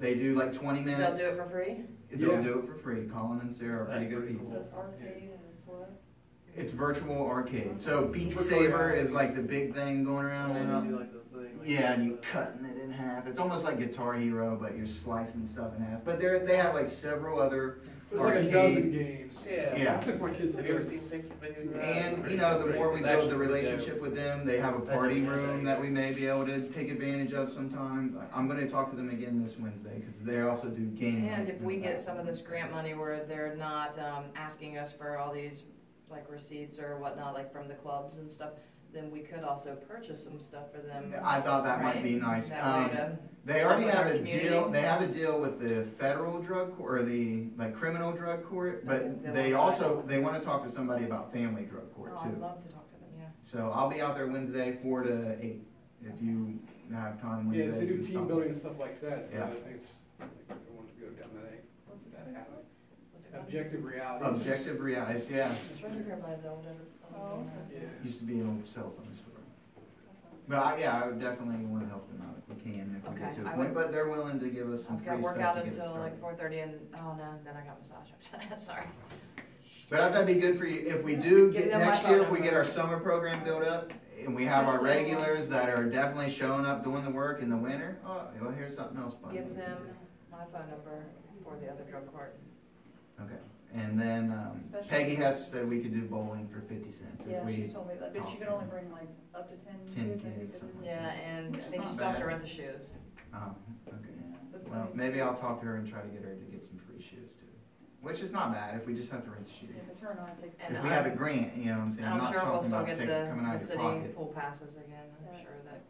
Speaker 4: They do like twenty
Speaker 8: They'll
Speaker 4: minutes.
Speaker 8: do it for free?
Speaker 4: They'll
Speaker 3: Yeah.
Speaker 4: do it for free. Colin and Sarah are pretty
Speaker 5: That's
Speaker 4: good
Speaker 5: pretty
Speaker 4: people.
Speaker 7: So it's arcade and it's what?
Speaker 4: It's virtual arcade. So Beat
Speaker 3: Virtual
Speaker 4: Saber
Speaker 3: reality.
Speaker 4: is like the big thing going around uh,
Speaker 6: And
Speaker 4: now.
Speaker 6: you do like the thing. like
Speaker 4: Yeah, and you
Speaker 6: the-
Speaker 4: cutting it in half. It's almost like Guitar Hero, but you're slicing stuff in half. But they they have like several other
Speaker 9: There's like a dozen games.
Speaker 6: Yeah.
Speaker 4: Yeah.
Speaker 9: I took my kids.
Speaker 6: Have you ever seen pictures, uh, videos? of that?
Speaker 4: and you know the more we build the relationship with them, they have a party room that we may be able to take advantage of sometime. I'm going to talk to them again this Wednesday because they also do gaming.
Speaker 8: And if we get some of this grant money where they're not um, asking us for all these like receipts or whatnot, like from the clubs and stuff, then we could also purchase some stuff for them.
Speaker 4: I thought that might be
Speaker 8: Right.
Speaker 4: nice.
Speaker 8: That
Speaker 4: Um,
Speaker 8: way to-
Speaker 4: They already
Speaker 8: Help
Speaker 4: have
Speaker 8: our
Speaker 4: a
Speaker 8: community.
Speaker 4: deal, they have a deal with the federal drug, court- or the, like, criminal drug court,
Speaker 8: Okay,
Speaker 4: but
Speaker 8: they
Speaker 4: they
Speaker 8: want to-
Speaker 4: also, they wanna talk to somebody about family drug court
Speaker 8: Oh, I'd
Speaker 4: too.
Speaker 8: love to talk to them, yeah.
Speaker 4: So I'll be out there Wednesday, four to eight, if you have time Wednesday.
Speaker 3: Yeah, they
Speaker 4: you
Speaker 3: do
Speaker 4: can
Speaker 3: team
Speaker 4: stop.
Speaker 3: building and stuff like that, so
Speaker 4: Yeah.
Speaker 3: I think it's, I want to go down that,
Speaker 7: What's this
Speaker 3: that
Speaker 7: thing
Speaker 3: alley.
Speaker 8: What's it called?
Speaker 3: Objective reality.
Speaker 4: Objective realities, yeah,
Speaker 8: It's right here by the old. under-
Speaker 7: Oh, okay.
Speaker 3: Yeah.
Speaker 4: used to be an old cell phone store. But I, yeah, I would definitely wanna help them out if we can, if we
Speaker 8: Okay,
Speaker 4: get to
Speaker 8: I
Speaker 4: a
Speaker 8: would-
Speaker 4: point, but they're willing to give us some
Speaker 8: I've got
Speaker 4: free stuff
Speaker 8: workout
Speaker 4: to get us
Speaker 8: until
Speaker 4: started.
Speaker 8: like four thirty and, oh no, then I got massage after that, sorry.
Speaker 4: But I thought it'd be good for you, if we do,
Speaker 8: Give
Speaker 4: get
Speaker 8: them my
Speaker 4: next year,
Speaker 8: phone
Speaker 4: if we
Speaker 8: number.
Speaker 4: get our summer program built up, and we have our
Speaker 8: Especially-
Speaker 4: regulars that are definitely showing up doing the work in the winter, oh, well, here's something else fun.
Speaker 8: Give them my phone number for the other drug court.
Speaker 4: Okay, and then, um,
Speaker 7: Especially-
Speaker 4: Peggy has said we could do bowling for fifty cents if
Speaker 7: Yeah, she's
Speaker 4: we,
Speaker 7: told me that, but you can only bring like up to ten
Speaker 4: 10
Speaker 7: kids, I think.
Speaker 4: kids,
Speaker 7: isn't
Speaker 4: something
Speaker 7: it?
Speaker 4: like
Speaker 8: Yeah, and I
Speaker 4: Which is
Speaker 8: think you
Speaker 4: not
Speaker 8: still have to
Speaker 4: bad.
Speaker 8: rent the shoes.
Speaker 4: um, okay.
Speaker 7: That's
Speaker 4: Well,
Speaker 7: nice.
Speaker 4: maybe I'll talk to her and try to get her to get some free shoes too, which is not bad if we just have to rent the shoes.
Speaker 7: Yeah, 'cause her and I take.
Speaker 8: And
Speaker 4: If we have a
Speaker 8: I'm-
Speaker 4: grant, you know what I'm saying, I'm
Speaker 8: I'm
Speaker 4: not
Speaker 8: sure we'll
Speaker 4: talking
Speaker 8: still
Speaker 4: about
Speaker 8: get
Speaker 4: taking,
Speaker 8: the,
Speaker 4: coming
Speaker 8: the
Speaker 4: out of your
Speaker 8: city
Speaker 4: pocket.
Speaker 8: pool passes again, I'm sure that,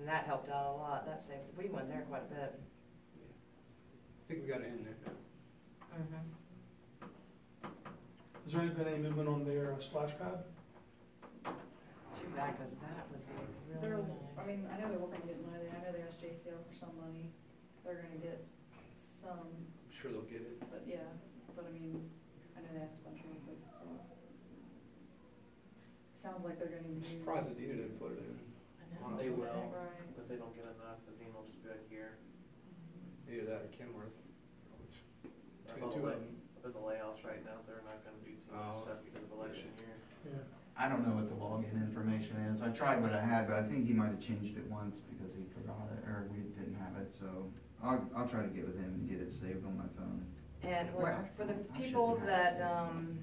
Speaker 8: and that helped out a lot, that saved, we went there quite a bit.
Speaker 3: I think we got it in there.
Speaker 8: Mm-hmm.
Speaker 1: Has there been any movement on their uh, splash pad?
Speaker 8: Too bad, cause that would be
Speaker 7: They're,
Speaker 8: really
Speaker 7: I
Speaker 8: nice.
Speaker 7: mean, I know they're working to get money, I know they asked JCL for some money, they're gonna get some,
Speaker 3: I'm sure they'll get it.
Speaker 7: but yeah, but I mean, I know they asked a bunch of other places too. Sounds like they're gonna
Speaker 3: I'm
Speaker 7: use.
Speaker 3: surprised Adina didn't put it in.
Speaker 8: I know.
Speaker 6: They will,
Speaker 7: Right,
Speaker 6: but they don't get enough, and then they'll just be like, here,
Speaker 3: Either that or Kenworth.
Speaker 6: I've
Speaker 3: Between the two of them.
Speaker 6: been the layoffs right
Speaker 4: Oh. I don't know what the login information is. I tried what I had, but I think he might have changed it once because he forgot it, or we didn't have it, so I'll, I'll try to get with him and get it saved on my phone.
Speaker 8: And
Speaker 4: Wait,
Speaker 8: when- for the
Speaker 4: I should be
Speaker 8: people
Speaker 4: happy
Speaker 8: that
Speaker 4: to-
Speaker 8: um,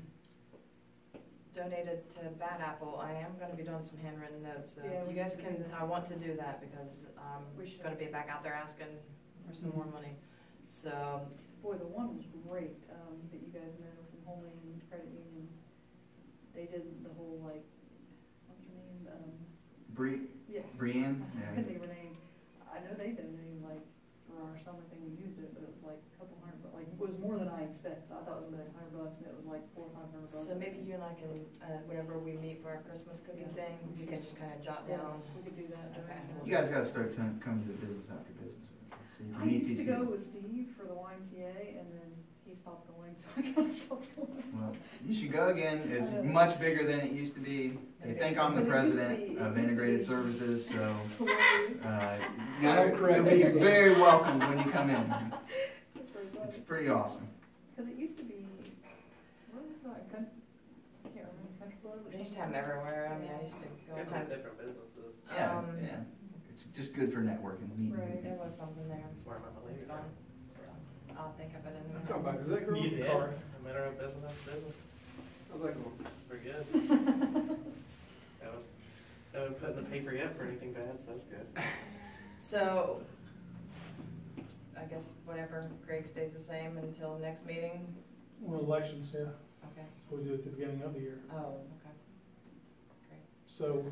Speaker 8: donated to Bad Apple, I am gonna be doing some handwritten notes, so
Speaker 7: Yeah,
Speaker 8: you
Speaker 7: we
Speaker 8: guys
Speaker 7: should
Speaker 8: can,
Speaker 7: do that.
Speaker 8: I want to do that because I'm
Speaker 7: We should. Mm-hmm.
Speaker 8: gonna be back out there asking for some more money. So,
Speaker 7: Boy, the one was great, um, that you guys know from Homeland Credit Union. They did the whole like, what's her name, um,
Speaker 4: Bree,
Speaker 7: yes.
Speaker 4: Brianne?
Speaker 7: I
Speaker 4: Yeah.
Speaker 7: forget their name. I know they donated like for our summer thing, we used it, but it was like a couple hundred, but like, it was more than I expected. I thought it was like a hundred bucks and it was like four, or five hundred bucks.
Speaker 8: so maybe you and I can, uh, whenever we meet for our Christmas cooking
Speaker 7: Yeah.
Speaker 8: thing, we can just kinda jot down.
Speaker 7: Yes, we could do that.
Speaker 8: Okay.
Speaker 4: You guys gotta start com- coming to the business after business. so you can
Speaker 7: I
Speaker 4: meet
Speaker 7: used
Speaker 4: these
Speaker 7: to go
Speaker 4: people.
Speaker 7: with Steve for the YMCA and then he stopped going, so I kinda stopped going.
Speaker 4: Well, You should go again. It's
Speaker 7: I know.
Speaker 4: much bigger than it used to be. They think I'm the
Speaker 7: Uh, But it used to
Speaker 4: president
Speaker 7: be-
Speaker 4: of
Speaker 7: it used to
Speaker 4: Integrated
Speaker 7: be-
Speaker 4: Services, so,
Speaker 7: It's hilarious.
Speaker 4: uh,
Speaker 9: I'm
Speaker 4: you'll you'll
Speaker 9: correct.
Speaker 4: be very welcome when you come in.
Speaker 7: That's very
Speaker 4: It's
Speaker 7: funny.
Speaker 4: pretty awesome.
Speaker 7: Because it used to be, what was that, coun- I can't remember, country club or
Speaker 8: They used to have
Speaker 7: something?
Speaker 8: them everywhere, I mean, I used to go all
Speaker 6: It's
Speaker 8: the
Speaker 6: from
Speaker 8: time.
Speaker 6: different businesses.
Speaker 4: Yeah,
Speaker 8: Um,
Speaker 4: yeah. It's just good for networking, meeting new
Speaker 7: Right,
Speaker 8: There
Speaker 4: people.
Speaker 8: was something there,
Speaker 6: That's where I met my lady.
Speaker 8: it's gone, so I'll think of it in a minute.
Speaker 9: Come back, is that girl?
Speaker 1: Need
Speaker 6: Yeah,
Speaker 1: the card.
Speaker 6: I met her at business after business.
Speaker 9: I was like, well,
Speaker 6: We're good. Haven't, haven't put in the paper yet for anything bad, so that's good.
Speaker 8: So, I guess whatever, Greg stays the same until next meeting,
Speaker 1: Well, elections, yeah,
Speaker 8: okay,
Speaker 1: that's what we do at the beginning of the year.
Speaker 8: oh, okay.
Speaker 1: So,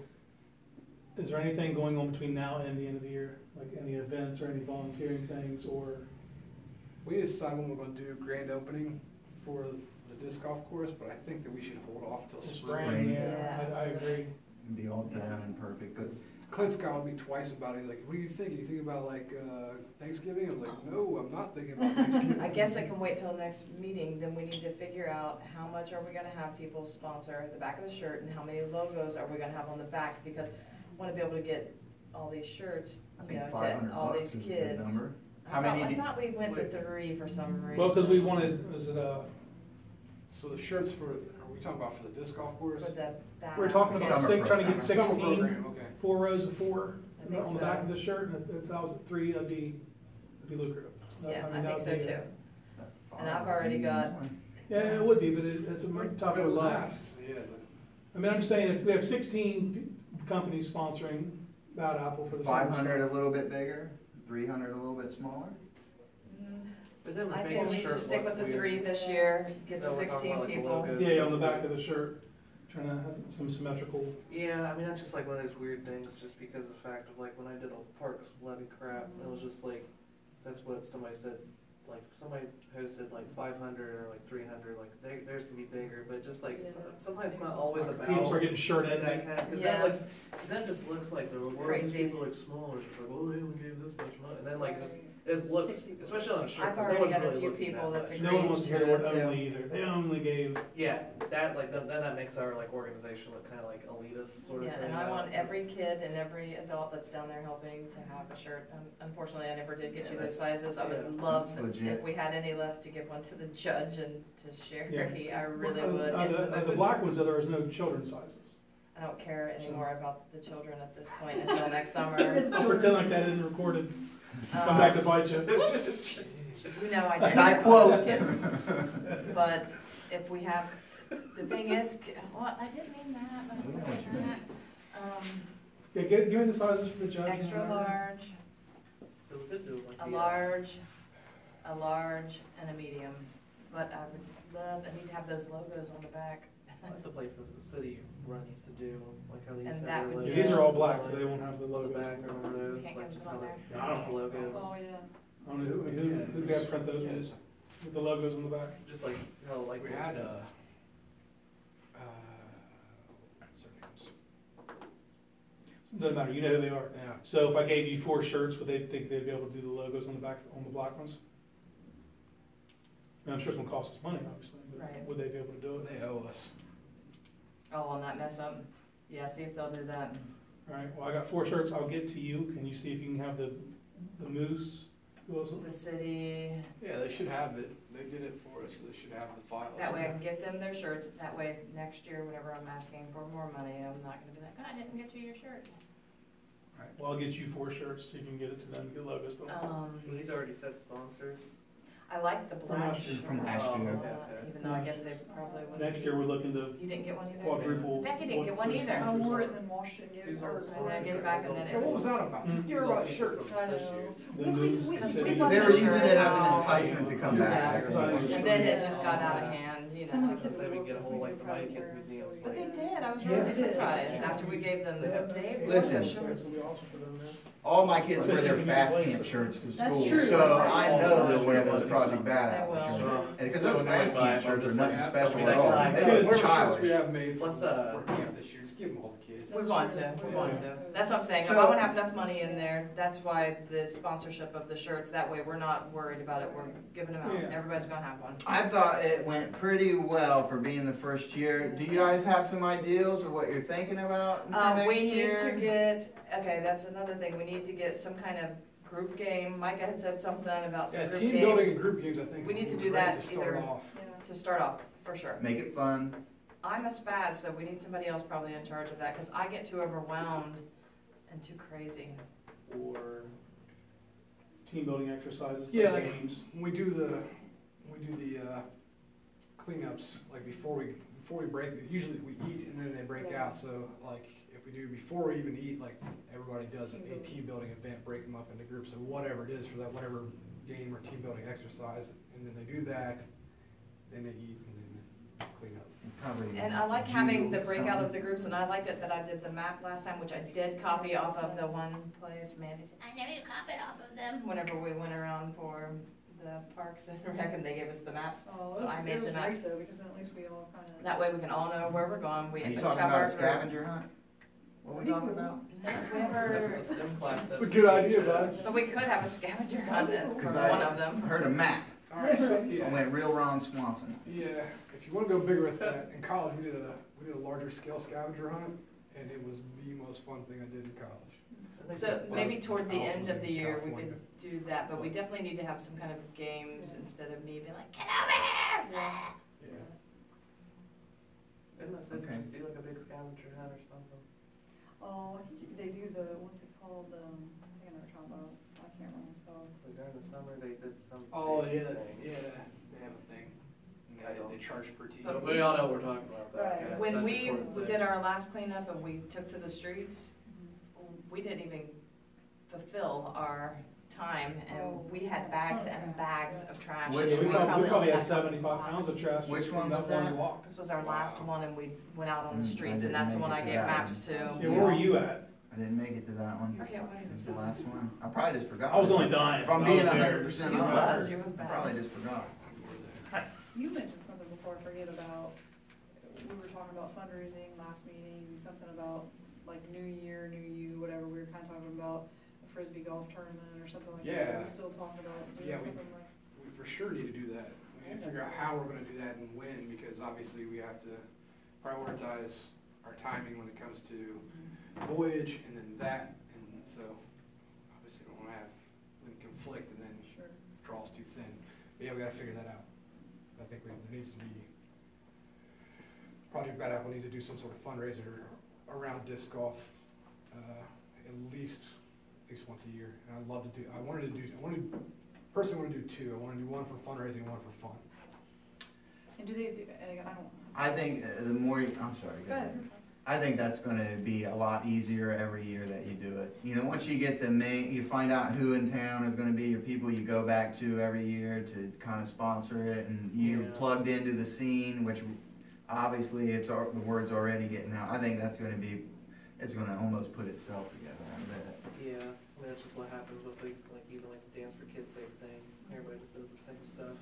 Speaker 1: is there anything going on between now and the end of the year? Like any events or any volunteering things or?
Speaker 9: We decide when we're gonna do grand opening for the disc golf course, but I think that we should hold off till spring.
Speaker 4: Spring.
Speaker 1: Yeah, I, I agree.
Speaker 4: It'd be all done and perfect, because
Speaker 9: Clint's got me twice about it, He's like, what do you think? You think about like, uh, Thanksgiving? I'm like, no, I'm not thinking about Thanksgiving.
Speaker 8: I guess I can wait till next meeting, then we need to figure out how much are we gonna have people sponsor the back of the shirt and how many logos are we gonna have on the back, because I wanna be able to get all these shirts,
Speaker 4: I
Speaker 8: you know,
Speaker 4: think five
Speaker 8: to
Speaker 4: hundred
Speaker 8: all
Speaker 4: bucks
Speaker 8: these
Speaker 4: is a good
Speaker 8: kids.
Speaker 4: number.
Speaker 8: I
Speaker 4: How
Speaker 8: thought-
Speaker 4: many
Speaker 8: I
Speaker 4: do-
Speaker 8: thought we went to three for some reason.
Speaker 1: Well, because we wanted, was it, uh,
Speaker 9: So the shirts for, are we talking about for the disc golf course?
Speaker 8: For the back.
Speaker 1: we were talking about
Speaker 4: Summer
Speaker 1: six, trying to get
Speaker 4: program.
Speaker 9: Summer
Speaker 1: sixteen,
Speaker 9: program, okay.
Speaker 1: four rows of four
Speaker 8: I think
Speaker 1: on the back
Speaker 8: so.
Speaker 1: of the shirt, and if, if that was at three, that'd be, that'd be lucrative.
Speaker 8: Yeah,
Speaker 1: mean,
Speaker 8: I
Speaker 1: that
Speaker 8: think so
Speaker 1: would be-
Speaker 8: too.
Speaker 4: Is that
Speaker 8: And I've
Speaker 4: five,
Speaker 8: already
Speaker 4: eight,
Speaker 8: got-
Speaker 4: twenty?
Speaker 1: Yeah, it would be, but it, it's a tough
Speaker 9: Good luck.
Speaker 1: lot.
Speaker 9: Yeah, it's like-
Speaker 1: I mean, I'm just saying, if we have sixteen p- companies sponsoring Bad Apple for the summer.
Speaker 4: Five hundred a little bit bigger, three hundred a little bit smaller?
Speaker 6: But then
Speaker 8: I say we should stick with the three this year, get the
Speaker 6: No, we're talking
Speaker 8: sixteen
Speaker 6: about, like,
Speaker 8: people.
Speaker 6: logos.
Speaker 1: Yeah, yeah, on the back of the shirt, trying to have some symmetrical.
Speaker 6: Yeah, I mean, that's just like one of those weird things, just because of the fact of like when I did all the Parks Levy crap, it was just like, that's what somebody said, like somebody posted like five hundred or like three hundred, like they, theirs can be bigger, but just like, it's
Speaker 7: Yeah.
Speaker 6: not- sometimes it's not always about.
Speaker 1: People start getting shirt
Speaker 6: that
Speaker 1: envy.
Speaker 6: kind of- Cause
Speaker 8: Yeah.
Speaker 6: that looks, cause that just looks like the world,
Speaker 8: Crazy.
Speaker 6: people look smaller, it's like, well, they only gave this much money, and then like just,
Speaker 7: Just
Speaker 6: it
Speaker 7: take
Speaker 6: looks,
Speaker 7: people.
Speaker 6: especially on a shirt,
Speaker 8: I've
Speaker 6: 'cause no
Speaker 8: already
Speaker 6: one's
Speaker 8: got a
Speaker 6: really
Speaker 8: few
Speaker 6: looking
Speaker 8: people
Speaker 6: that much.
Speaker 8: that's
Speaker 1: No one wants to hear the word
Speaker 8: Agreed to it,
Speaker 1: only either. They only gave,
Speaker 6: Yeah, that like, then then that makes our like organization look kinda like elitist sort of
Speaker 8: Yeah,
Speaker 6: thing.
Speaker 8: and I want
Speaker 6: Uh,
Speaker 8: every kid and every adult that's down there helping to have a shirt. Um, Unfortunately, I never did get you
Speaker 6: Yeah,
Speaker 8: those sizes. I would
Speaker 6: yeah,
Speaker 8: love
Speaker 4: that's
Speaker 8: if
Speaker 4: legit.
Speaker 8: we had any left to give one to the judge and to Sherry. I really
Speaker 1: Uh,
Speaker 8: would.
Speaker 1: uh,
Speaker 8: It's
Speaker 1: the,
Speaker 8: the
Speaker 1: uh, the
Speaker 8: most-
Speaker 1: black ones, uh, there was no children's sizes.
Speaker 8: I don't care anymore about the children at this point until next summer.
Speaker 1: I'll pretend like that isn't recorded. Come
Speaker 8: Um,
Speaker 1: back to bite you.
Speaker 8: No, I didn't.
Speaker 4: And I quote.
Speaker 8: Kids. But if we have, the thing is, well, I didn't mean that, but I
Speaker 4: We know what you meant.
Speaker 8: Um,
Speaker 1: Yeah, get, give me the sizes for the judge. and
Speaker 8: extra
Speaker 1: whatever.
Speaker 8: large,
Speaker 6: It was good to do, like,
Speaker 8: a
Speaker 6: the, uh,
Speaker 8: large, a large, and a medium. But I would love, I need to have those logos on the back.
Speaker 6: Like the placement of the city run used to do, like how they used
Speaker 8: And
Speaker 6: to
Speaker 8: that
Speaker 6: have their
Speaker 8: would
Speaker 1: Yeah,
Speaker 6: logos.
Speaker 8: be-
Speaker 1: These are all black,
Speaker 6: on
Speaker 1: so they won't have the
Speaker 6: The
Speaker 1: logo.
Speaker 6: back or one of those,
Speaker 8: Can't
Speaker 6: like
Speaker 8: get
Speaker 6: just
Speaker 8: them
Speaker 6: how
Speaker 8: on
Speaker 6: they,
Speaker 8: there.
Speaker 6: they have the
Speaker 7: Oh,
Speaker 6: logos.
Speaker 7: yeah.
Speaker 1: I don't know who, who,
Speaker 9: Yeah,
Speaker 1: who got to print those
Speaker 9: yeah,
Speaker 1: with,
Speaker 9: it's-
Speaker 1: with the logos on the back.
Speaker 6: Just like, how like.
Speaker 9: We
Speaker 6: the-
Speaker 9: had, uh, uh, what's their names?
Speaker 1: Doesn't matter, you know who they are.
Speaker 9: Yeah.
Speaker 1: So if I gave you four shirts, would they think they'd be able to do the logos on the back, on the black ones? And I'm sure it's gonna cost us money, obviously,
Speaker 8: Right.
Speaker 1: but would they be able to do it?
Speaker 9: They owe us.
Speaker 8: Oh, on that mess up. Yeah, see if they'll do that.
Speaker 1: All right, well, I got four shirts I'll get to you. Can you see if you can have the, the moose, Who else?
Speaker 8: the city,
Speaker 3: Yeah, they should have it, they did it for us, so they should have the files.
Speaker 8: that way I can get them their shirts, that way next year, whenever I'm asking for more money, I'm not gonna be like, "Ah, I didn't get you your shirt.
Speaker 1: Well, I'll get you four shirts so you can get it to them, get logos, but.
Speaker 8: Um,
Speaker 6: Well, he's already said sponsors.
Speaker 8: I like the black
Speaker 1: last year,
Speaker 8: shirt.
Speaker 4: from last
Speaker 8: a
Speaker 4: year.
Speaker 8: lot, Even though I guess they probably wouldn't.
Speaker 1: Next year, we're looking to
Speaker 8: You didn't get one either?
Speaker 1: quadruple.
Speaker 8: Becky didn't get one either.
Speaker 7: I wore it and then washed it and gave it
Speaker 6: These
Speaker 7: to
Speaker 6: are
Speaker 7: her.
Speaker 6: the
Speaker 8: And I
Speaker 6: sponsors.
Speaker 8: get it back and then
Speaker 3: Yeah,
Speaker 8: it
Speaker 3: What was
Speaker 8: was.
Speaker 3: that about? Just get her about the shirts.
Speaker 8: So I know. Because we- we-
Speaker 3: They
Speaker 8: we
Speaker 3: said
Speaker 8: bought
Speaker 4: They were
Speaker 8: the
Speaker 4: using it as an
Speaker 8: shirt.
Speaker 4: enticement to come back.
Speaker 1: Yeah.
Speaker 4: I think.
Speaker 8: And then it just got out of hand, you
Speaker 7: Some
Speaker 8: know.
Speaker 7: of the kids
Speaker 6: Say
Speaker 7: I
Speaker 6: we
Speaker 7: work
Speaker 6: get a
Speaker 7: with,
Speaker 6: whole,
Speaker 7: we
Speaker 6: like,
Speaker 7: do
Speaker 6: the
Speaker 7: private
Speaker 6: Valley Kids
Speaker 7: programs,
Speaker 6: Museum,
Speaker 7: so we
Speaker 6: like-
Speaker 8: But they
Speaker 7: do-
Speaker 8: did, I was
Speaker 1: Yeah.
Speaker 8: really surprised after we gave them the, they wore
Speaker 4: Listen.
Speaker 8: the shirts.
Speaker 4: All my kids wear their fast camp shirts to
Speaker 7: That's
Speaker 4: school,
Speaker 7: true.
Speaker 4: so I know they'll wear
Speaker 7: That's
Speaker 4: those
Speaker 7: true.
Speaker 4: Project Bad
Speaker 8: They will.
Speaker 4: Apple shirts.
Speaker 8: Sure.
Speaker 4: Because those fast camp shirts are nothing special at all.
Speaker 3: Good.
Speaker 4: They
Speaker 3: Whatever
Speaker 4: look
Speaker 3: shirts We
Speaker 4: childish.
Speaker 3: have made for
Speaker 6: Let's, uh,
Speaker 3: for camp this year, just give them all the kids.
Speaker 8: We want to, we want to. That's what I'm saying. If
Speaker 4: So-
Speaker 8: I would have enough money in there, that's why the sponsorship of the shirts, that way we're not worried about it. We're giving them
Speaker 1: Yeah.
Speaker 8: out. Everybody's gonna have one.
Speaker 4: I thought it went pretty well for being the first year. Do you guys have some ideals or what you're thinking about for
Speaker 8: Uh,
Speaker 4: next
Speaker 8: we need
Speaker 4: year?
Speaker 8: to get, okay, that's another thing. We need to get some kind of group game. Micah had said something about
Speaker 3: Yeah,
Speaker 8: some group
Speaker 3: team building and
Speaker 8: games
Speaker 3: group games, I think.
Speaker 8: We need to
Speaker 3: would be
Speaker 8: do
Speaker 3: great
Speaker 8: that
Speaker 3: To start
Speaker 8: either-
Speaker 3: off.
Speaker 7: Yeah.
Speaker 8: to start off, for sure.
Speaker 4: Make it fun.
Speaker 8: I'm a spaz, so we need somebody else probably in charge of that, because I get too overwhelmed and too crazy.
Speaker 1: Or team building exercises,
Speaker 3: Yeah,
Speaker 1: like
Speaker 3: like-
Speaker 1: games.
Speaker 3: When we do the, when we do the, uh, cleanups, like before we, before we break, usually we eat and then they break
Speaker 7: Yeah.
Speaker 3: out, so like, if we do, before we even eat, like, everybody does
Speaker 7: Team
Speaker 3: a
Speaker 7: building.
Speaker 3: team building event, break them up into groups, and whatever it is for that, whatever game or team building exercise, and then they do that, then they eat and then clean up.
Speaker 4: Probably
Speaker 8: And I like having the
Speaker 4: juice or
Speaker 8: breakout of
Speaker 4: something.
Speaker 8: the groups, and I liked it that I did the map last time, which I did copy off of the one place Mandy said, I never copied off of them. Whenever we went around for the parks and rec, and they gave us the maps.
Speaker 7: Oh,
Speaker 8: So
Speaker 7: it was,
Speaker 8: I made
Speaker 7: it was
Speaker 8: the night-
Speaker 7: great though, because then at least we all kind of.
Speaker 8: That way we can all know where we're going. We
Speaker 4: Are you
Speaker 8: each
Speaker 4: talking
Speaker 8: have
Speaker 4: about
Speaker 8: our
Speaker 4: a
Speaker 8: group.
Speaker 4: scavenger hunt? What are we talking about?
Speaker 8: No, we
Speaker 6: That's
Speaker 8: never-
Speaker 6: what the STEM class
Speaker 3: That's
Speaker 6: says.
Speaker 3: a good idea, bud.
Speaker 8: But we could have a scavenger hunt then, for
Speaker 4: 'Cause I-
Speaker 8: one of them.
Speaker 4: Heard a map.
Speaker 3: All right, so,
Speaker 4: I
Speaker 3: yeah,
Speaker 4: went real Ron Swanson.
Speaker 3: yeah, if you wanna go bigger with that, in college, we did a, we did a larger scale scavenger hunt, and it was the most fun thing I did in college.
Speaker 8: So maybe toward the
Speaker 3: Allison
Speaker 8: end
Speaker 3: was
Speaker 8: of
Speaker 3: in
Speaker 8: the year, we
Speaker 3: California.
Speaker 8: could do that, but we definitely need to have some kind of games instead of me being like, get over here!
Speaker 3: Yeah.
Speaker 6: Didn't I say
Speaker 4: Okay.
Speaker 6: just do like a big scavenger hunt or something?
Speaker 7: Oh, I think they do the, what's it called, um, I think I know what you're talking about, I can't remember what it's called.
Speaker 6: Like during the summer, they did some.
Speaker 3: Oh yeah, that,
Speaker 6: thing.
Speaker 3: yeah, they have a thing. And
Speaker 6: I
Speaker 3: They,
Speaker 6: don't-
Speaker 3: they charge per team.
Speaker 6: But we all know we're talking about that.
Speaker 7: Right.
Speaker 6: That's-
Speaker 8: When
Speaker 6: that's
Speaker 8: we
Speaker 6: important thing.
Speaker 8: did our last cleanup and we took to the streets, we didn't even fulfill our time
Speaker 7: Oh,
Speaker 8: and we had bags
Speaker 7: ton of
Speaker 8: and
Speaker 7: trash,
Speaker 8: bags
Speaker 7: yeah.
Speaker 8: of trash.
Speaker 4: Which
Speaker 1: We probably,
Speaker 4: one?
Speaker 1: we
Speaker 8: only
Speaker 1: probably had
Speaker 8: like
Speaker 1: seventy-five pounds of trash.
Speaker 4: Which
Speaker 1: just
Speaker 4: one
Speaker 1: from that
Speaker 4: was that?
Speaker 1: One walk.
Speaker 8: This was our last
Speaker 3: Wow.
Speaker 8: one and we went out on the
Speaker 4: Mm, I
Speaker 8: streets and
Speaker 4: didn't
Speaker 8: that's the
Speaker 4: make
Speaker 8: one
Speaker 4: it
Speaker 8: I
Speaker 4: to
Speaker 8: gave
Speaker 4: that one.
Speaker 8: maps
Speaker 1: Yeah,
Speaker 8: to.
Speaker 1: where were you at?
Speaker 4: I didn't make it to that one.
Speaker 8: Okay, what
Speaker 4: It was
Speaker 8: is
Speaker 4: the
Speaker 8: it?
Speaker 4: last one. I probably just forgot.
Speaker 1: I was only dying.
Speaker 4: If I'm
Speaker 1: I
Speaker 4: being
Speaker 1: was there.
Speaker 4: hundred percent
Speaker 8: You was,
Speaker 4: honest,
Speaker 8: you was
Speaker 4: I
Speaker 8: bad.
Speaker 4: probably just forgot.
Speaker 7: You mentioned something before, I forget about, we were talking about fundraising last meeting, something about like new year, new you, whatever, we were kind of talking about a frisbee golf tournament or something like that. Are
Speaker 3: Yeah.
Speaker 7: we still talking about
Speaker 3: Yeah,
Speaker 7: doing
Speaker 3: we-
Speaker 7: something like?
Speaker 3: We for sure need to do that. We need to figure out how we're gonna do that and when, because obviously we have to prioritize our timing when it comes to voyage and then that, and so obviously we don't wanna have them conflict and then
Speaker 7: Sure.
Speaker 3: draws too thin. But yeah, we gotta figure that out. I think we, there needs to be, Project Bad Apple needs to do some sort of fundraiser around disc golf, uh, at least, at least once a year. And I'd love to do, I wanted to do, I wanted, personally wanna do two. I wanna do one for fundraising, one for fun.
Speaker 7: And do they, do? and I don't.
Speaker 4: I think uh, the more, you- I'm sorry.
Speaker 7: Go ahead.
Speaker 4: I think that's going to be a lot easier every year that you do it. You know, once you get the main, you find out who in town is going to be your people you go back to every year to kind of sponsor it, and you
Speaker 6: Yeah.
Speaker 4: plugged into the scene, which obviously it's al- the word's already getting out. I think that's going to be, it's going to almost put itself together. I bet.
Speaker 6: Yeah, I mean, that's just what happens with like, like even like the Dance for Kids Safe thing. Everybody just does the same stuff.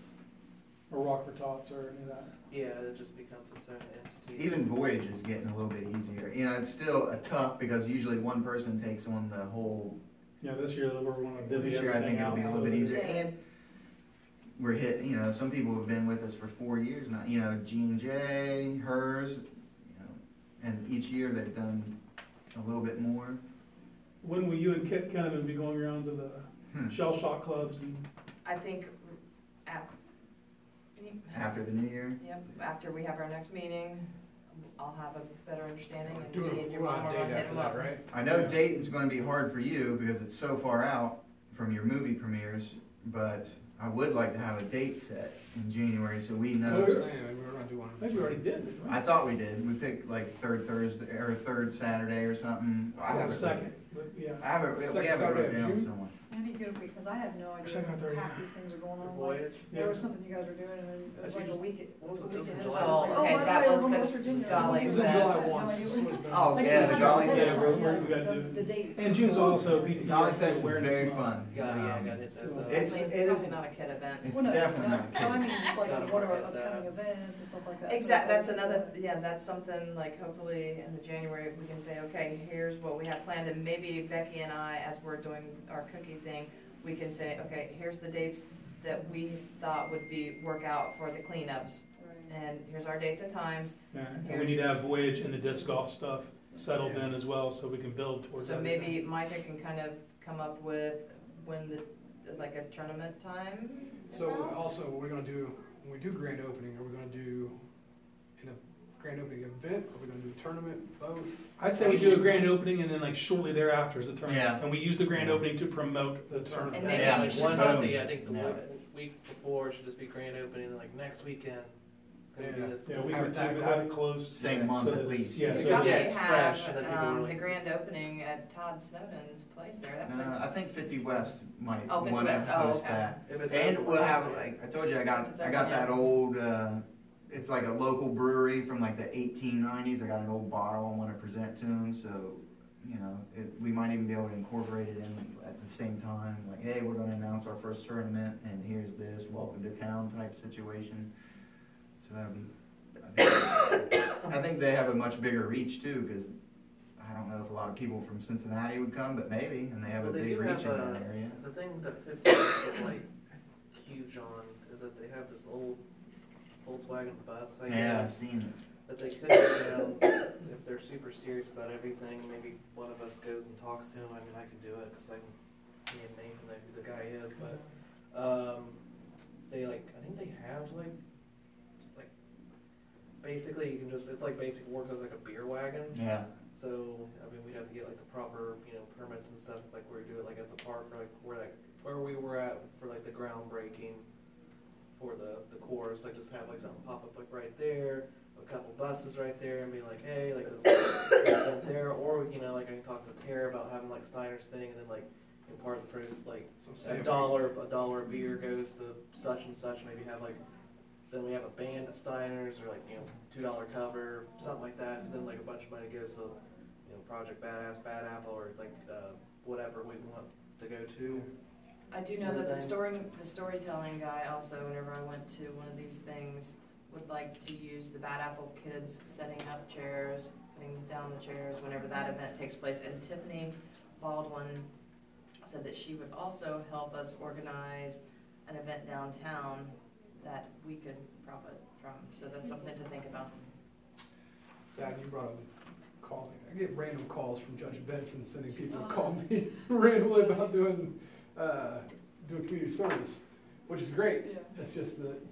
Speaker 1: Or Rock for Tots or any of that.
Speaker 6: Yeah, it just becomes its own entity.
Speaker 4: Even voyage is getting a little bit easier. You know, it's still a tough because usually one person takes on the whole
Speaker 1: Yeah, this year we're gonna divvy
Speaker 4: This year, I
Speaker 1: everything
Speaker 4: think it'll
Speaker 1: out.
Speaker 4: be a
Speaker 1: so
Speaker 4: little bit
Speaker 1: that-
Speaker 4: easier, and we're hit, you know, some people have been with us for four years now, you know, Jean J, hers, you know, and each year they've done a little bit more.
Speaker 1: When will you and Kit Kinnaman be going around to the
Speaker 4: Hmm.
Speaker 1: shell shock clubs and
Speaker 8: I think at,
Speaker 4: after the new year.
Speaker 8: yep, after we have our next meeting, I'll have a better understanding and
Speaker 9: Doing
Speaker 8: me and
Speaker 9: a
Speaker 8: your
Speaker 9: lot
Speaker 8: mom
Speaker 9: of
Speaker 8: are
Speaker 9: date
Speaker 8: gonna hit
Speaker 9: after
Speaker 8: them
Speaker 9: that,
Speaker 8: up.
Speaker 9: right?
Speaker 4: I know Dayton's going to be hard for you because it's so far out from your movie premieres, but I would like to have a date set in January so we
Speaker 9: That's what I'm
Speaker 4: know.
Speaker 9: saying, we were gonna do one.
Speaker 1: I think we already did, didn't we?
Speaker 4: I thought we did. We picked like third Thursday or third Saturday or something.
Speaker 1: I have a second, but yeah.
Speaker 4: I have it.
Speaker 9: Second
Speaker 4: we have it
Speaker 9: Saturday
Speaker 4: wrote
Speaker 9: of
Speaker 4: down
Speaker 9: June?
Speaker 4: somewhere.
Speaker 7: That'd be good, because I have no idea
Speaker 1: Second or third,
Speaker 7: half
Speaker 1: yeah.
Speaker 7: these things are going
Speaker 6: The
Speaker 7: on. like,
Speaker 6: voyage.
Speaker 1: Yeah.
Speaker 7: There was something you guys were doing, and it was
Speaker 6: That's
Speaker 7: like a
Speaker 6: usually-
Speaker 7: week.
Speaker 6: what was it?
Speaker 7: a
Speaker 6: It was
Speaker 7: week
Speaker 6: in
Speaker 7: ahead.
Speaker 6: July.
Speaker 8: Oh,
Speaker 7: Like,
Speaker 8: okay,
Speaker 7: by the
Speaker 8: that
Speaker 7: way,
Speaker 8: was
Speaker 7: we're
Speaker 8: the
Speaker 7: in West Virginia.
Speaker 8: Jolly
Speaker 7: It was in
Speaker 8: Fest.
Speaker 7: July
Speaker 8: That's
Speaker 9: It
Speaker 7: once.
Speaker 9: was in July once.
Speaker 4: Oh,
Speaker 7: Like,
Speaker 4: yeah, the
Speaker 7: we
Speaker 4: Jolly
Speaker 7: had-
Speaker 4: Fest.
Speaker 1: Fest, we gotta
Speaker 7: the-
Speaker 1: do.
Speaker 7: The dates.
Speaker 1: And June's also PTSD
Speaker 4: Jolly Fest is
Speaker 1: awareness
Speaker 4: very
Speaker 1: month.
Speaker 4: fun.
Speaker 6: Yeah, yeah, I
Speaker 4: Um,
Speaker 6: got
Speaker 4: It's
Speaker 6: hit those up.
Speaker 8: Probably-
Speaker 4: it is
Speaker 8: Probably not a kid event.
Speaker 4: it's
Speaker 7: Well, no,
Speaker 4: definitely
Speaker 7: no,
Speaker 4: not a
Speaker 7: no, I
Speaker 4: kid.
Speaker 7: mean, it's like
Speaker 6: Gotta
Speaker 7: what are
Speaker 6: work at that.
Speaker 7: upcoming events and stuff like that. so
Speaker 8: Exactly, that's
Speaker 7: like-
Speaker 8: another, yeah, that's something like hopefully in the January, we can say, okay, here's what we have planned, and maybe Becky and I, as we're doing our cookie thing, we can say, okay, here's the dates that we thought would be, work out for the cleanups,
Speaker 7: Right.
Speaker 8: and here's our dates and times,
Speaker 1: Yeah, and we need to have Voyage and the disc golf stuff settled in as well, so we can build towards
Speaker 8: so
Speaker 1: that.
Speaker 8: maybe Micah can kind of come up with when the, like a tournament time.
Speaker 9: So
Speaker 8: amount?
Speaker 9: also, what we're gonna do, when we do grand opening, are we gonna do in a grand opening event, are we gonna do a tournament, both?
Speaker 1: I'd say we do a grand opening and then like shortly thereafter is the tournament.
Speaker 4: Yeah.
Speaker 1: And we use the grand opening to promote the
Speaker 9: The
Speaker 1: tournament.
Speaker 8: And
Speaker 9: Yeah,
Speaker 8: maybe you
Speaker 4: like
Speaker 8: should
Speaker 6: One
Speaker 4: talk-
Speaker 6: of the, I think the
Speaker 4: No.
Speaker 6: week- week before should just be grand opening, and like next weekend, it's gonna
Speaker 9: Yeah.
Speaker 6: be this.
Speaker 1: Yeah, we
Speaker 9: Have
Speaker 1: have
Speaker 9: it that
Speaker 1: it, have
Speaker 9: way.
Speaker 1: it closed.
Speaker 4: Same
Speaker 1: So
Speaker 4: month at
Speaker 1: that it's-
Speaker 4: least.
Speaker 1: Yeah,
Speaker 8: We
Speaker 1: so
Speaker 8: probably
Speaker 6: Yeah, it's
Speaker 8: have,
Speaker 6: fresh, and that'd be
Speaker 8: um,
Speaker 6: really-
Speaker 8: the grand opening at Todd Snowden's place there, that
Speaker 4: No, Uh, I
Speaker 8: place.
Speaker 4: think Fifty West might
Speaker 8: Oh, 50
Speaker 4: want to
Speaker 8: West. Oh,
Speaker 4: host
Speaker 8: okay.
Speaker 4: that.
Speaker 6: If it's
Speaker 4: And
Speaker 6: up-
Speaker 4: we'll have like I told you, I got I got that old. Uh, it's like a local brewery from like the 1890s. I got an old bottle I want to present to them. So, you know, it, we might even be able to incorporate it in at the same time. Like, hey, we're going to announce our first tournament, and here's this welcome to town type situation. So that would be. I think, I think they have a much bigger reach too, because I don't know if a lot of people from Cincinnati would come, but maybe, and they have a
Speaker 6: Well, they
Speaker 4: big
Speaker 6: do
Speaker 4: reach
Speaker 6: have,
Speaker 4: in that
Speaker 6: uh,
Speaker 4: area.
Speaker 6: The thing that Fifty West is like huge on is that they have this old Volkswagen bus, I
Speaker 4: Yeah, I've
Speaker 6: guess,
Speaker 4: seen it.
Speaker 6: that they could, you know, if they're super serious about everything, maybe one of us goes and talks to him. I mean, I could do it because I, me and Nathan know who the guy is, but um, they like, I think they have like, like, basically you can just, it's like basic works as like a beer wagon.
Speaker 4: Yeah.
Speaker 6: So, I mean, we'd have to get like the proper, you know, permits and stuff, like we do it like at the park, or like where like, where we were at for like the groundbreaking for the, the course, like just have like something pop up like right there, a couple buses right there and be like, hey, like this event there, or, you know, like I can talk to Tara about having like Steiner's thing and then like in part of the proceeds, like
Speaker 9: So
Speaker 6: a
Speaker 9: say-
Speaker 6: dollar, a dollar a beer goes to such and such, maybe have like, then we have a band at Steiner's or like, you know, two dollar cover, something like that, so then like a bunch of money goes to, you know, Project Badass, Bad Apple, or like, uh, whatever we want to go to.
Speaker 8: I do know
Speaker 6: sort of
Speaker 8: that the
Speaker 6: thing.
Speaker 8: story, the storytelling guy also, whenever I went to one of these things, would like to use the Bad Apple Kids setting up chairs, putting down the chairs whenever that event takes place. And Tiffany Baldwin said that she would also help us organize an event downtown that we could profit from. So that's something to think about.
Speaker 9: Dad, you brought up calling. I get random calls from Judge Benson sending people to call me randomly about doing, uh, doing community service, which is great.
Speaker 7: Yeah.
Speaker 9: It's just that.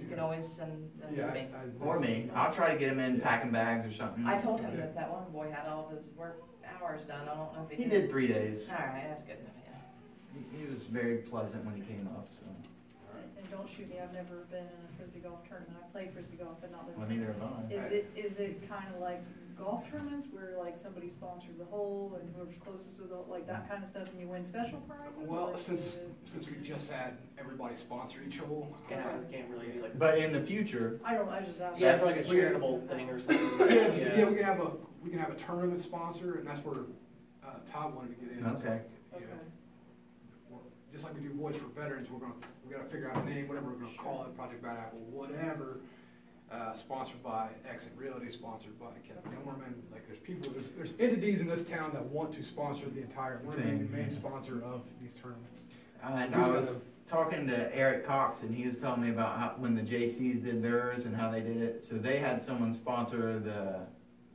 Speaker 8: You can always send them
Speaker 9: Yeah,
Speaker 8: to
Speaker 9: I-
Speaker 8: me.
Speaker 9: I-
Speaker 4: Or me. I'll try to get him in
Speaker 9: Yeah.
Speaker 4: packing bags or something.
Speaker 8: I told him that that one boy had all of his work hours done. I don't know if
Speaker 4: He
Speaker 8: he
Speaker 4: did three days.
Speaker 8: All right, that's good enough, yeah.
Speaker 4: He- He was very pleasant when he came up, so.
Speaker 7: And don't shoot me, I've never been in a frisbee golf tournament, I played frisbee golf, but not been.
Speaker 4: Well, neither have I.
Speaker 7: Is it, is it kind of like golf tournaments where like somebody sponsors the hole and whoever's closest to the, like that kind of stuff and you win special prizes? or
Speaker 9: Well,
Speaker 7: is
Speaker 9: since,
Speaker 7: it-
Speaker 9: since we just had everybody sponsor each uh, hole. I don't
Speaker 6: Can't,
Speaker 9: know.
Speaker 6: really- can't really be like.
Speaker 4: But in the future,
Speaker 7: I don't, know, I was just asking.
Speaker 6: Yeah, for like a charitable thing or something.
Speaker 9: Yeah, yeah, we can have a, we can have a tournament sponsor, and that's where, uh, Todd wanted to get in.
Speaker 4: Okay.
Speaker 9: You know,
Speaker 7: Okay.
Speaker 9: we're- Just like we do Woods for Veterans, we're gonna, we gotta figure out a name, whatever we're gonna call it, Project Bad Apple, whatever. Uh, sponsored by Exit Realty, sponsored by Kevin Emmerman, like there's people, there's, there's entities in this town that want to sponsor the entire, we're gonna be the
Speaker 4: Thing,
Speaker 9: main
Speaker 4: yes.
Speaker 9: sponsor of these tournaments.
Speaker 4: uh, and
Speaker 9: Who's
Speaker 4: I was
Speaker 9: gonna-
Speaker 4: talking to Eric Cox, and he was telling me about how, when the JCs did theirs and how they did it. So they had someone sponsor the,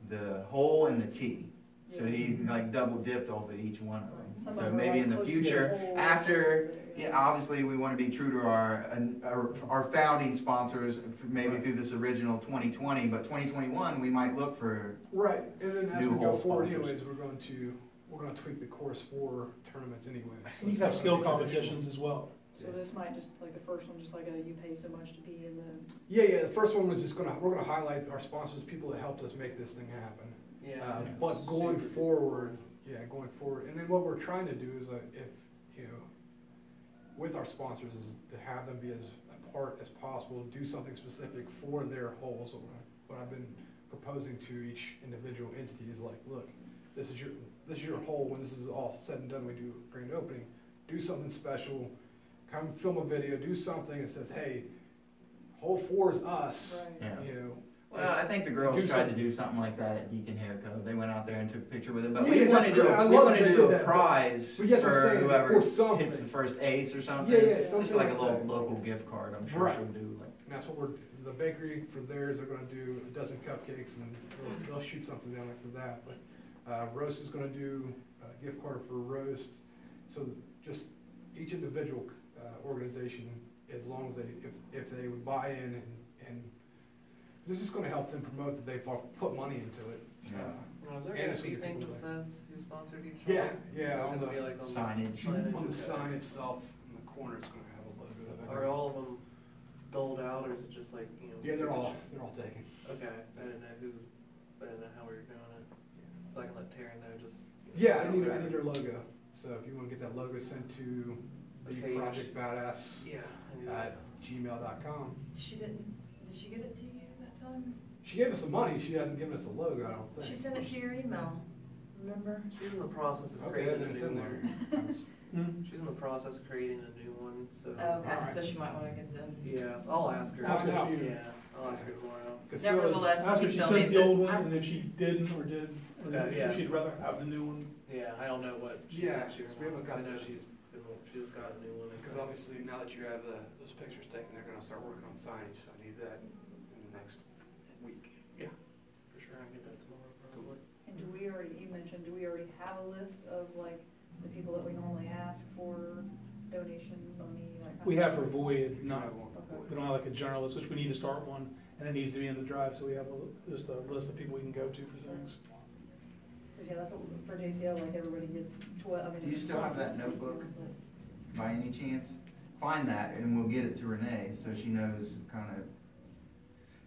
Speaker 4: the hole and the tee.
Speaker 7: Yeah.
Speaker 4: So he like double dipped off of each one of them.
Speaker 7: Some
Speaker 4: So
Speaker 7: of 'em are,
Speaker 4: maybe
Speaker 7: like,
Speaker 4: in the
Speaker 7: close to
Speaker 4: future,
Speaker 7: the whole
Speaker 4: after,
Speaker 7: system, yeah.
Speaker 4: yeah, obviously, we wanna be true to our, an- our, our founding sponsors, maybe
Speaker 3: Right.
Speaker 4: through this original twenty twenty, but twenty twenty-one, we might look for
Speaker 3: Right, and then as
Speaker 4: New
Speaker 3: we go
Speaker 4: hall
Speaker 3: forward
Speaker 4: sponsors.
Speaker 3: anyways, we're going to, we're gonna tweak the course for tournaments anyway. so
Speaker 1: You
Speaker 3: it's
Speaker 1: can have
Speaker 3: not
Speaker 1: skill
Speaker 3: gonna be traditional.
Speaker 1: competitions as well.
Speaker 7: So this might just, like the first one, just like, uh, you pay so much to be in the,
Speaker 3: Yeah, yeah, the first one was just gonna, we're gonna highlight our sponsors, people that helped us make this thing happen.
Speaker 6: Yeah.
Speaker 3: Uh,
Speaker 6: it's
Speaker 3: but going
Speaker 6: super-
Speaker 3: forward, yeah, going forward, and then what we're trying to do is, uh, if, you know, with our sponsors is to have them be as apart as possible, do something specific for their whole, so what I- what I've been proposing to each individual entity is like, look, this is your, this is your whole, when this is all said and done, we do grand opening, do something special, come film a video, do something that says, hey, whole four is us,
Speaker 7: right.
Speaker 4: Yeah.
Speaker 3: you know.
Speaker 4: Well, I think the girls
Speaker 3: Do
Speaker 4: tried to
Speaker 3: something.
Speaker 4: do something like that at Deacon Hair Co. They went out there and took a picture with it, but
Speaker 3: Yeah,
Speaker 4: we
Speaker 3: yeah,
Speaker 4: want to
Speaker 3: that's
Speaker 4: do
Speaker 3: great. I
Speaker 4: a, we
Speaker 3: love
Speaker 4: want
Speaker 3: that
Speaker 4: to
Speaker 3: they
Speaker 4: do
Speaker 3: did
Speaker 4: a
Speaker 3: that, but-
Speaker 4: prize
Speaker 3: but yes, I'm
Speaker 4: for
Speaker 3: saying
Speaker 4: whoever
Speaker 3: for something.
Speaker 4: hits the first ace or something.
Speaker 3: Yeah, yeah,
Speaker 4: Just
Speaker 3: something
Speaker 4: like a
Speaker 3: like
Speaker 4: little
Speaker 3: that.
Speaker 4: local gift card, I'm sure
Speaker 3: Right.
Speaker 4: she'll do. Like,
Speaker 3: And that's what we're, the bakery for theirs, they're gonna do a dozen cupcakes and they'll, they'll shoot something down there for that, but, uh, Roast is gonna do a gift card for Roast. So just each individual, uh, organization, as long as they, if, if they would buy in and, and, 'cause it's just gonna help them promote that they've all put money into it.
Speaker 4: Yeah.
Speaker 3: Uh,
Speaker 6: Well, is there
Speaker 3: And
Speaker 6: going
Speaker 3: it's gonna
Speaker 6: to be
Speaker 3: be
Speaker 6: things
Speaker 3: people
Speaker 6: that says who sponsored each one?
Speaker 3: Yeah, yeah, on
Speaker 6: Gonna
Speaker 3: the
Speaker 6: be like on the
Speaker 4: signage.
Speaker 6: signage,
Speaker 3: On the
Speaker 6: okay.
Speaker 3: sign itself, in the corner, it's gonna have a logo of
Speaker 6: Are
Speaker 3: every-
Speaker 6: all of them doled out, or is it just like, you know?
Speaker 3: Yeah, they're all, they're all taken.
Speaker 6: Okay, I didn't know who, I didn't know how we were doing it, so I can let Taryn know just.
Speaker 3: Yeah, I need, I need her logo. So if you want to get that logo sent to the
Speaker 6: Okay, yes.
Speaker 3: Project Badass
Speaker 6: Yeah, I knew that.
Speaker 3: at gmail.com.
Speaker 8: She didn't, did she get it to you that time?
Speaker 3: She gave us some money. She hasn't given us a logo, I don't
Speaker 8: She
Speaker 3: think.
Speaker 8: sent it to your email, remember?
Speaker 6: She's in the process of
Speaker 3: Okay,
Speaker 6: creating
Speaker 3: then
Speaker 6: a
Speaker 3: it's
Speaker 6: new
Speaker 3: in there.
Speaker 6: one.
Speaker 3: I'm s-
Speaker 1: Hmm?
Speaker 6: She's in the process of creating a new one, so.
Speaker 8: Okay,
Speaker 3: Alright.
Speaker 8: so she might wanna get the.
Speaker 6: Yeah, so I'll ask her.
Speaker 3: Find out.
Speaker 6: Yeah, I'll ask her tomorrow.
Speaker 3: 'cause so is-
Speaker 8: Nevertheless,
Speaker 1: That's
Speaker 8: he
Speaker 1: what she
Speaker 8: still
Speaker 1: said,
Speaker 8: needs
Speaker 1: the old
Speaker 8: it.
Speaker 1: one, and if she didn't or did, or
Speaker 6: Okay, yeah.
Speaker 1: did, she'd rather have the new one.
Speaker 6: Yeah, I don't know what she
Speaker 3: Yeah,
Speaker 6: sent you.
Speaker 3: because we haven't
Speaker 6: I
Speaker 3: gotten
Speaker 6: know
Speaker 3: it.
Speaker 6: she's been, she's got a new one.
Speaker 10: Because obviously, now that you have the, those pictures taken, they're gonna start working on signage, so I need that in the next week.
Speaker 6: For sure, I can get that tomorrow probably.
Speaker 7: And do we already, you mentioned, do we already have a list of like the people that we normally ask for donations, money, like?
Speaker 1: We have her void,
Speaker 10: No,
Speaker 1: not,
Speaker 10: I won't.
Speaker 1: we don't have like a generalist, which we need to start one, and it needs to be in the drive, so we have a, just a list of people we can go to for things.
Speaker 7: Because yeah, that's what, for JCO, like everybody gets twelve, I mean.
Speaker 4: Do you
Speaker 7: it's
Speaker 4: still have that
Speaker 7: 12, it's
Speaker 4: notebook?
Speaker 7: easier, but-
Speaker 4: by any chance, find that and we'll get it to Renee so she knows kind of.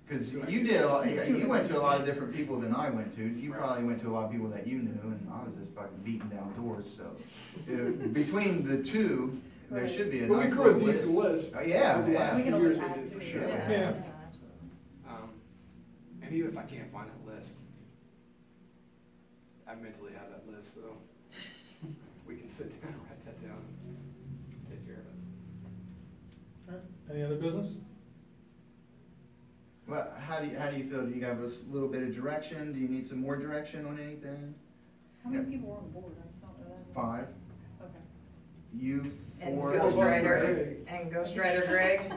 Speaker 4: Because you did, a lot- you went to a lot of different people than I went to. You probably went to a lot of people that you knew, and I was just fucking beating down doors. So, you know, between the two, there should be a
Speaker 3: But we
Speaker 4: nice
Speaker 3: grew a
Speaker 4: little
Speaker 3: decent
Speaker 4: list.
Speaker 3: list.
Speaker 4: Oh, yeah,
Speaker 3: Over the last
Speaker 4: yeah.
Speaker 7: We can
Speaker 3: few
Speaker 7: always
Speaker 3: years we
Speaker 7: add
Speaker 3: did,
Speaker 7: to
Speaker 3: for
Speaker 7: it.
Speaker 3: sure.
Speaker 7: Yeah,
Speaker 1: Yeah.
Speaker 7: yeah, absolutely.
Speaker 10: Um, and even if I can't find that list, I mentally have that list, so we can sit down, write that down, and take care of it.
Speaker 1: Any other business?
Speaker 4: Well, how do you, how do you feel? Do you have a s- little bit of direction? Do you need some more direction on anything?
Speaker 7: How many people were on board? I just don't know that.
Speaker 4: Five,
Speaker 7: Okay.
Speaker 4: you,
Speaker 8: And
Speaker 4: four.
Speaker 8: Ghost
Speaker 4: Ghost
Speaker 8: Rider.
Speaker 4: Rider.
Speaker 8: And Ghost Rider Greg,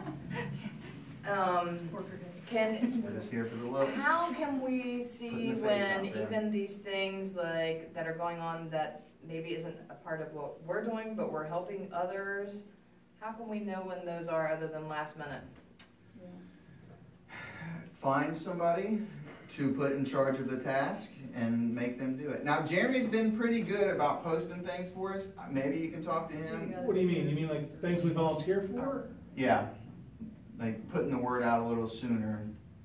Speaker 8: um,
Speaker 7: Worker day.
Speaker 8: can,
Speaker 4: We're just here for the looks.
Speaker 8: How can we see
Speaker 4: Putting the face
Speaker 8: when
Speaker 4: out there.
Speaker 8: even these things like that are going on that maybe isn't a part of what we're doing, but we're helping others? How can we know when those are other than last minute?
Speaker 7: Yeah.
Speaker 4: find somebody to put in charge of the task and make them do it. Now, Jeremy's been pretty good about posting things for us. Uh, Maybe you can talk to him.
Speaker 1: What do you mean? You mean like things we volunteer for?
Speaker 4: Yeah, like putting the word out a little sooner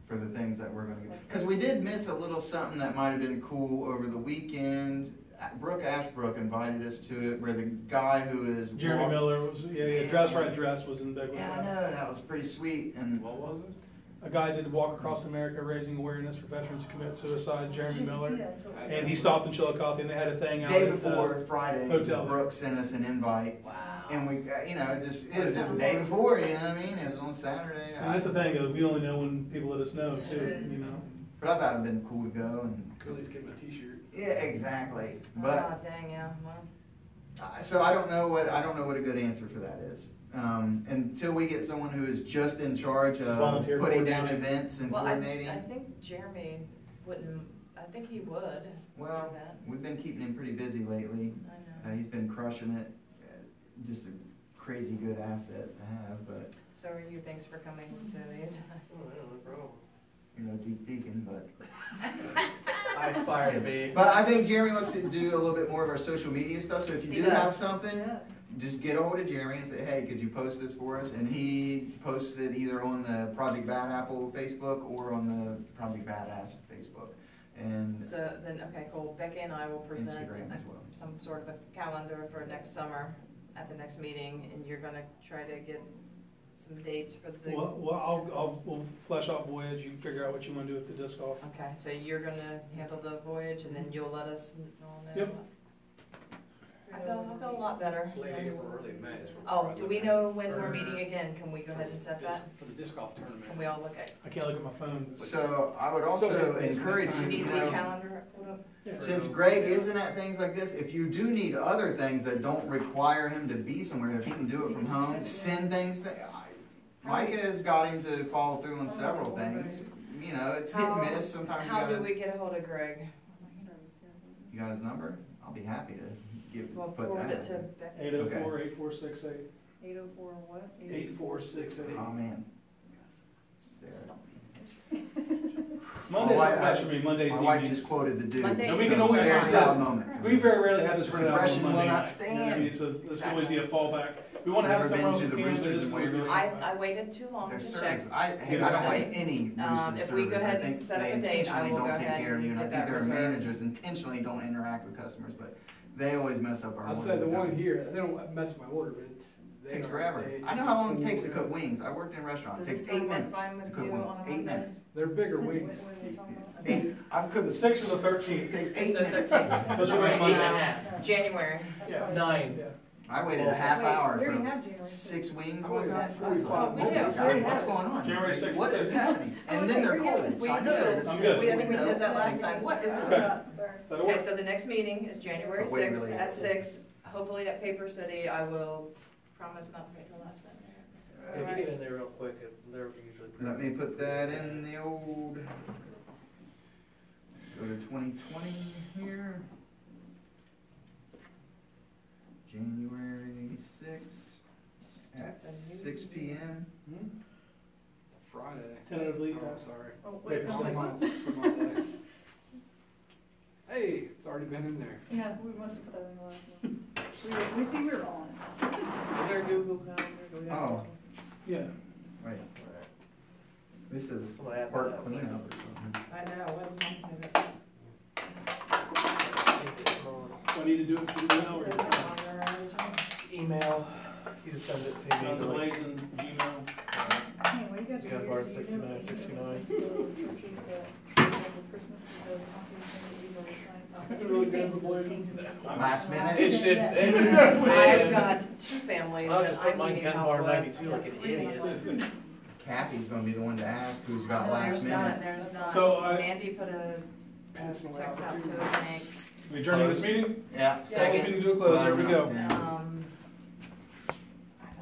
Speaker 4: for the things that we're gonna get. Because we did miss a little something that might have been cool over the weekend. Brooke Ashbrook invited us to it, where the guy who is
Speaker 1: Jeremy Miller was, yeah, yeah, Dress Right Dress was in bed with
Speaker 4: Yeah, I
Speaker 1: that.
Speaker 4: know that was pretty sweet and.
Speaker 10: What was it?
Speaker 1: A guy did Walk Across America raising awareness for veterans who commit suicide, Jeremy Miller.
Speaker 10: I-
Speaker 1: And he stopped in Chillicothe and they had a thing out
Speaker 4: Day
Speaker 1: at uh, the-
Speaker 4: before Friday,
Speaker 1: hotel.
Speaker 4: Brooke sent us an invite. Wow. And we, uh, you know, it just, it was just the day before, you know what I mean? It was on Saturday.
Speaker 1: And that's the thing, though, we only know when people let us know too, you know?
Speaker 4: But I thought it'd been cool to go and,
Speaker 10: Cooley's giving a T-shirt.
Speaker 4: yeah, exactly. But,
Speaker 8: Ah, dang, yeah, well,
Speaker 4: uh, so I don't know what, I don't know what a good answer for that is. Um, until we get someone who is just in charge of
Speaker 1: Volunteer
Speaker 4: putting down
Speaker 1: coordinating.
Speaker 4: events and
Speaker 8: well, I,
Speaker 4: coordinating.
Speaker 8: I think Jeremy wouldn't, I think he would do
Speaker 4: Well,
Speaker 8: that.
Speaker 4: we've been keeping him pretty busy lately.
Speaker 8: I
Speaker 4: Uh,
Speaker 8: know.
Speaker 4: he's been crushing it. Uh, Just a crazy good asset to have, but,
Speaker 8: So are you, thanks for coming to these.
Speaker 6: Oh, I don't know, bro.
Speaker 4: you know, Deke Deacon, but.
Speaker 11: I aspire to be.
Speaker 4: But I think Jeremy wants to do a little bit more of our social media stuff, so if
Speaker 8: He
Speaker 4: you do have
Speaker 8: does.
Speaker 4: something, just get over to Jeremy and say, hey, could you post this for us? And he posts it either on the Project Bad Apple Facebook or on the Project Badass Facebook. And
Speaker 8: So then, okay, cool. Becky and I will present
Speaker 4: Instagram as
Speaker 8: a-
Speaker 4: well.
Speaker 8: some sort of a calendar for next summer at the next meeting, and you're gonna try to get some dates for the.
Speaker 1: Well, well, I'll, I'll, we'll flesh out Voyage, you figure out what you wanna do with the disc golf.
Speaker 8: Okay, so you're gonna handle the voyage, and then you'll let us all know?
Speaker 1: Mm-hmm. Yep.
Speaker 8: I feel, I feel a lot better.
Speaker 3: Late April, early May. is what we're
Speaker 8: Oh,
Speaker 3: probably
Speaker 8: do we
Speaker 3: looking
Speaker 8: know when
Speaker 3: at.
Speaker 8: we're
Speaker 3: For-
Speaker 8: meeting again? Can we go ahead and set
Speaker 3: for the disc-
Speaker 8: that?
Speaker 3: For the disc golf tournament.
Speaker 8: Can we all look at,
Speaker 1: I can't look at my phone.
Speaker 4: so I would also
Speaker 3: So it's the
Speaker 4: encourage
Speaker 3: time
Speaker 8: do
Speaker 4: you,
Speaker 8: you
Speaker 4: you
Speaker 8: need the
Speaker 4: know,
Speaker 8: calendar? Hold on.
Speaker 3: Yeah.
Speaker 4: since Greg isn't at things like this, if you do need other things that don't require him to be somewhere, if he can do it from home, send things that, I, Micah has got him to follow through on several things. You know, it's hit and miss, sometimes you
Speaker 8: How do
Speaker 4: gotta,
Speaker 8: we get a hold of Greg?
Speaker 4: you got his number? I'll be happy to give,
Speaker 8: Well,
Speaker 4: put that.
Speaker 8: forward it
Speaker 4: out
Speaker 8: to
Speaker 4: there.
Speaker 8: Becky.
Speaker 1: Eight oh four, eight four six eight.
Speaker 7: Eight oh four what?
Speaker 1: Eight four six eight.
Speaker 4: Oh, man. Sarah.
Speaker 1: Monday's
Speaker 4: My
Speaker 1: not
Speaker 4: wife-
Speaker 1: best for me, Monday's
Speaker 4: My wife
Speaker 1: evenings.
Speaker 4: just quoted the dude.
Speaker 8: Mondays
Speaker 1: And we can
Speaker 4: so
Speaker 1: always
Speaker 4: There's
Speaker 1: do
Speaker 4: that
Speaker 1: this.
Speaker 4: moment. for
Speaker 1: We
Speaker 4: me.
Speaker 1: very rarely have this printed out on
Speaker 4: Suppression will
Speaker 1: Monday.
Speaker 4: not
Speaker 1: night, you know what I mean? So there's always be a fallback. We wanna have it
Speaker 4: Never
Speaker 1: somewhere else.
Speaker 4: been to
Speaker 1: we
Speaker 4: the
Speaker 1: can, but
Speaker 4: Roosters
Speaker 1: it's
Speaker 4: in
Speaker 1: gonna be
Speaker 4: Waverly.
Speaker 1: really
Speaker 8: I,
Speaker 1: fun.
Speaker 8: I waited too long
Speaker 4: Their
Speaker 8: to check.
Speaker 4: service, I, hey, I don't like any
Speaker 8: Um,
Speaker 4: rooster
Speaker 8: if we go
Speaker 4: service, I
Speaker 8: ahead
Speaker 4: think
Speaker 8: and set up
Speaker 4: they
Speaker 8: a date, I
Speaker 4: intentionally
Speaker 8: will go
Speaker 4: don't take
Speaker 8: ahead
Speaker 4: care of you, and I
Speaker 8: and
Speaker 4: think
Speaker 8: get
Speaker 4: their
Speaker 8: that reserved.
Speaker 4: managers intentionally don't interact with customers, but they always mess up our.
Speaker 3: I'll say
Speaker 4: orders.
Speaker 3: the one here, they don't mess with my order, but it's. they
Speaker 4: Takes
Speaker 3: are-
Speaker 4: forever.
Speaker 3: they-
Speaker 4: I know how long it takes to cook wings, I worked in restaurants,
Speaker 8: Does
Speaker 4: it
Speaker 8: this
Speaker 4: takes
Speaker 8: time
Speaker 4: eight
Speaker 8: work
Speaker 4: minutes
Speaker 8: fine with
Speaker 4: to cook
Speaker 8: you
Speaker 4: wings,
Speaker 8: on a
Speaker 4: eight
Speaker 8: Monday?
Speaker 4: minutes.
Speaker 3: They're bigger
Speaker 7: Wait,
Speaker 3: wings.
Speaker 7: wait, wait, talk about-
Speaker 4: Eight, I've cooked,
Speaker 1: The
Speaker 4: it
Speaker 1: sixth or the thirteenth.
Speaker 4: takes
Speaker 8: So
Speaker 4: eight minutes.
Speaker 1: Those are right Monday.
Speaker 8: January.
Speaker 7: That's
Speaker 1: Yeah.
Speaker 7: probably-
Speaker 11: Nine.
Speaker 4: I waited a half
Speaker 7: Wait,
Speaker 4: hour
Speaker 7: We
Speaker 4: for
Speaker 7: already have January.
Speaker 4: six wings
Speaker 3: I
Speaker 4: one
Speaker 3: waited
Speaker 4: time. I was
Speaker 3: 45
Speaker 4: like, "Oh
Speaker 8: We do,
Speaker 4: my
Speaker 8: we
Speaker 4: God,
Speaker 8: already
Speaker 4: What's
Speaker 8: have.
Speaker 4: going on?
Speaker 1: January
Speaker 4: Like,
Speaker 1: sixth
Speaker 4: What
Speaker 1: to
Speaker 4: is
Speaker 1: sixth.
Speaker 4: happening? And then
Speaker 7: Okay,
Speaker 4: they're
Speaker 7: we have-
Speaker 4: cold,
Speaker 8: We
Speaker 4: so I
Speaker 8: did
Speaker 4: know
Speaker 8: this.
Speaker 4: this.
Speaker 1: I'm good.
Speaker 8: We, I think we did that last time. What is
Speaker 1: Okay.
Speaker 8: going on?
Speaker 7: Sorry.
Speaker 1: That'll
Speaker 8: Okay,
Speaker 1: work.
Speaker 8: so the next meeting is January
Speaker 4: Oh, wait,
Speaker 8: sixth
Speaker 4: really?
Speaker 8: at six, hopefully at Paper City. I will promise not to wait till last minute.
Speaker 6: If you get in there real quick, it- they're usually. pretty-
Speaker 4: Let me put that in the old, go to twenty twenty here. January sixth at six P M.
Speaker 1: Hmm?
Speaker 3: It's a Friday.
Speaker 1: Tentatively,
Speaker 3: Oh,
Speaker 1: uh,
Speaker 3: sorry.
Speaker 7: Oh, wait,
Speaker 1: Paper
Speaker 7: I
Speaker 3: It's
Speaker 7: was
Speaker 3: a
Speaker 7: like,
Speaker 3: month, it's a month late. Hey, it's already been in there.
Speaker 7: yeah, we must have put that in the last one. We, we see we're on.
Speaker 6: Is there a Google Calendar? Do we have
Speaker 4: Oh.
Speaker 6: one?
Speaker 1: yeah.
Speaker 4: Wait, this is
Speaker 6: I'm gonna add that
Speaker 4: park
Speaker 6: as like-
Speaker 4: cleanup or something.
Speaker 8: I know, what is my service?
Speaker 1: Do I need to do it for you now
Speaker 8: It's
Speaker 1: or?
Speaker 8: in my calendar every time.
Speaker 6: Email, you just send it to me.
Speaker 1: Guns
Speaker 6: like-
Speaker 1: Blazing, Gmail.
Speaker 7: Hey, what do you guys
Speaker 6: Yeah,
Speaker 7: are
Speaker 6: Bard
Speaker 7: doing?
Speaker 6: 69, 69.
Speaker 7: Churches that, for Christmas, because I'm
Speaker 3: Is it really guns and blazing?
Speaker 4: Last minute?
Speaker 11: It should-
Speaker 8: I've got two families
Speaker 6: I'll
Speaker 8: that
Speaker 6: just put
Speaker 8: I'm
Speaker 6: mine
Speaker 8: needing
Speaker 6: gun
Speaker 8: help
Speaker 6: bar
Speaker 8: with.
Speaker 6: ninety-two like an idiot.
Speaker 4: Kathy's gonna be the one to ask who's got last
Speaker 8: Oh, There's not,
Speaker 4: minute.
Speaker 8: there's not.
Speaker 1: So I-
Speaker 8: Mandy put a a text
Speaker 3: Passing away
Speaker 8: out to
Speaker 3: opportunity.
Speaker 8: Hank.
Speaker 1: We adjourning this meeting?
Speaker 4: Yeah,
Speaker 1: Call
Speaker 4: second.
Speaker 1: Meeting to a close, here we go.
Speaker 4: Yeah.
Speaker 8: Um,